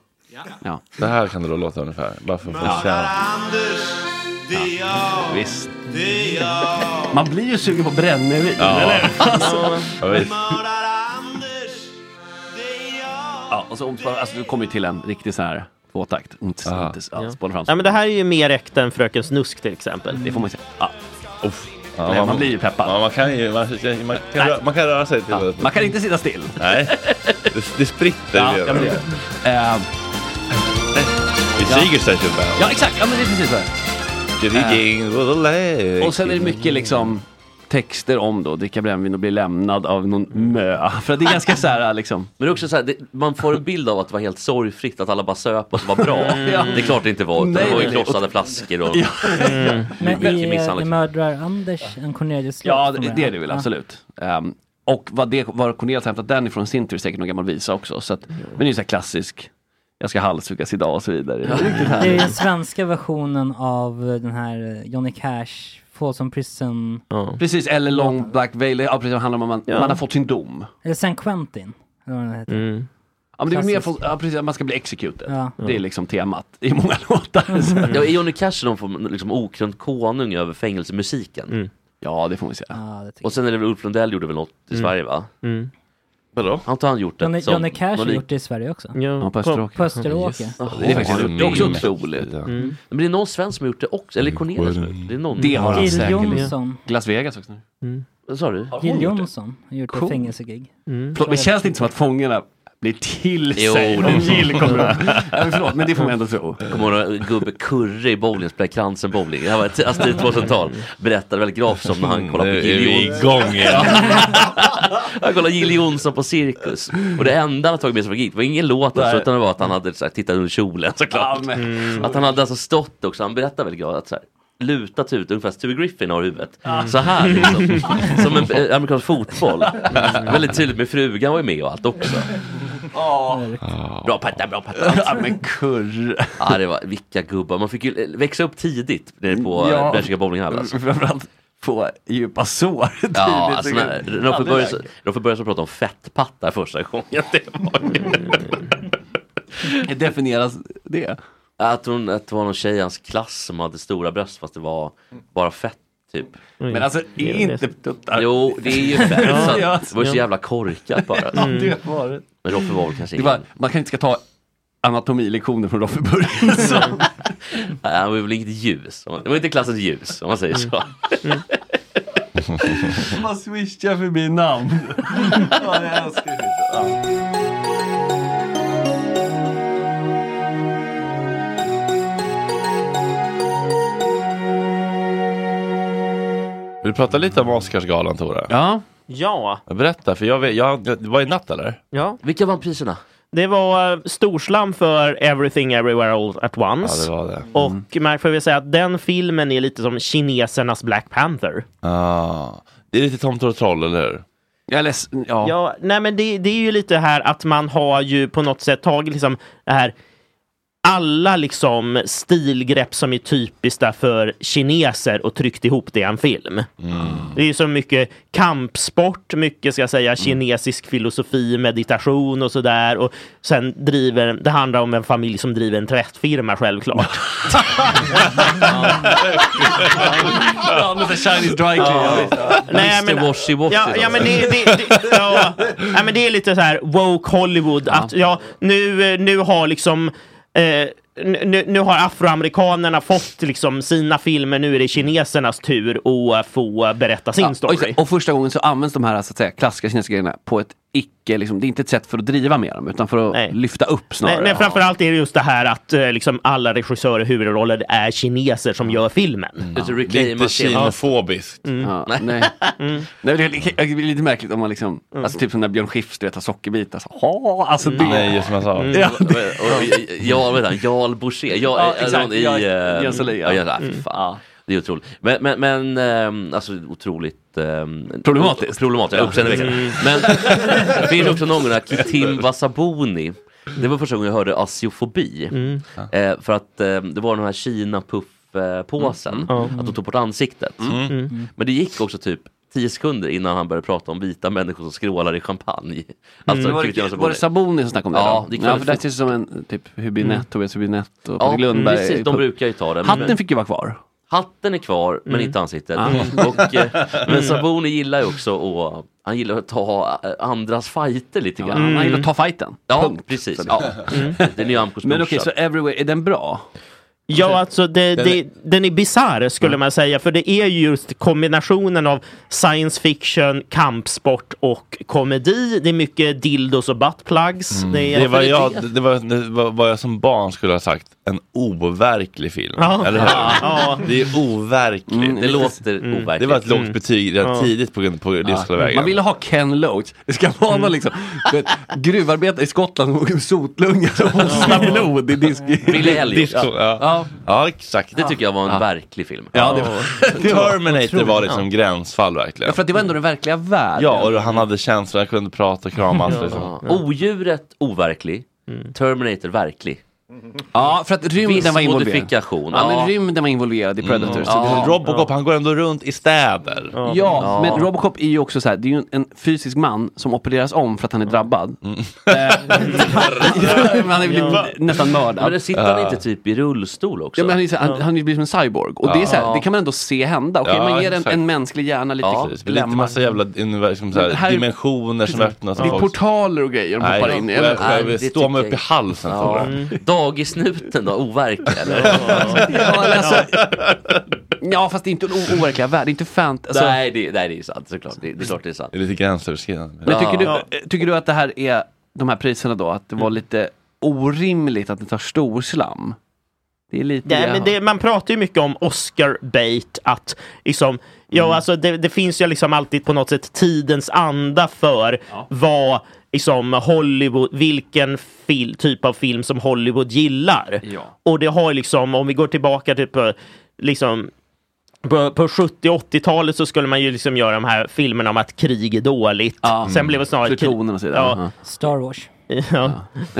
[SPEAKER 3] ja.
[SPEAKER 1] Det här kan det då låta ungefär. Bara för att få
[SPEAKER 3] Ja.
[SPEAKER 1] känna.
[SPEAKER 6] Det är jag,
[SPEAKER 3] Visst.
[SPEAKER 6] det är jag.
[SPEAKER 3] Man blir ju sugen på brännvin,
[SPEAKER 1] Ja.
[SPEAKER 3] eller
[SPEAKER 1] Ja, visst.
[SPEAKER 3] ja, och så omspar, alltså du kommer ju till en riktig sån här tvåtakt. Onts, onts, ja, spåna fram.
[SPEAKER 4] Ja, men det här är ju mer äkta än Fröken Snusk till exempel.
[SPEAKER 3] Det får man säga. Ja.
[SPEAKER 1] Ja,
[SPEAKER 3] Nej, man blir ju peppad.
[SPEAKER 1] Ja, man kan ju man, man, kan, rö- man kan röra sig till det.
[SPEAKER 3] Man kan inte sitta still.
[SPEAKER 1] Nej, det, det spritter.
[SPEAKER 3] Ja,
[SPEAKER 1] ju.
[SPEAKER 3] ja, men det gör Eh,
[SPEAKER 1] Vi
[SPEAKER 3] Ja.
[SPEAKER 1] siger sig typ. till varandra.
[SPEAKER 3] ja, exakt. Ja, men det är precis så här.
[SPEAKER 1] Ja.
[SPEAKER 3] Äh. Och sen är det mycket liksom texter om då, dricka brännvin och bli lämnad av någon mö. För att det är ganska så här liksom.
[SPEAKER 5] Men det är också så här, det, man får en bild av att det var helt sorgfritt, att alla bara söp och att det var bra.
[SPEAKER 3] Mm. Ja.
[SPEAKER 5] Det är klart det inte var, utan
[SPEAKER 3] Nej,
[SPEAKER 5] det var ju
[SPEAKER 3] nej, nej.
[SPEAKER 5] krossade flaskor och Mm.
[SPEAKER 3] Ja.
[SPEAKER 7] Men
[SPEAKER 5] mycket
[SPEAKER 7] i,
[SPEAKER 5] misshandel.
[SPEAKER 7] i Mördrar Anders, en Cornelius
[SPEAKER 3] Ja, det, det är det väl absolut. Ehm, och vad, det, vad Cornelis hämtat den ifrån sin tur är säkert någon gammal visa också. Så att,
[SPEAKER 5] Mm.
[SPEAKER 3] men det är ju så här klassisk, jag ska halshuggas idag och så vidare. Det är riktigt
[SPEAKER 7] Det är ju
[SPEAKER 3] härligt.
[SPEAKER 7] den svenska versionen av den här eh, Johnny Cash, Fall som Prison,
[SPEAKER 3] Precis, eller Long Black Veil, ja, precis, det handlar om att man,
[SPEAKER 7] Ja.
[SPEAKER 3] man har fått sin dom.
[SPEAKER 7] eller San Quentin. eller vad den heter.
[SPEAKER 3] Mm. Ja, men det är mer
[SPEAKER 7] Klassisk.
[SPEAKER 3] för, ja, precis, att man ska bli executed.
[SPEAKER 7] Ja.
[SPEAKER 3] Det är liksom temat i många låtar.
[SPEAKER 5] Mm. Ja, är Johnny Cash någon form av liksom okrönt konung över fängelsemusiken?
[SPEAKER 3] Mm. Ja, det får man säga.
[SPEAKER 5] och sen är det väl Ulf Lundell gjorde väl något i
[SPEAKER 3] Mm.
[SPEAKER 5] Sverige va?
[SPEAKER 3] Mm.
[SPEAKER 5] Vadå? Har inte han gjort
[SPEAKER 7] Johnny,
[SPEAKER 5] ett sånt?
[SPEAKER 7] Johnny Cash har
[SPEAKER 5] någon lik-
[SPEAKER 7] gjort det i Sverige också.
[SPEAKER 5] Ja, på Österåker.
[SPEAKER 7] På Österåker.
[SPEAKER 5] Just det. Det är faktiskt-
[SPEAKER 7] Jaha.
[SPEAKER 5] det är också otroligt. Mm. Men det är någon svensk som har gjort det också, eller Cornelis som har gjort det. Det, är någon. Mm.
[SPEAKER 3] Det har han
[SPEAKER 7] Jill
[SPEAKER 3] säkert.
[SPEAKER 7] Jonsson.
[SPEAKER 3] Las Vegas också.
[SPEAKER 5] Vad sa du?
[SPEAKER 7] Jill Johnson har gjort
[SPEAKER 3] Cool.
[SPEAKER 7] ett fängelsegig.
[SPEAKER 3] Förlåt, men känns det inte som att fångarna blir till
[SPEAKER 5] Jo,
[SPEAKER 3] sig
[SPEAKER 5] det-
[SPEAKER 3] om Jill kommer upp? Ja, men förlåt, men det får man ändå tro.
[SPEAKER 5] Kommer du ihåg gubbe Kurre i bowling, spelade kransen bowling. Det här var ett- alltså, tidigt 2000-tal. Berättade väldigt grafiskt om när han kollade på
[SPEAKER 3] Mm,
[SPEAKER 1] Nu är
[SPEAKER 5] Jill
[SPEAKER 1] vi
[SPEAKER 5] Johnson.
[SPEAKER 1] igång igen.
[SPEAKER 5] han kollade Jill Johnson på cirkus. Och det enda han tagit med sig från gig var ingen låt alltså,
[SPEAKER 3] Nej.
[SPEAKER 5] utan det var att han hade så här, tittat under kjolen såklart.
[SPEAKER 3] Ja, men-
[SPEAKER 5] Att han hade alltså stått också, han berättade väldigt glad att så här, lutat ut ungefär Stewie Griffin har huvudet. Så här liksom. Som en eh, amerikansk fotboll. Väldigt tydligt med frugan var ju med och allt också. Bra patta, bra patta.
[SPEAKER 3] Ja, men kurr.
[SPEAKER 5] Ja, det var, vilka gubbar. Man fick ju eh, växa upp tidigt nere på
[SPEAKER 3] Ja.
[SPEAKER 5] ja. Bränskyka bowlinghall. Alltså.
[SPEAKER 3] Framförallt få djupa sår tidigt.
[SPEAKER 5] Ja, alltså när
[SPEAKER 3] Aldrig
[SPEAKER 5] Roffe Börjesson-
[SPEAKER 3] läge.
[SPEAKER 5] Roffe Börjesson pratade om fettpattar första gången. Det var
[SPEAKER 3] ju... Definieras det?
[SPEAKER 5] Att, hon, att det var någon tjej i hans klass som hade stora bröst fast det var bara fett typ.
[SPEAKER 3] Men alltså, är inte tuttar...
[SPEAKER 5] Jo, det är ju fett. Så
[SPEAKER 3] Ja.
[SPEAKER 5] att det var ju så jävla korkat bara. Mm.
[SPEAKER 3] Ja, det var det.
[SPEAKER 5] Men Roffe var väl kanske
[SPEAKER 3] det
[SPEAKER 5] ingen.
[SPEAKER 3] var, Man kanske inte ska ta anatomilektioner från Roffe Börjesson.
[SPEAKER 5] Nej, Han var väl inget ljus. Det var inte klassens ljus om man säger så.
[SPEAKER 3] Mm. Man swishar förbi namn. ja, det är så kul. ja.
[SPEAKER 1] Vill du prata lite om Oscarsgalan Tora?
[SPEAKER 3] Ja.
[SPEAKER 4] Ja.
[SPEAKER 1] Berätta, för jag, vet, jag, jag det var i natt eller?
[SPEAKER 4] Ja.
[SPEAKER 5] Vilka vann priserna?
[SPEAKER 4] Det var eh, storslam för Everything Everywhere All At Once.
[SPEAKER 1] Ja, det var det. Mm.
[SPEAKER 4] Och man får väl säga att den filmen är lite som kinesernas Black Panther.
[SPEAKER 1] Ah. Det är lite tomtar och troll, eller hur?
[SPEAKER 3] Jag är ledsen, ja.
[SPEAKER 4] Ja, nej men det, det är ju lite här att man har ju på något sätt tagit liksom det här alla liksom stilgrepp som är typiska för kineser och tryckt ihop det i en film. Det är ju så mycket kampsport, mycket ska jag säga kinesisk filosofi, meditation och sådär. Och sen driver, det handlar om en familj som driver en tvättfirma självklart.
[SPEAKER 3] Ja, men the Chinese dry clean.
[SPEAKER 4] Nej, men- ja, ja, men det, det, det, ja, ja, men det är lite så här woke Hollywood. Att, ja, nu, eh, nu har liksom eh, nu, nu har afroamerikanerna fått liksom sina filmer, nu är det kinesernas tur att få berätta sin
[SPEAKER 3] Ja, och just
[SPEAKER 4] story.
[SPEAKER 3] det. Och första gången så används de här så att säga, klassiska kinesiska grejerna på ett icke, liksom, det är inte ett sätt för att driva med dem utan för att lyfta upp snarare.
[SPEAKER 4] Nej, nej, framförallt är det just det här att eh, liksom alla regissörer, huvudroller är kineser som gör filmen.
[SPEAKER 3] Mm.
[SPEAKER 1] Lite kinofobiskt.
[SPEAKER 4] Mm.
[SPEAKER 3] Ja, nej. nej. men det, är, det är lite märkligt om man liksom,
[SPEAKER 5] Mm.
[SPEAKER 3] alltså typ som när Björn Skifs du vet, tar sockerbitar. Så, ha, alltså det.
[SPEAKER 1] Nej, just som jag sa.
[SPEAKER 3] Mm. Ja,
[SPEAKER 5] Och- och- Ja, vad heter han? Jarl Boucher. Ja,
[SPEAKER 3] Ja,
[SPEAKER 5] eh,
[SPEAKER 3] exakt.
[SPEAKER 5] någon i,
[SPEAKER 3] Ja,
[SPEAKER 5] eh,
[SPEAKER 3] Jens Olin, ja.
[SPEAKER 5] Ja, Jens- ah, fy
[SPEAKER 3] Mm.
[SPEAKER 5] fan. Det är otroligt. Men, men, men ehm, alltså otroligt... ehm,
[SPEAKER 3] Problematiskt.
[SPEAKER 5] Problematiskt, ja.
[SPEAKER 3] Ja.
[SPEAKER 5] Uppseendeväckande.
[SPEAKER 3] Mm.
[SPEAKER 5] Men det finns också någon gång att Timba Saboni det var första gången jag hörde asiofobi.
[SPEAKER 4] Mm.
[SPEAKER 5] Eh, för att eh, det var den här Kina-puff-påsen,
[SPEAKER 4] Mm. Ja.
[SPEAKER 5] att de tog bort ansiktet.
[SPEAKER 4] Mm. Mm.
[SPEAKER 5] Men det gick också typ 10 sekunder innan han började prata om vita människor som skrålar i champagne. Alltså,
[SPEAKER 3] Mm. Var,
[SPEAKER 5] Christian
[SPEAKER 3] det, var det Saboni som snackade om det?
[SPEAKER 5] Ja, det
[SPEAKER 3] det
[SPEAKER 5] gick
[SPEAKER 3] ja, för
[SPEAKER 5] väldigt
[SPEAKER 3] det
[SPEAKER 5] fort.
[SPEAKER 3] ser ut som en typ Hubinett,
[SPEAKER 5] Mm.
[SPEAKER 3] Tobias Hubinett och
[SPEAKER 5] Ja,
[SPEAKER 3] Patrik Lundberg.
[SPEAKER 5] precis, de brukar ju ta det, men-
[SPEAKER 3] Hatten fick ju vara kvar.
[SPEAKER 5] Hatten är kvar men
[SPEAKER 3] Mm.
[SPEAKER 5] inte ansiktet.
[SPEAKER 3] Ah.
[SPEAKER 5] Och, eh,
[SPEAKER 3] Mm.
[SPEAKER 5] men Saboni gillar ju också att, han gillar att ta eh, andras fighter lite grann.
[SPEAKER 1] Mm.
[SPEAKER 3] Han gillar att ta fighten.
[SPEAKER 5] Ja,
[SPEAKER 3] Punkt.
[SPEAKER 5] precis.
[SPEAKER 3] Så det-
[SPEAKER 5] Ja. Mm. Det är Nyamkos
[SPEAKER 3] Men okej,
[SPEAKER 5] brorsa.
[SPEAKER 3] så Everywhere, är den bra?
[SPEAKER 4] Ja, alltså det,
[SPEAKER 3] Den
[SPEAKER 4] den,
[SPEAKER 3] är-
[SPEAKER 4] det, är... den är bisarr skulle man säga, för det är ju just kombinationen av science fiction, kampsport och komedi. Det är mycket dildos och buttplugs.
[SPEAKER 1] Mm. Det, var jag, det, var, det var vad jag som barn skulle ha sagt, en overklig film.
[SPEAKER 4] Ja.
[SPEAKER 1] Eller hur?
[SPEAKER 4] Ja.
[SPEAKER 1] Det är overkligt.
[SPEAKER 5] Mm, det
[SPEAKER 1] är lite-
[SPEAKER 5] låter Mm. overkligt.
[SPEAKER 1] Det var ett lågt
[SPEAKER 5] Mm.
[SPEAKER 1] betyg redan
[SPEAKER 5] Ja.
[SPEAKER 1] tidigt på grund på det skulle
[SPEAKER 3] Man ville ha Ken Loach. Det ska vara någon liksom, du vet, gruvarbetare i Skottland som åker med sotlungar och hostar blod i disk.
[SPEAKER 5] Billy Elliot.
[SPEAKER 1] Disco, ja.
[SPEAKER 3] Ja.
[SPEAKER 1] ja, exakt.
[SPEAKER 5] Det tycker jag var en
[SPEAKER 3] Ja.
[SPEAKER 5] verklig film.
[SPEAKER 3] Ja, det var- det var
[SPEAKER 1] Terminator
[SPEAKER 3] otroligt.
[SPEAKER 1] var liksom gränsfall verkligen.
[SPEAKER 3] Ja, för att det var ändå den verkliga världen.
[SPEAKER 1] Ja, och han hade känslor, han kunde prata och kramas.
[SPEAKER 5] Ja.
[SPEAKER 1] Liksom.
[SPEAKER 5] Odjuret overklig,
[SPEAKER 3] Mm.
[SPEAKER 5] Terminator verklig.
[SPEAKER 3] Ja, för att rymden
[SPEAKER 5] Viss
[SPEAKER 3] var involverad.
[SPEAKER 5] modifikation.
[SPEAKER 3] Ja,
[SPEAKER 5] Ja.
[SPEAKER 3] men rymden var involverad i Predator.
[SPEAKER 5] Mm.
[SPEAKER 3] så det-
[SPEAKER 5] Ja.
[SPEAKER 1] Robocop, han går ändå runt i städer.
[SPEAKER 3] Ja, men Robocop är ju också så här, det är ju en, en fysisk man som opereras om för att han är drabbad. Eh, han är blivit
[SPEAKER 5] Ja.
[SPEAKER 3] nästan mördad.
[SPEAKER 5] Men det sitter han inte typ i rullstol också?
[SPEAKER 3] Ja, men han, är, så- han, han är ju blivit som en cyborg. Och det, är så här,
[SPEAKER 5] Ja.
[SPEAKER 3] det kan man ändå se hända. Okej,
[SPEAKER 1] Ja,
[SPEAKER 3] man ger en,
[SPEAKER 1] exakt.
[SPEAKER 3] en mänsklig hjärna lite
[SPEAKER 1] Ja,
[SPEAKER 3] ja,
[SPEAKER 1] precis. Det är inte massa jävla universum, så
[SPEAKER 3] Men
[SPEAKER 1] här,
[SPEAKER 3] här-
[SPEAKER 1] dimensioner som öppnas.
[SPEAKER 3] Det är portaler och grejer de
[SPEAKER 1] Nej,
[SPEAKER 3] hoppar in i.
[SPEAKER 1] jag-
[SPEAKER 3] eller?
[SPEAKER 1] jag- jag- Nej, det står mig tycker upp i jag- halsen, tror jag.
[SPEAKER 5] Dagisnuten då, overklig eller?
[SPEAKER 3] Ja, men alltså, ja, fast det är inte en o- overkliga värld. Det är inte fant... Alltså,
[SPEAKER 5] nej, det, nej, det är sant såklart. Det, det är klart det är sant.
[SPEAKER 1] Det är lite gränsöverskridande.
[SPEAKER 3] Men tycker, du, tycker du att det här är, de här priserna då, att det var lite orimligt att det tar storslam? Det är lite
[SPEAKER 4] Nej,
[SPEAKER 3] jag
[SPEAKER 4] men
[SPEAKER 3] hör.
[SPEAKER 4] det, man pratar ju mycket om Oscar-bait, att liksom, ja,
[SPEAKER 3] Mm.
[SPEAKER 4] alltså det, det finns ju liksom alltid på något sätt tidens anda för vad liksom Hollywood, vilken fil, typ av film som Hollywood gillar.
[SPEAKER 3] Ja.
[SPEAKER 4] Och det har ju liksom, om vi går tillbaka typ eh, liksom på, på 70 och 80-talet så skulle man ju liksom göra de här filmerna om att krig är dåligt. Sen blev det snarare...
[SPEAKER 3] Plutonen Mm. och så vidare.
[SPEAKER 4] Ja.
[SPEAKER 7] Star Wars.
[SPEAKER 4] Ja.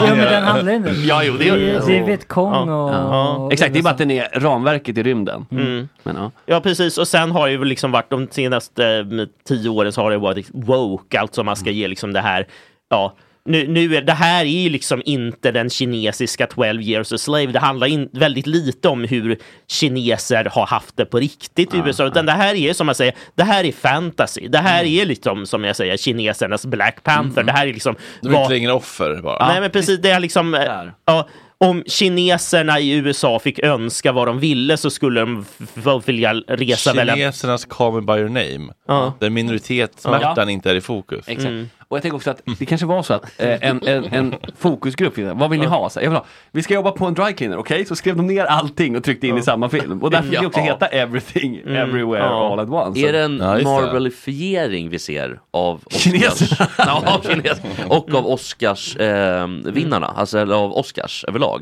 [SPEAKER 7] Jo, men den handlar ju nu.
[SPEAKER 3] Ja, jo, det gör
[SPEAKER 7] det.
[SPEAKER 3] det.
[SPEAKER 7] är- Det är Vietcong och... och-
[SPEAKER 3] Exakt, det är bara att den är ramverket i rymden.
[SPEAKER 4] Mm.
[SPEAKER 3] Men, ja.
[SPEAKER 4] Ja, precis. Och sen har ju väl liksom varit de senaste eh, tio åren så har det varit woke, alltså man ska ge liksom det här, ja, nu, nu är det här är ju liksom inte den kinesiska 12 years a slave. Det handlar in, väldigt lite om hur kineser har haft det på riktigt i USA, utan det här är som man säger, det här är fantasy. Det här
[SPEAKER 3] Mm.
[SPEAKER 4] är liksom som jag säger, kinesernas Black Panther. Det här är liksom
[SPEAKER 1] De är
[SPEAKER 4] vad-
[SPEAKER 1] inte längre offer bara.
[SPEAKER 4] Nej men precis, det är liksom... eh, Ja, om kineserna i USA fick önska vad de ville så skulle de f- f- vilja resa väl...
[SPEAKER 1] Kinesernas call me by your name.
[SPEAKER 4] Ja.
[SPEAKER 1] Där minoritetssmärtan
[SPEAKER 3] Ja.
[SPEAKER 1] inte är i fokus.
[SPEAKER 3] Exakt. Och jag tänker också att det kanske var så att eh, en, en, en fokusgrupp, finns där. vad vill ni ha? Så här, jag vill ha? Vi ska jobba på en dry cleaner, okej? Så skrev de ner allting och tryckte in i samma film. Och där fick det också
[SPEAKER 5] Ja.
[SPEAKER 3] heta Everything,
[SPEAKER 1] Mm.
[SPEAKER 3] Everywhere, All at Once.
[SPEAKER 5] Mm. Är det en
[SPEAKER 3] Ja, just det.
[SPEAKER 5] Marvelifiering vi ser av Oscars, ja, av kines- och av Oscarsvinnarna? Eh,
[SPEAKER 3] Mm.
[SPEAKER 5] vinnarna, Alltså eller av Oscars överlag?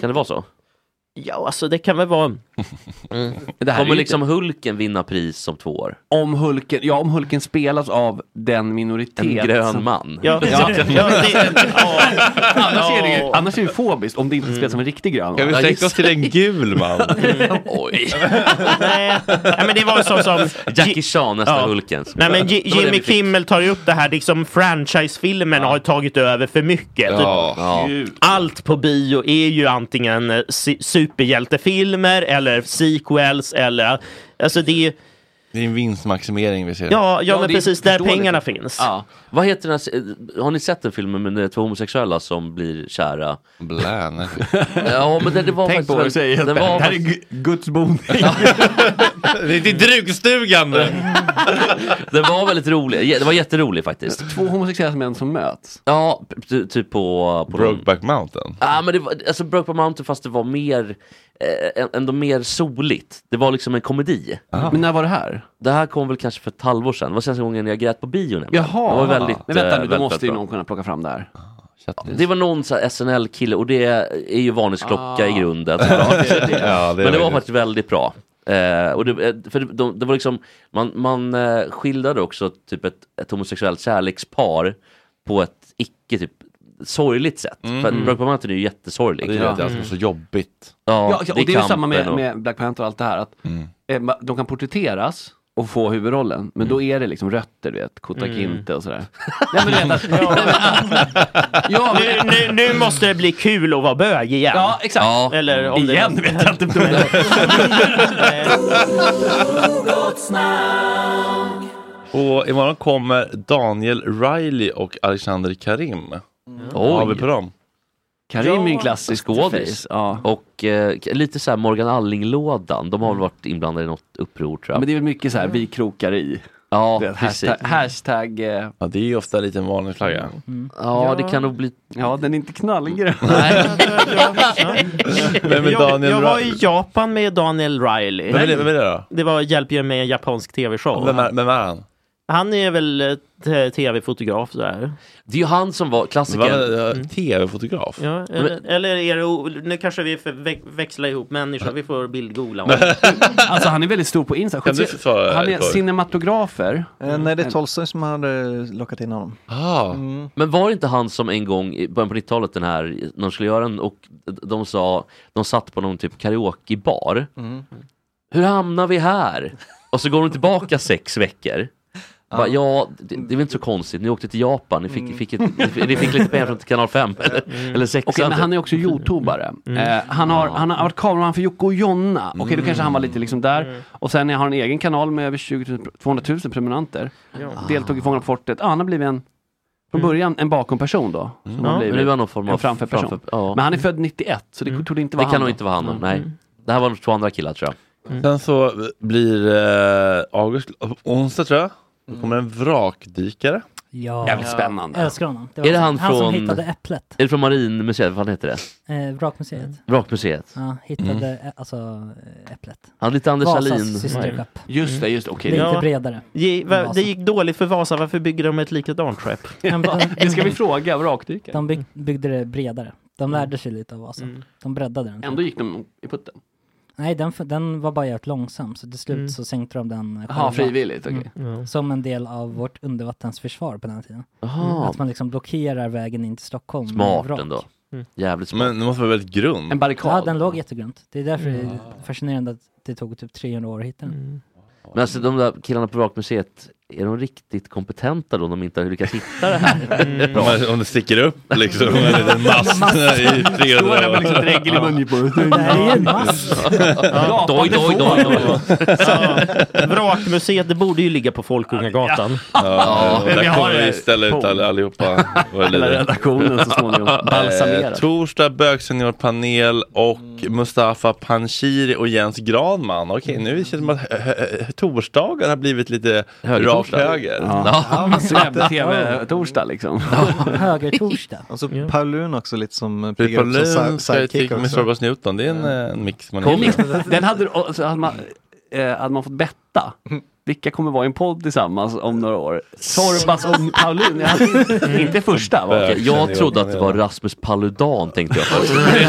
[SPEAKER 5] Kan det vara så?
[SPEAKER 4] Ja, alltså det kan väl vara...
[SPEAKER 3] Mm. Det här är
[SPEAKER 5] Kommer
[SPEAKER 3] ju
[SPEAKER 5] liksom
[SPEAKER 3] inte-
[SPEAKER 5] Hulken vinna pris om två år?
[SPEAKER 3] Om Hulken, ja, om Hulken spelas av den minoritet
[SPEAKER 5] En grön man.
[SPEAKER 3] Ja, ja.
[SPEAKER 5] Ja,
[SPEAKER 3] annars, är det ju, annars är det ju fobiskt om det inte spelas som en riktig grön man.
[SPEAKER 1] Mm. Kan vi
[SPEAKER 3] Ja,
[SPEAKER 1] sträcka
[SPEAKER 3] just
[SPEAKER 1] oss till en
[SPEAKER 3] det.
[SPEAKER 1] gul man?
[SPEAKER 5] Oj.
[SPEAKER 4] Nej, men det var ju så som...
[SPEAKER 5] Jackie Chan nästa
[SPEAKER 4] Ja.
[SPEAKER 5] Hulken.
[SPEAKER 4] Nej men Ji-
[SPEAKER 5] Det var det
[SPEAKER 4] Jimmy
[SPEAKER 5] vi fick.
[SPEAKER 4] Kimmel tar ju upp det här liksom franchisefilmerna har tagit över för mycket.
[SPEAKER 5] Ja, Ja. gud.
[SPEAKER 4] Allt på bio är ju antingen eh, si- superhjältefilmer eller sequels eller alltså det är ju
[SPEAKER 1] Det är en vinstmaximering vi ser.
[SPEAKER 4] Ja, ja, men precis där pengarna finns.
[SPEAKER 5] Ja. Vad heter den här, eh, har ni sett den filmen med de två homosexuella som blir kära?
[SPEAKER 1] Blä,
[SPEAKER 5] Ja men det, det var
[SPEAKER 3] Tänk
[SPEAKER 5] faktiskt
[SPEAKER 3] på vad du
[SPEAKER 5] väldigt-
[SPEAKER 3] säger.
[SPEAKER 5] den
[SPEAKER 3] Det
[SPEAKER 5] var
[SPEAKER 3] här är
[SPEAKER 5] faktiskt-
[SPEAKER 3] gu- Guds boning.
[SPEAKER 5] Det är drugstugan! det var väldigt roligt, det var jätteroligt faktiskt.
[SPEAKER 3] Två homosexuella män som möts.
[SPEAKER 5] Ja, p- ty- typ på... på
[SPEAKER 1] Brokeback Mountain?
[SPEAKER 5] Ja men det var, alltså Brokeback Mountain fast det var mer, eh, ä- ändå mer soligt. Det var liksom en komedi.
[SPEAKER 3] Men när var det här?
[SPEAKER 5] Det här kom väl kanske för ett halvår sedan, det var senaste gången jag grät på bio nämligen.
[SPEAKER 3] Jaha,
[SPEAKER 5] det var väldigt,
[SPEAKER 3] men vänta
[SPEAKER 5] eh,
[SPEAKER 3] nu, då
[SPEAKER 5] väldigt,
[SPEAKER 3] måste ju
[SPEAKER 5] väldigt bra.
[SPEAKER 3] någon kunna plocka fram det här.
[SPEAKER 5] Det var någon så här SNL-kille och det är ju varningsklocka
[SPEAKER 3] Ah.
[SPEAKER 5] i grunden såklart.
[SPEAKER 3] Det är det. Ja, det är
[SPEAKER 5] Men det var
[SPEAKER 3] det.
[SPEAKER 5] faktiskt väldigt bra. Eh, och det, eh, för de, det var liksom, man, man eh, skildrade också typ ett, ett homosexuellt kärlekspar på ett icke typ sorgligt sätt.
[SPEAKER 1] Mm.
[SPEAKER 5] För att Brokeback Mountain är ju jättesorglig.
[SPEAKER 1] Det är ju det, alltså, så
[SPEAKER 5] jobbigt.
[SPEAKER 3] Ja,
[SPEAKER 5] Ja,
[SPEAKER 3] och det är ju samma med,
[SPEAKER 5] kampen och-
[SPEAKER 3] med Black Panther och allt det här. Att eh, ma- De kan porträtteras och få huvudrollen, men då är det liksom rötter, du vet, Kota
[SPEAKER 4] Mm.
[SPEAKER 3] Kinte och sådär.
[SPEAKER 4] nu, nu, nu måste det bli kul att vara bög igen. Ja,
[SPEAKER 3] exakt.
[SPEAKER 4] Eller om
[SPEAKER 3] Igen
[SPEAKER 4] det...
[SPEAKER 3] vet jag inte.
[SPEAKER 1] Och imorgon kommer Daniel Riley och Alexander Karim. Vad har vi på dem?
[SPEAKER 5] Karim är en klassisk skådis. Och eh, lite så här Morgan Alling-lådan. De har väl varit inblandade i något uppror tror jag.
[SPEAKER 3] Mm. Men det är väl mycket så här, vi krokar i.
[SPEAKER 5] Ja,
[SPEAKER 3] Du vet,
[SPEAKER 5] precis.
[SPEAKER 3] hashtag, hashtag eh,
[SPEAKER 1] Ja, det är ju ofta lite en varningsflagga.
[SPEAKER 5] Ja, det kan nog bli...
[SPEAKER 3] Ja, den är inte knallgrön.
[SPEAKER 1] Vem är
[SPEAKER 4] jag,
[SPEAKER 1] Daniel
[SPEAKER 4] jag var
[SPEAKER 1] Riley?
[SPEAKER 4] i Japan med Daniel Riley.
[SPEAKER 1] Vem är det- vem är det då?
[SPEAKER 4] Det var Hjälp mig med en japansk tv-show.
[SPEAKER 1] Vem är, vem är han?
[SPEAKER 4] Han är väl eh, t- tv-fotograf sådär.
[SPEAKER 5] Det är ju han som var
[SPEAKER 1] Vad- Tv-fotograf?
[SPEAKER 4] Ja, eller, eller är det, o- nu kanske vi förve- växlar ihop människor, vi får bildgoogla honom.
[SPEAKER 3] alltså han är väldigt stor på Insta.
[SPEAKER 1] Kan du förklara,
[SPEAKER 3] Han är
[SPEAKER 1] Kåre?
[SPEAKER 3] cinematografer.
[SPEAKER 17] Eh, nej, det är Tolstoy som hade lockat in honom.
[SPEAKER 1] Ah.
[SPEAKER 5] Men var det inte han som en gång i början på 90-talet den här, de skulle göra en och de sa, de satt på någon typ karaokebar.
[SPEAKER 17] Mm.
[SPEAKER 5] Hur hamnar vi här? Och så går de tillbaka sex veckor. Bara, ja, det, det är väl inte så konstigt, ni åkte till Japan, ni fick,
[SPEAKER 3] Mm.
[SPEAKER 5] fick, ett, ni fick, ni fick lite pengar från kanal 5 eller, eller typ. Mm. 6.
[SPEAKER 3] Okej, men han är också youtubare. Eh, han, har, han har varit kameraman för Jocke och Jonna. Okej,
[SPEAKER 5] Mm.
[SPEAKER 3] då kanske han var lite liksom där. Och sen har han en egen kanal med över 20 000, 200 000 prenumeranter.
[SPEAKER 5] Ja.
[SPEAKER 3] Deltog i Fångarna på fortet. Ah, han har blivit en, från början, en bakomperson då. Som
[SPEAKER 5] Mm.
[SPEAKER 3] har
[SPEAKER 5] Ja.
[SPEAKER 3] blivit
[SPEAKER 5] Men det var någon form av
[SPEAKER 3] en framförperson.
[SPEAKER 5] framför- ja.
[SPEAKER 3] Men han är född 91, så det torde inte vara
[SPEAKER 5] Det
[SPEAKER 3] han. Mm.
[SPEAKER 5] kan nog inte vara han, då, nej. Det här var nog två andra killar tror jag.
[SPEAKER 1] Mm. Sen så blir eh, August, onsdag tror jag, då kommer en vrakdykare.
[SPEAKER 7] Ja. Jävligt spännande. Jag älskar honom. Det var
[SPEAKER 5] är det
[SPEAKER 7] han-
[SPEAKER 5] han,
[SPEAKER 7] han som
[SPEAKER 5] från...
[SPEAKER 7] hittade äpplet.
[SPEAKER 5] Är det från Marinmuseet? Vad fan heter det?
[SPEAKER 7] Eh, Vrakmuseet.
[SPEAKER 5] Vrakmuseet.
[SPEAKER 7] Ja, hittade
[SPEAKER 5] Mm.
[SPEAKER 7] eh, alltså eh, äpplet.
[SPEAKER 5] Han är lite Anders
[SPEAKER 7] Vasas
[SPEAKER 5] Sahlin.
[SPEAKER 7] systerskepp.
[SPEAKER 3] Just det, just det. Okej.
[SPEAKER 7] Det är inte bredare.
[SPEAKER 4] Ge, va,
[SPEAKER 7] än
[SPEAKER 4] det
[SPEAKER 7] Vasa.
[SPEAKER 4] gick dåligt för Vasa, varför bygger de ett likadant skepp?
[SPEAKER 3] Det ska vi fråga, vrakdykare.
[SPEAKER 7] De bygg, byggde det bredare. De lärde sig lite av Vasa. De breddade den.
[SPEAKER 3] Ändå gick de i putten.
[SPEAKER 7] Nej, den, f- den var bara jävligt långsam, så till slut
[SPEAKER 3] Mm.
[SPEAKER 7] så sänkte de den eh,
[SPEAKER 3] Jaha,
[SPEAKER 7] själva.
[SPEAKER 3] frivilligt, okej.
[SPEAKER 7] Mm. Som en del av vårt undervattensförsvar på den här tiden.
[SPEAKER 5] Jaha.
[SPEAKER 7] Att man liksom blockerar vägen in till Stockholm. med
[SPEAKER 5] Smart
[SPEAKER 7] vrak. Mm.
[SPEAKER 5] ändå. Jävligt smart.
[SPEAKER 1] Men det måste vara väldigt
[SPEAKER 3] Mm.
[SPEAKER 1] grund. En
[SPEAKER 7] Ja, den låg jättegrunt. Det är därför det är fascinerande att det tog typ 300 år att hitta den.
[SPEAKER 3] Mm.
[SPEAKER 5] Men alltså de där killarna på Vrakmuseet, är de riktigt kompetenta då om de inte har lyckats hitta det här?
[SPEAKER 1] Mm. Om man- om det sticker upp liksom, en liten mast i 300 Står där med liksom ett regel i munnen på.
[SPEAKER 7] Det här är ju en mast.
[SPEAKER 5] Ja. Doj, doj, doj, doj.
[SPEAKER 4] Ja, Vrakmuseet, det borde ju ligga på Folkungagatan.
[SPEAKER 1] Ja,
[SPEAKER 4] Men vi
[SPEAKER 1] där
[SPEAKER 4] har
[SPEAKER 1] kommer vi
[SPEAKER 4] det.
[SPEAKER 1] ställa ut all, allihopa. vad det
[SPEAKER 3] Hela
[SPEAKER 1] lider.
[SPEAKER 3] redaktionen så småningom. Balsamerad.
[SPEAKER 1] Eh, torsdag bögseniorpanel och Mustafa Panshiri och Jens Granman. Okej, nu känns det som att eh, eh, torsdagar har blivit lite rakt
[SPEAKER 3] Högertorsdag.
[SPEAKER 1] höger.
[SPEAKER 3] Ja, ja. webb-tv-torsdag liksom.
[SPEAKER 7] Högertorsdag.
[SPEAKER 17] Och så Paulun Alltså, också lite som eh,
[SPEAKER 1] Fredrik
[SPEAKER 17] piggar upp som
[SPEAKER 1] Paulin,
[SPEAKER 17] si-
[SPEAKER 1] sidekick
[SPEAKER 17] sidekick
[SPEAKER 1] med
[SPEAKER 17] också.
[SPEAKER 1] Sorbas Newton. Det är en, eh, en mix man
[SPEAKER 3] Kom, den hade, alltså, hade, man, eh, hade man fått betta Vilka kommer vara i en podd tillsammans om några år? Sorbas och Paulin? Ja, inte första va?
[SPEAKER 5] Okej, Jag trodde att det
[SPEAKER 1] Mm.
[SPEAKER 5] var Rasmus Paludan tänkte jag först.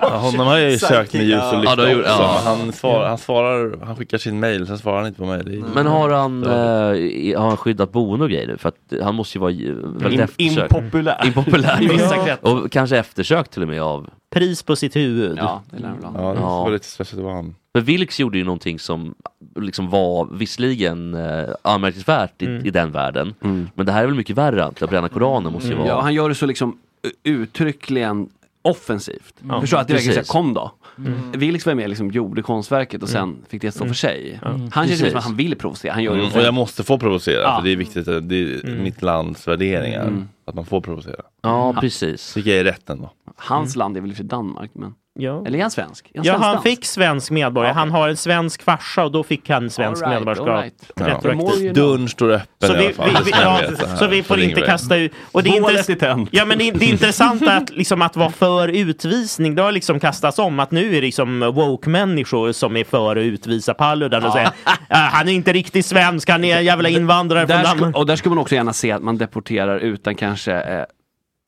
[SPEAKER 1] Ja, honom har jag ju sökt med ljus och
[SPEAKER 5] Ja,
[SPEAKER 1] lykta
[SPEAKER 5] du har gjort-
[SPEAKER 1] också.
[SPEAKER 5] ja.
[SPEAKER 1] Han, svar, han svarar, han skickar sin mail, sen svarar han inte på mail.
[SPEAKER 5] Men har han, eh, i- har han skyddat boende och grejer nu? För att han måste ju vara eh,
[SPEAKER 1] In-
[SPEAKER 5] väldigt eftersökt.
[SPEAKER 1] impopulär.
[SPEAKER 5] Impopulär.
[SPEAKER 1] I vissa
[SPEAKER 5] Ja.
[SPEAKER 1] kretsar.
[SPEAKER 5] Och kanske eftersökt till och med av...
[SPEAKER 4] Pris på sitt huvud.
[SPEAKER 3] Ja, det lär väl han.
[SPEAKER 1] Ja, det var lite stressigt att vara han.
[SPEAKER 5] För Vilks gjorde ju någonting som liksom var visserligen eh, anmärkningsvärt i,
[SPEAKER 3] Mm.
[SPEAKER 5] i den världen. Men det här är väl mycket värre antar jag. Bränna Koranen måste ju vara...
[SPEAKER 3] Ja, han gör det så liksom u- uttryckligen offensivt.
[SPEAKER 5] Ja,
[SPEAKER 3] Förstår att det verkligen
[SPEAKER 5] precis.
[SPEAKER 3] såhär, kom då.
[SPEAKER 5] Mm.
[SPEAKER 3] Vilks var med och liksom gjorde konstverket och sen fick det stå för sig. Han känns ju
[SPEAKER 1] Precis.
[SPEAKER 3] som att han vill provocera, han gör
[SPEAKER 1] Mm,
[SPEAKER 3] det
[SPEAKER 1] och jag måste få provocera,
[SPEAKER 3] Ja.
[SPEAKER 1] för det är viktigt, att- det är
[SPEAKER 3] Mm.
[SPEAKER 1] mitt lands värderingar.
[SPEAKER 3] Mm.
[SPEAKER 1] Att man får provocera.
[SPEAKER 5] Ja,
[SPEAKER 4] Mm.
[SPEAKER 3] Ja.
[SPEAKER 5] precis.
[SPEAKER 1] Vilka är rätten då?
[SPEAKER 3] Hans land är väl i och för sig Danmark, men...
[SPEAKER 4] Ja.
[SPEAKER 3] Eller är han svensk? Är
[SPEAKER 4] Ja, han
[SPEAKER 3] svensk-dansk?
[SPEAKER 4] fick svensk medborgare. Han har en svensk farsa och då fick han svensk
[SPEAKER 3] All right, all
[SPEAKER 4] medborgarskap.
[SPEAKER 3] right.
[SPEAKER 4] Retroaktivt.
[SPEAKER 1] Dörren står öppen
[SPEAKER 4] Så
[SPEAKER 1] i
[SPEAKER 4] vi,
[SPEAKER 1] alla fall.
[SPEAKER 4] vi,
[SPEAKER 1] det
[SPEAKER 4] vi,
[SPEAKER 1] ska
[SPEAKER 4] ja,
[SPEAKER 1] ni veta här
[SPEAKER 4] så vi
[SPEAKER 1] på
[SPEAKER 4] får inte
[SPEAKER 1] Ringvägen.
[SPEAKER 4] kasta ut... Och det är
[SPEAKER 3] Bålet i
[SPEAKER 4] intress-
[SPEAKER 3] tänd.
[SPEAKER 4] ja, men det, det intressanta att, liksom, att vara för utvisning, det har liksom kastats om. Att nu är det liksom woke-människor som är för att utvisa Paludan och säger "Ah, han är inte riktigt svensk, han är en jävla invandrare från
[SPEAKER 3] Där sku-
[SPEAKER 4] Danmark.
[SPEAKER 3] och där skulle man också gärna se att man deporterar utan kanske eh,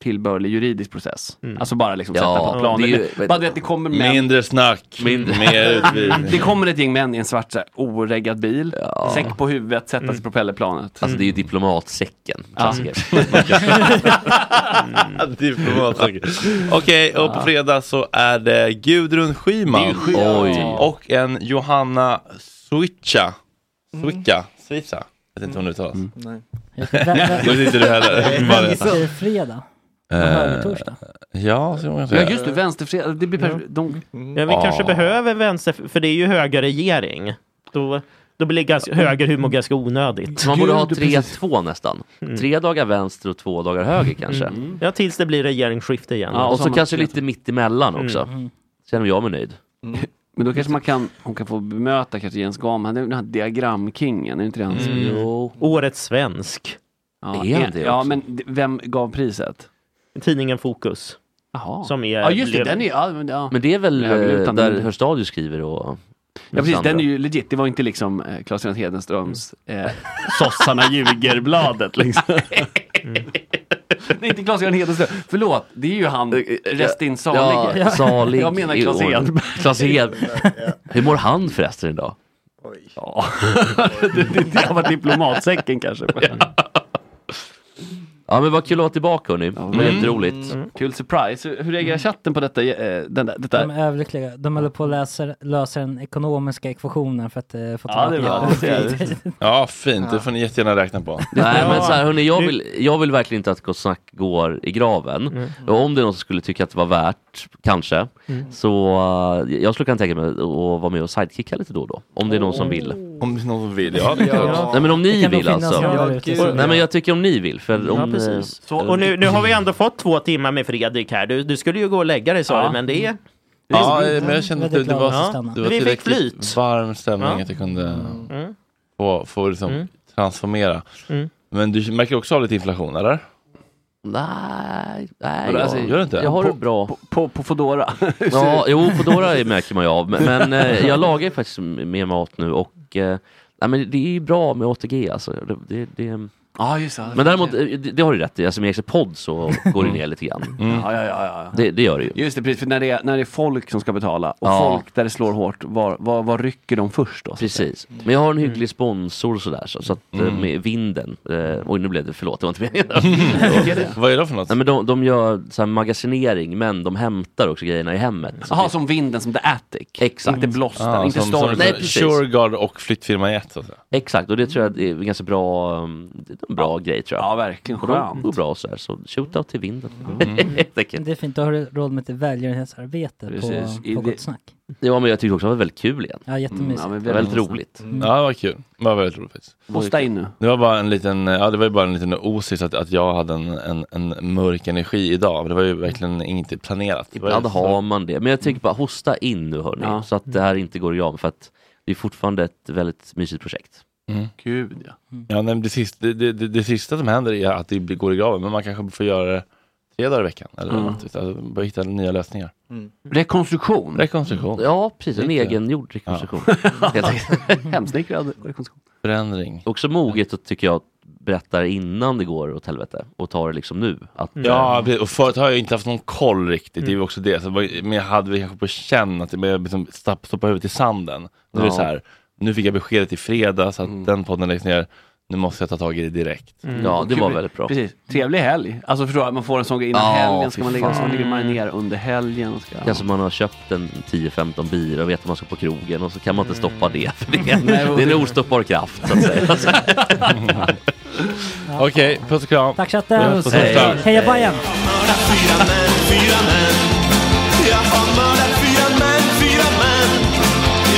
[SPEAKER 3] tillbörlig juridisk process.
[SPEAKER 4] Mm.
[SPEAKER 3] Alltså bara liksom sätta på planen. Det, bara det att det kommer män.
[SPEAKER 1] Mindre snack, mer utvidgning.
[SPEAKER 3] det kommer ett gäng män i en svart så här, oreggad bil, säck på huvudet, sätta
[SPEAKER 4] Mm.
[SPEAKER 3] sig i propellerplanet.
[SPEAKER 5] Alltså det är ju diplomatsäcken. Klassiker.
[SPEAKER 1] Diplomatsaker. Okej, och på fredag så är det Gudrun Schyman och en Johanna Switcha. Swicka, Switcha. Jag vet inte hur hon uttalas.
[SPEAKER 17] Nej.
[SPEAKER 1] Det vet inte du heller. Vad det är.
[SPEAKER 7] Vänsterfredag.
[SPEAKER 1] Eh,
[SPEAKER 7] Högertorsdag.
[SPEAKER 1] Ja, så kan man säga.
[SPEAKER 3] Ja
[SPEAKER 5] Mm.
[SPEAKER 3] just det, vänsterfredag. Det blir perfekt. De...
[SPEAKER 4] Ja, vi
[SPEAKER 1] Ja.
[SPEAKER 4] kanske behöver vänster, för det är ju högerregering. Då, då blir ganska, högerhumor ganska onödigt.
[SPEAKER 5] Så man borde ha 3-2 nästan. Tre dagar vänster och två dagar höger kanske.
[SPEAKER 4] Mm. Ja, tills det blir regeringsskifte igen.
[SPEAKER 5] Ja, och så kanske lite mitt emellan
[SPEAKER 4] Mm.
[SPEAKER 5] också. Känner jag mig nöjd.
[SPEAKER 3] Mm. Men då kanske man kan, hon kan få bemöta kanske Jens Gam, han är ju den här diagramkingen, är det inte det han som-
[SPEAKER 4] Mm. Årets svensk.
[SPEAKER 3] Ja,
[SPEAKER 4] Är han
[SPEAKER 3] en-
[SPEAKER 4] det
[SPEAKER 3] Ja
[SPEAKER 4] också?
[SPEAKER 3] men d- vem gav priset?
[SPEAKER 4] Tidningen Fokus. Som är,
[SPEAKER 3] Ja just det, den är ju... Ja, men, ja.
[SPEAKER 5] Men det är väl eh,
[SPEAKER 3] Högerlutan.
[SPEAKER 5] där Hörstadius skriver och...
[SPEAKER 3] Ja precis, den är ju legit. Det var inte liksom eh, Claes-Göran Hedenströms eh, Sossarna ljuger-bladet liksom. Mm. Nej, inte Claes-Göran Hedenström. Förlåt, det är ju han, rest in salige.
[SPEAKER 5] Ja, salig.
[SPEAKER 3] Jag menar
[SPEAKER 5] i
[SPEAKER 3] Claes
[SPEAKER 5] år.
[SPEAKER 3] Edberg.
[SPEAKER 5] Claes Edberg. Hur mår han förresten idag?
[SPEAKER 3] Ja, det, det, det var diplomatsäcken kanske.
[SPEAKER 5] Ja men vad kul att vara tillbaka hörni. Det var
[SPEAKER 3] Mm.
[SPEAKER 5] jätteroligt.
[SPEAKER 3] Kul surprise. Hur, hur reagerar chatten på detta? eh, Den där, det
[SPEAKER 7] De
[SPEAKER 3] där?
[SPEAKER 7] är överlyckliga. De håller på att läsa, lösa den ekonomiska ekvationen för att eh, få
[SPEAKER 3] Ja, det är bra.
[SPEAKER 7] tillbaka
[SPEAKER 3] Det
[SPEAKER 7] hjälpen.
[SPEAKER 1] Ja, fint. Det får ni jättegärna räkna på.
[SPEAKER 5] Nej men så här, hörni, jag vill, jag vill verkligen inte att Gott Snack går i graven. Och om det är någon som skulle tycka att det var värt, kanske,
[SPEAKER 1] Mm.
[SPEAKER 5] så eh, jag skulle kunna tänka mig att vara med och sidekicka lite då och då. Om det är någon som vill.
[SPEAKER 1] Om det är någon som vill, ja. Det kan jag också.
[SPEAKER 5] Nej men om
[SPEAKER 1] Det
[SPEAKER 5] ni
[SPEAKER 1] kan nog
[SPEAKER 5] vill
[SPEAKER 1] finnas
[SPEAKER 5] alltså.
[SPEAKER 1] någon där ute som-
[SPEAKER 5] Nej men jag tycker om ni vill. För om, eh,
[SPEAKER 4] Ja, precis. Så, och nu, nu har vi ändå fått två timmar med Fredrik här. Du, du skulle ju gå och lägga dig sa
[SPEAKER 1] Ja.
[SPEAKER 4] du, men det är...
[SPEAKER 1] Ja, eh, men jag kände att det, det var, det
[SPEAKER 4] Vi
[SPEAKER 1] var
[SPEAKER 4] fick
[SPEAKER 1] tillräckligt
[SPEAKER 4] flyt.
[SPEAKER 1] varm stämning
[SPEAKER 4] Ja.
[SPEAKER 1] att jag kunde
[SPEAKER 4] Mm.
[SPEAKER 1] få, få liksom
[SPEAKER 4] Mm.
[SPEAKER 1] transformera.
[SPEAKER 4] Mm.
[SPEAKER 1] Men du märker också av lite inflation eller?
[SPEAKER 5] Nej, nej.
[SPEAKER 1] Vadå, alltså, gör du inte?
[SPEAKER 5] Jag har
[SPEAKER 1] På-
[SPEAKER 5] det bra. På,
[SPEAKER 3] på, på Foodora.
[SPEAKER 5] ja, jo, Foodora är- märker man ju av. Men, men eh, jag lagar ju faktiskt m- mer mat nu och eh, nej, men det är ju bra med ATG alltså. Det, det, det,
[SPEAKER 3] Ja, just det.
[SPEAKER 5] men däremot, eh, det, det har du rätt i. Alltså med extra podd så går det ner lite grann.
[SPEAKER 3] Mm. Ja, ja, ja, ja.
[SPEAKER 5] Det, det gör det ju.
[SPEAKER 3] Just det, precis. För när det, är, när det är folk som ska betala och
[SPEAKER 5] Ja.
[SPEAKER 3] folk där det slår hårt, var, var, var rycker de först då? så att säga?
[SPEAKER 5] Precis. Men jag har en hygglig sponsor och sådär. Så, så att, eh,
[SPEAKER 3] Mm.
[SPEAKER 5] med vinden. Eh, oj, nu blev det, förlåt, det var inte
[SPEAKER 3] Är
[SPEAKER 5] meningen.
[SPEAKER 3] det?
[SPEAKER 1] Vad är det för något?
[SPEAKER 5] Nej, men de, de gör så här magasinering, men de hämtar också grejerna i hemmet. Så
[SPEAKER 3] Jaha,
[SPEAKER 5] det-
[SPEAKER 3] som vinden, som the attic.
[SPEAKER 5] Exakt.
[SPEAKER 3] Inte blåsten,
[SPEAKER 1] Ja,
[SPEAKER 3] inte
[SPEAKER 1] som, som,
[SPEAKER 3] stormen.
[SPEAKER 1] som Sureguard och flyttfirma 1 så att säga.
[SPEAKER 5] Exakt, och det tror jag är en ganska bra, um, det är en bra grej tror jag.
[SPEAKER 3] Ja, verkligen
[SPEAKER 5] Och de
[SPEAKER 3] skönt.
[SPEAKER 5] går bra så här, så shootout till vinden.
[SPEAKER 1] Mm.
[SPEAKER 5] Helt
[SPEAKER 3] Mm.
[SPEAKER 5] enkelt.
[SPEAKER 7] Det är fint, då har du råd med lite välgörenhetsarbete på,
[SPEAKER 5] Precis. I
[SPEAKER 7] på
[SPEAKER 5] det-
[SPEAKER 7] Gott Snack.
[SPEAKER 5] ja, men jag tyckte också att det var väldigt kul igen.
[SPEAKER 7] Ja, jättemysigt.
[SPEAKER 5] Ja, men väldigt, roligt.
[SPEAKER 4] Mm.
[SPEAKER 1] Ja, det var kul. Det var väldigt roligt faktiskt.
[SPEAKER 3] Posta in nu.
[SPEAKER 1] Det var bara en liten, ja det var ju bara en liten osis att, att jag hade en, en, en mörk energi idag. Det var ju verkligen inget planerat. Det var ju
[SPEAKER 5] Ibland
[SPEAKER 1] så-
[SPEAKER 5] har man det. Men jag tänker bara hosta in nu hörni,
[SPEAKER 1] Ja.
[SPEAKER 5] så att det här inte går i graven. För att det är fortfarande ett väldigt mysigt projekt.
[SPEAKER 1] Mm.
[SPEAKER 3] Gud ja.
[SPEAKER 1] Ja, nej, men det, sista, det, det, det, det sista som händer är att det blir- går i graven, men man kanske får göra det tre dagar i veckan. Eller
[SPEAKER 5] Mm.
[SPEAKER 1] något, utan bara hitta nya lösningar.
[SPEAKER 5] Mm.
[SPEAKER 1] Rekonstruktion? Rekonstruktion.
[SPEAKER 5] Ja, precis. En
[SPEAKER 1] Lite.
[SPEAKER 5] egengjord rekonstruktion.
[SPEAKER 1] Ja.
[SPEAKER 5] Helt enkelt.
[SPEAKER 3] Hemsnickrad rekonstruktion.
[SPEAKER 1] Förändring.
[SPEAKER 5] Också moget att, tycker jag berättar innan det går åt helvete och tar det liksom nu. Att, eh,
[SPEAKER 1] Ja, precis. och förut har jag ju inte haft någon koll riktigt. Det är ju också det. Så, vad- men jag hade väl kanske på känn att jag började liksom stapp- stoppa huvudet i sanden. Nu är det
[SPEAKER 5] Ja. Mm.
[SPEAKER 1] så här, nu fick jag beskedet i fredag så att den podden läggs ner. Nu måste jag ta tag i det direkt.
[SPEAKER 3] Kul. Precis. Trevlig helg. Alltså förstår jag, man får en sån grej innan
[SPEAKER 5] Ja,
[SPEAKER 3] helgen. Ska
[SPEAKER 5] fy
[SPEAKER 3] man ligga,
[SPEAKER 5] fan.
[SPEAKER 3] så ligger man ner under helgen. Och ska...
[SPEAKER 5] Kanske man har köpt en 10-15 bira och vet att man ska på krogen och så kan man inte stoppa det. För det,
[SPEAKER 3] Nej,
[SPEAKER 5] det är en ostoppbar kraft så att säga.
[SPEAKER 1] Okej, puss och kram.
[SPEAKER 7] Tack chatten!
[SPEAKER 5] Puss och kram.
[SPEAKER 7] Heja Bajen!
[SPEAKER 6] Jag har mördat fyra män, fyra män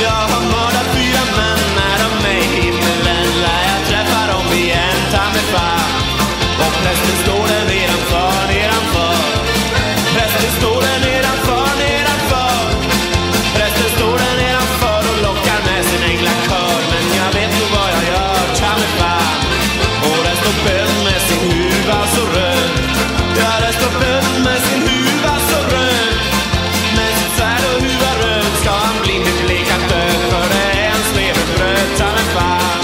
[SPEAKER 6] Jag har mördat fyra män När de är i himmelen lär jag träffa dem igen Ta mig fan Och prästen står där nedanför, nedanför Prästen står där nedanför, nedanför Prästen står där nedanför och lockar med sin änglakör Men jag vet ju vad jag gör, ta mig fan Och där står bön med sin huva så röd Ja, där står bön med sin huva så röd med sitt svärd och huva röd ska han bli min bleka död För det är hans levebröd, ta mig fan